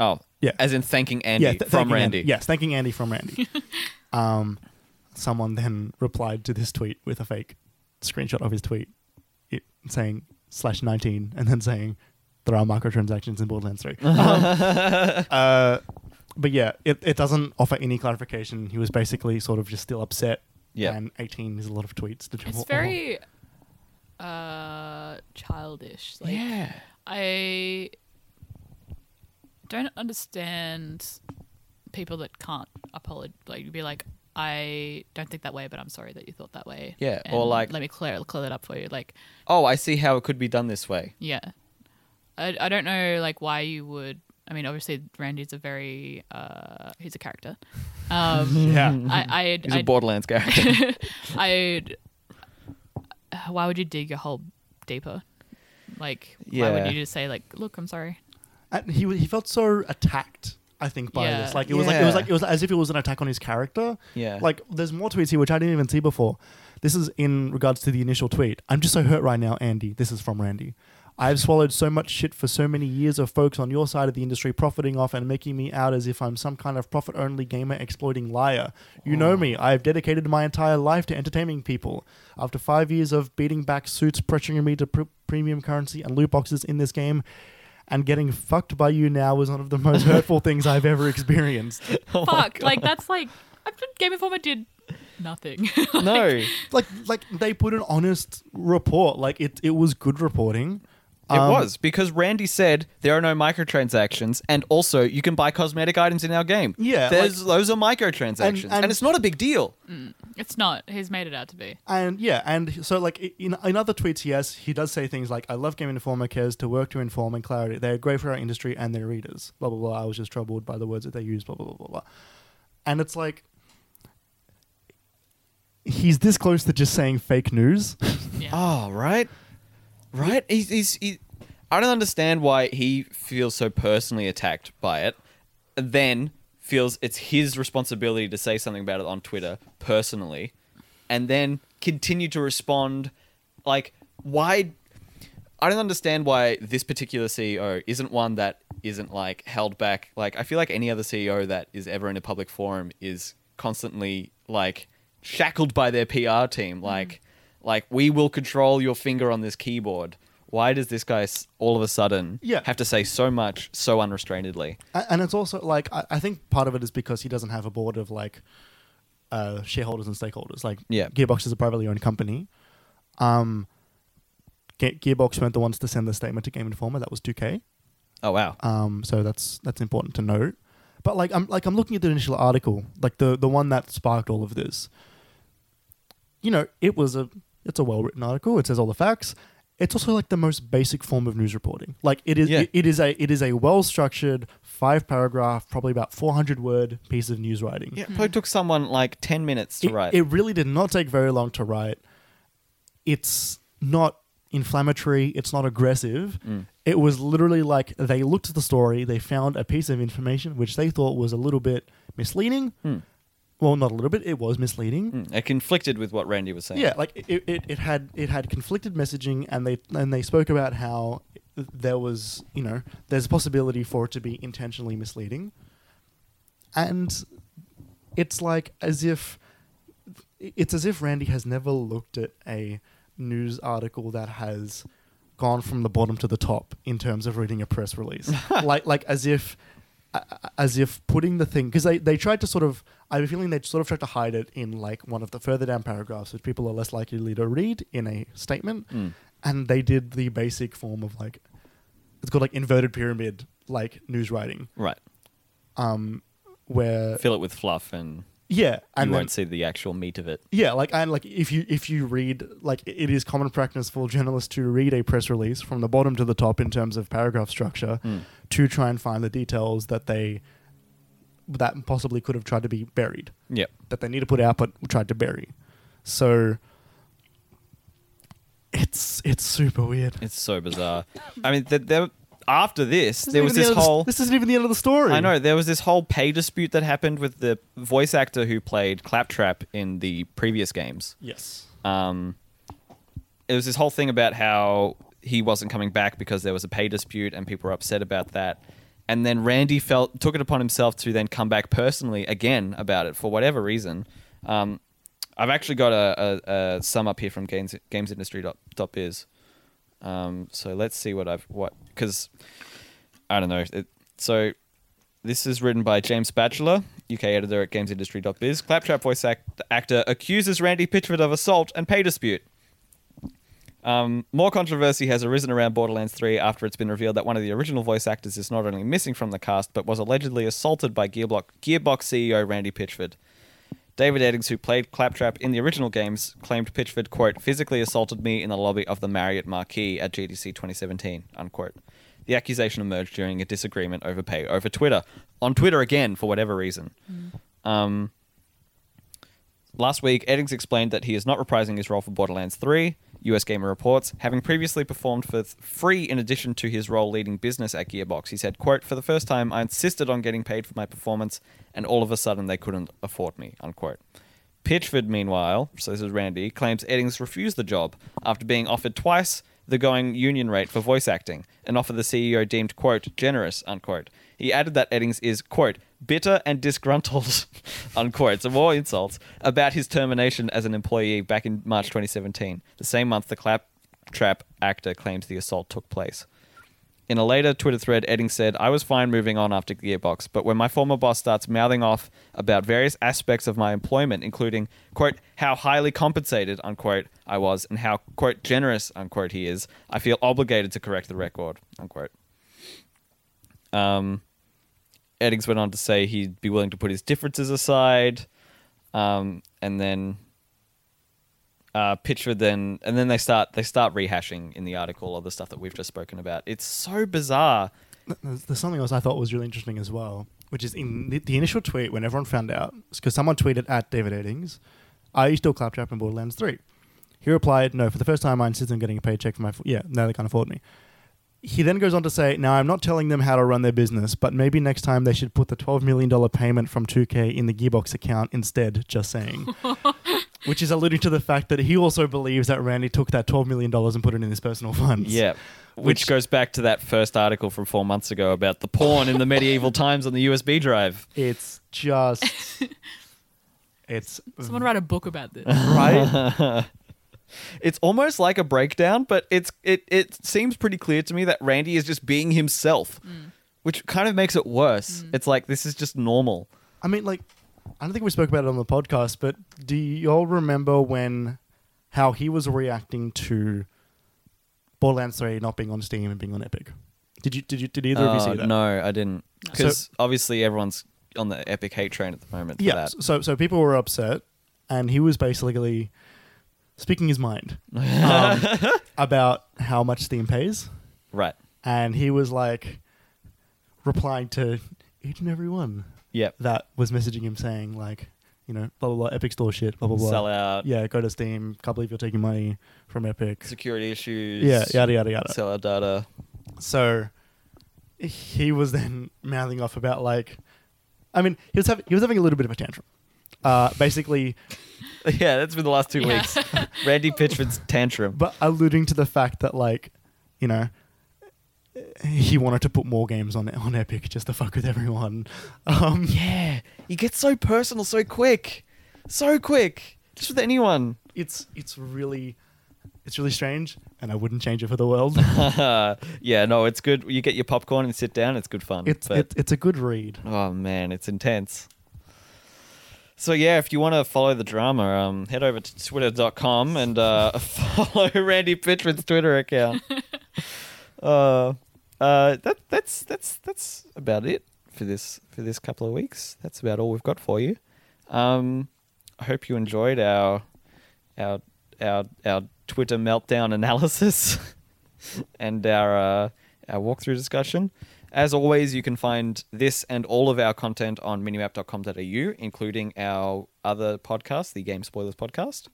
Oh, Yeah. As in thanking Andy yeah, th- from thanking Randy. Yes, thanking Andy from Randy. um, someone then replied to this tweet with a fake screenshot of his tweet, it, saying slash nineteen, and then saying there are microtransactions in Borderlands Three. Um, uh, but yeah, it, it doesn't offer any clarification. He was basically sort of just still upset. Yeah. and eighteen is a lot of tweets. To It's very uh childish. Like yeah. I don't understand people that can't apologize. Like be like, I don't think that way, but I'm sorry that you thought that way. Yeah, and or like- let me clear clear that up for you. Like, Oh, I see how it could be done this way. yeah, I I don't know like why you would. I mean, obviously Randy's a very uh he's a character. Um, yeah. I He's I a Borderlands character. I uh, why would you dig your hole deeper? Like, why Yeah. would you just say like, look, I'm sorry. And he wa- he felt so attacked. I think by Yeah. this, like it was like it was Yeah. like it was as if it was an attack on his character. Yeah. Like there's more tweets here which I didn't even see before. This is in regards to the initial tweet. I'm just so hurt right now, Andy. This is from Randy. I've swallowed so much shit for so many years of folks on your side of the industry profiting off and making me out as if I'm some kind of profit only gamer exploiting liar. You know me, I've dedicated my entire life to entertaining people. After five years of beating back suits pressuring me to pr- premium currency and loot boxes in this game, and getting fucked by you now was one of the most hurtful things I've ever experienced. Oh Fuck. Like that's like I've been Game Informer did nothing. no. Like, like they put an honest report. Like it, it was good reporting. um, it was because Randy said there are no microtransactions, and also you can buy cosmetic items in our game. Yeah, there's those are microtransactions, And- and, and- it's not a big deal. it's not. He's made it out to be. And yeah, and so like i- in, in other tweets, yes, he does say things like, "I love Game Informer, cares to work to inform and clarity. They are great for our industry and their readers." Blah blah blah. I was just troubled by the words that they use. Blah blah blah blah blah. And it's like he's this close to just saying fake news. Yeah. Oh, right, right. He's, he's he, I don't understand why he feels so personally attacked by it, and then feels it's his responsibility to say something about it on Twitter personally, and then continue to respond. Like, why? I don't understand why this particular CEO isn't one that isn't like held back. Like, I feel like any other CEO that is ever in a public forum is constantly like shackled by their PR Mm. team. Like, like we will control your finger on this keyboard. Why does this guy s- all of a sudden Yeah. have to say so much so unrestrainedly? A- and it's also like I, I think part of it is because he doesn't have a board of like uh, shareholders and stakeholders. Like Yeah. Gearbox is a privately owned company. Um, Ge- Gearbox weren't the ones to send the statement to Game Informer. That was 2K. Oh wow. Um, so that's that's important to note. But like I'm like I'm looking at the initial article, like the the one that sparked all of this. You know, it was a it's a well written article. It says all the facts. It's also like the most basic form of news reporting. Like it is Yeah. it is a it is a well structured five paragraph, probably about four hundred word piece of news writing. Yeah, it probably took someone like ten minutes to It- write. It really did not take very long to write. It's not inflammatory. It's not aggressive. Mm. It was literally like they looked at the story, they found a piece of information which they thought was a little bit misleading. Hmm. Well, not a little bit. It was misleading. Mm, it conflicted with what Randy was saying. Yeah, like it, it, it had it had conflicted messaging, and they and they spoke about how there was you know there's a possibility for it to be intentionally misleading, and it's like as if it's as if Randy has never looked at a news article that has gone from the bottom to the top in terms of reading a press release, like like as if a- a- as if putting the thing because they, they tried to sort of I have a feeling they sort of tried to hide it in like one of the further down paragraphs which people are less likely to read in a statement, Mm. and they did the basic form of like it's called like inverted pyramid like news writing Right. um where Fill it with fluff and yeah and you then- won't see the actual meat of it. yeah like and like if you if you read like it is common practice for journalists to read a press release from the bottom to the top in terms of paragraph structure Hmm. to try and find the details that they that possibly could have tried to be buried Yep. that they need to put out but tried to bury so it's it's super weird It's so bizarre. I mean, th- there, after this, This isn't there was even the this end of the s- whole. this isn't even the end of the story I know there was this whole pay dispute that happened with the voice actor who played Claptrap in the previous games. yes Um, it was this whole thing about how he wasn't coming back because there was a pay dispute and people were upset about that. And then Randy felt took it upon himself to then come back personally again about it for whatever reason. Um, I've actually got a, a, a sum up here from games gamesindustry.biz. Um, so let's see what I've what because I don't know. It, so this is written by James Batchelor, UK editor at gamesindustry.biz. Claptrap voice act- actor accuses Randy Pitchford of assault and pay dispute. Um, more controversy has arisen around Borderlands 3 after it's been revealed that one of the original voice actors is not only missing from the cast, but was allegedly assaulted by Gearbox, Gearbox CEO Randy Pitchford. David Eddings, who played Claptrap in the original games, claimed Pitchford, quote, physically assaulted me in the lobby of the Marriott Marquis at GDC 2017, unquote. The accusation emerged during a disagreement over pay over Twitter. On Twitter again, for whatever reason. Um, Last week, Eddings explained that he is not reprising his role for Borderlands 3. US Gamer reports, having previously performed for th- free in addition to his role leading business at Gearbox, he said, quote, For the first time, I insisted on getting paid for my performance, and all of a sudden they couldn't afford me, unquote. Pitchford, meanwhile, so this is Randy, claims Eddings refused the job after being offered twice the going union rate for voice acting, an offer the CEO deemed, quote, generous, unquote. He added that Eddings is, quote, bitter and disgruntled, unquote, some more insults, about his termination as an employee back in March 2017, the same month the Claptrap actor claims the assault took place. In a later Twitter thread, Edding said, I was fine moving on after Gearbox, but when my former boss starts mouthing off about various aspects of my employment, including, quote, how highly compensated, unquote, I was, and how, quote, generous, unquote, he is, I feel obligated to correct the record, unquote. Um, Eddings went on to say he'd be willing to put his differences aside, um, and then uh, Pitchford then, and then they start they start rehashing in the article all the stuff that we've just spoken about. It's so bizarre. There's, there's something else I thought was really interesting as well, which is in the, the initial tweet when everyone found out, because someone tweeted at David Eddings, "Are you still claptrap in Borderlands 3? He replied, "No. For the first time, I insist on getting a paycheck for my f- yeah. No, they can't afford me." He then goes on to say, "Now I'm not telling them how to run their business, but maybe next time they should put the 12 million dollar payment from 2K in the Gearbox account instead." Just saying. Which is alluding to the fact that he also believes that Randy took that $12 million and put it in his personal funds. Yeah. Which, Which- goes back to that first article from four months ago about the porn in the medieval times on the USB drive. It's just. it's. Mm. Someone write a book about this. right? It's almost like a breakdown, but it's it it seems pretty clear to me that Randy is just being himself, which kind of makes it worse. It's like this is just normal. I mean, like, I don't think we spoke about it on the podcast, but do y'all remember when. How he was reacting to Borderlands 3 not being on Steam and being on Epic? Did you did you did either of you Uh, see that? No, I didn't. So- Because obviously everyone's on the epic hate train at the moment. For Yeah. that. So so people were upset, and he was basically speaking his mind um, about how much Steam pays, right. and he was like replying to each and every one Yep. that was messaging him saying like, you know, blah blah blah, Epic Store shit, blah blah blah. Sell out. Yeah, go to Steam. Can't believe you're taking money from Epic. Security issues. Yeah, yada yada yada. Sell our data. So he was then mouthing off about like, I mean, he was having he was having a little bit of a tantrum. Uh, basically, Yeah, that's been the last two Yeah. weeks. Randy Pitchford's tantrum. but alluding to the fact that like, you know, he wanted to put more games on on Epic just to fuck with everyone. Um, yeah, he gets so personal so quick, so quick. Just with anyone. it's it's really it's really strange, and I wouldn't change it for the world. yeah, no, it's good. You get your popcorn and sit down. It's good fun. it's but- it, it's a good read. Oh man, it's intense. So yeah, if you want to follow the drama, um, head over to twitter.com and uh, follow Randy Pitchman's Twitter account. uh, uh, that that's that's that's about it for this for this couple of weeks. That's about all we've got for you. Um, I hope you enjoyed our our our our Twitter meltdown analysis and our uh, our walkthrough discussion. As always, you can find this and all of our content on minimap.com.au, including our other podcast, the Game Spoilers podcast.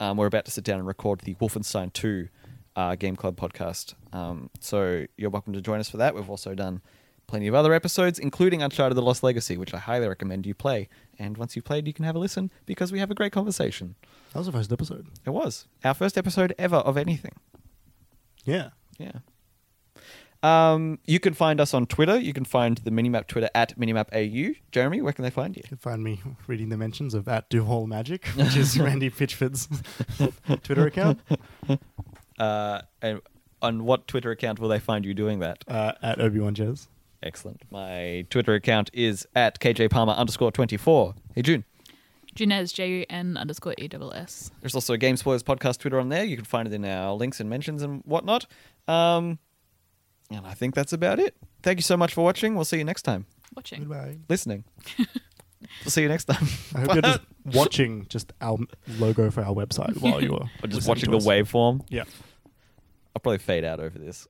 Um, we're about to sit down and record the Wolfenstein 2 uh, Game Club podcast. Um, so you're welcome to join us for that. We've also done plenty of other episodes, including Uncharted The Lost Legacy, which I highly recommend you play. And once you've played, you can have a listen because we have a great conversation. That was the first episode. It was our first episode ever of anything. Yeah. Yeah. Um, you can find us on Twitter. You can find the Minimap Twitter at MinimapAU. Jeremy, where can they find you? You can find me reading the mentions of at Duhall Magic, which is Randy Pitchford's Twitter account, Uh, and on what Twitter account will they find you doing that? uh, at Obi Wan Jez. Excellent. My Twitter account is at KJ Palmer underscore 24. Hey, June. Junez, J U N underscore E double S. There's also a Game Spoilers podcast Twitter on there. You can find it in our links and mentions and whatnot. Um, and I think that's about it. Thank you so much for watching. We'll see you next time. Watching. Goodbye. Listening. we'll see you next time. I hope you're just watching just our logo for our website while you are Or just listening watching to the us. waveform. Yeah. I'll probably fade out over this.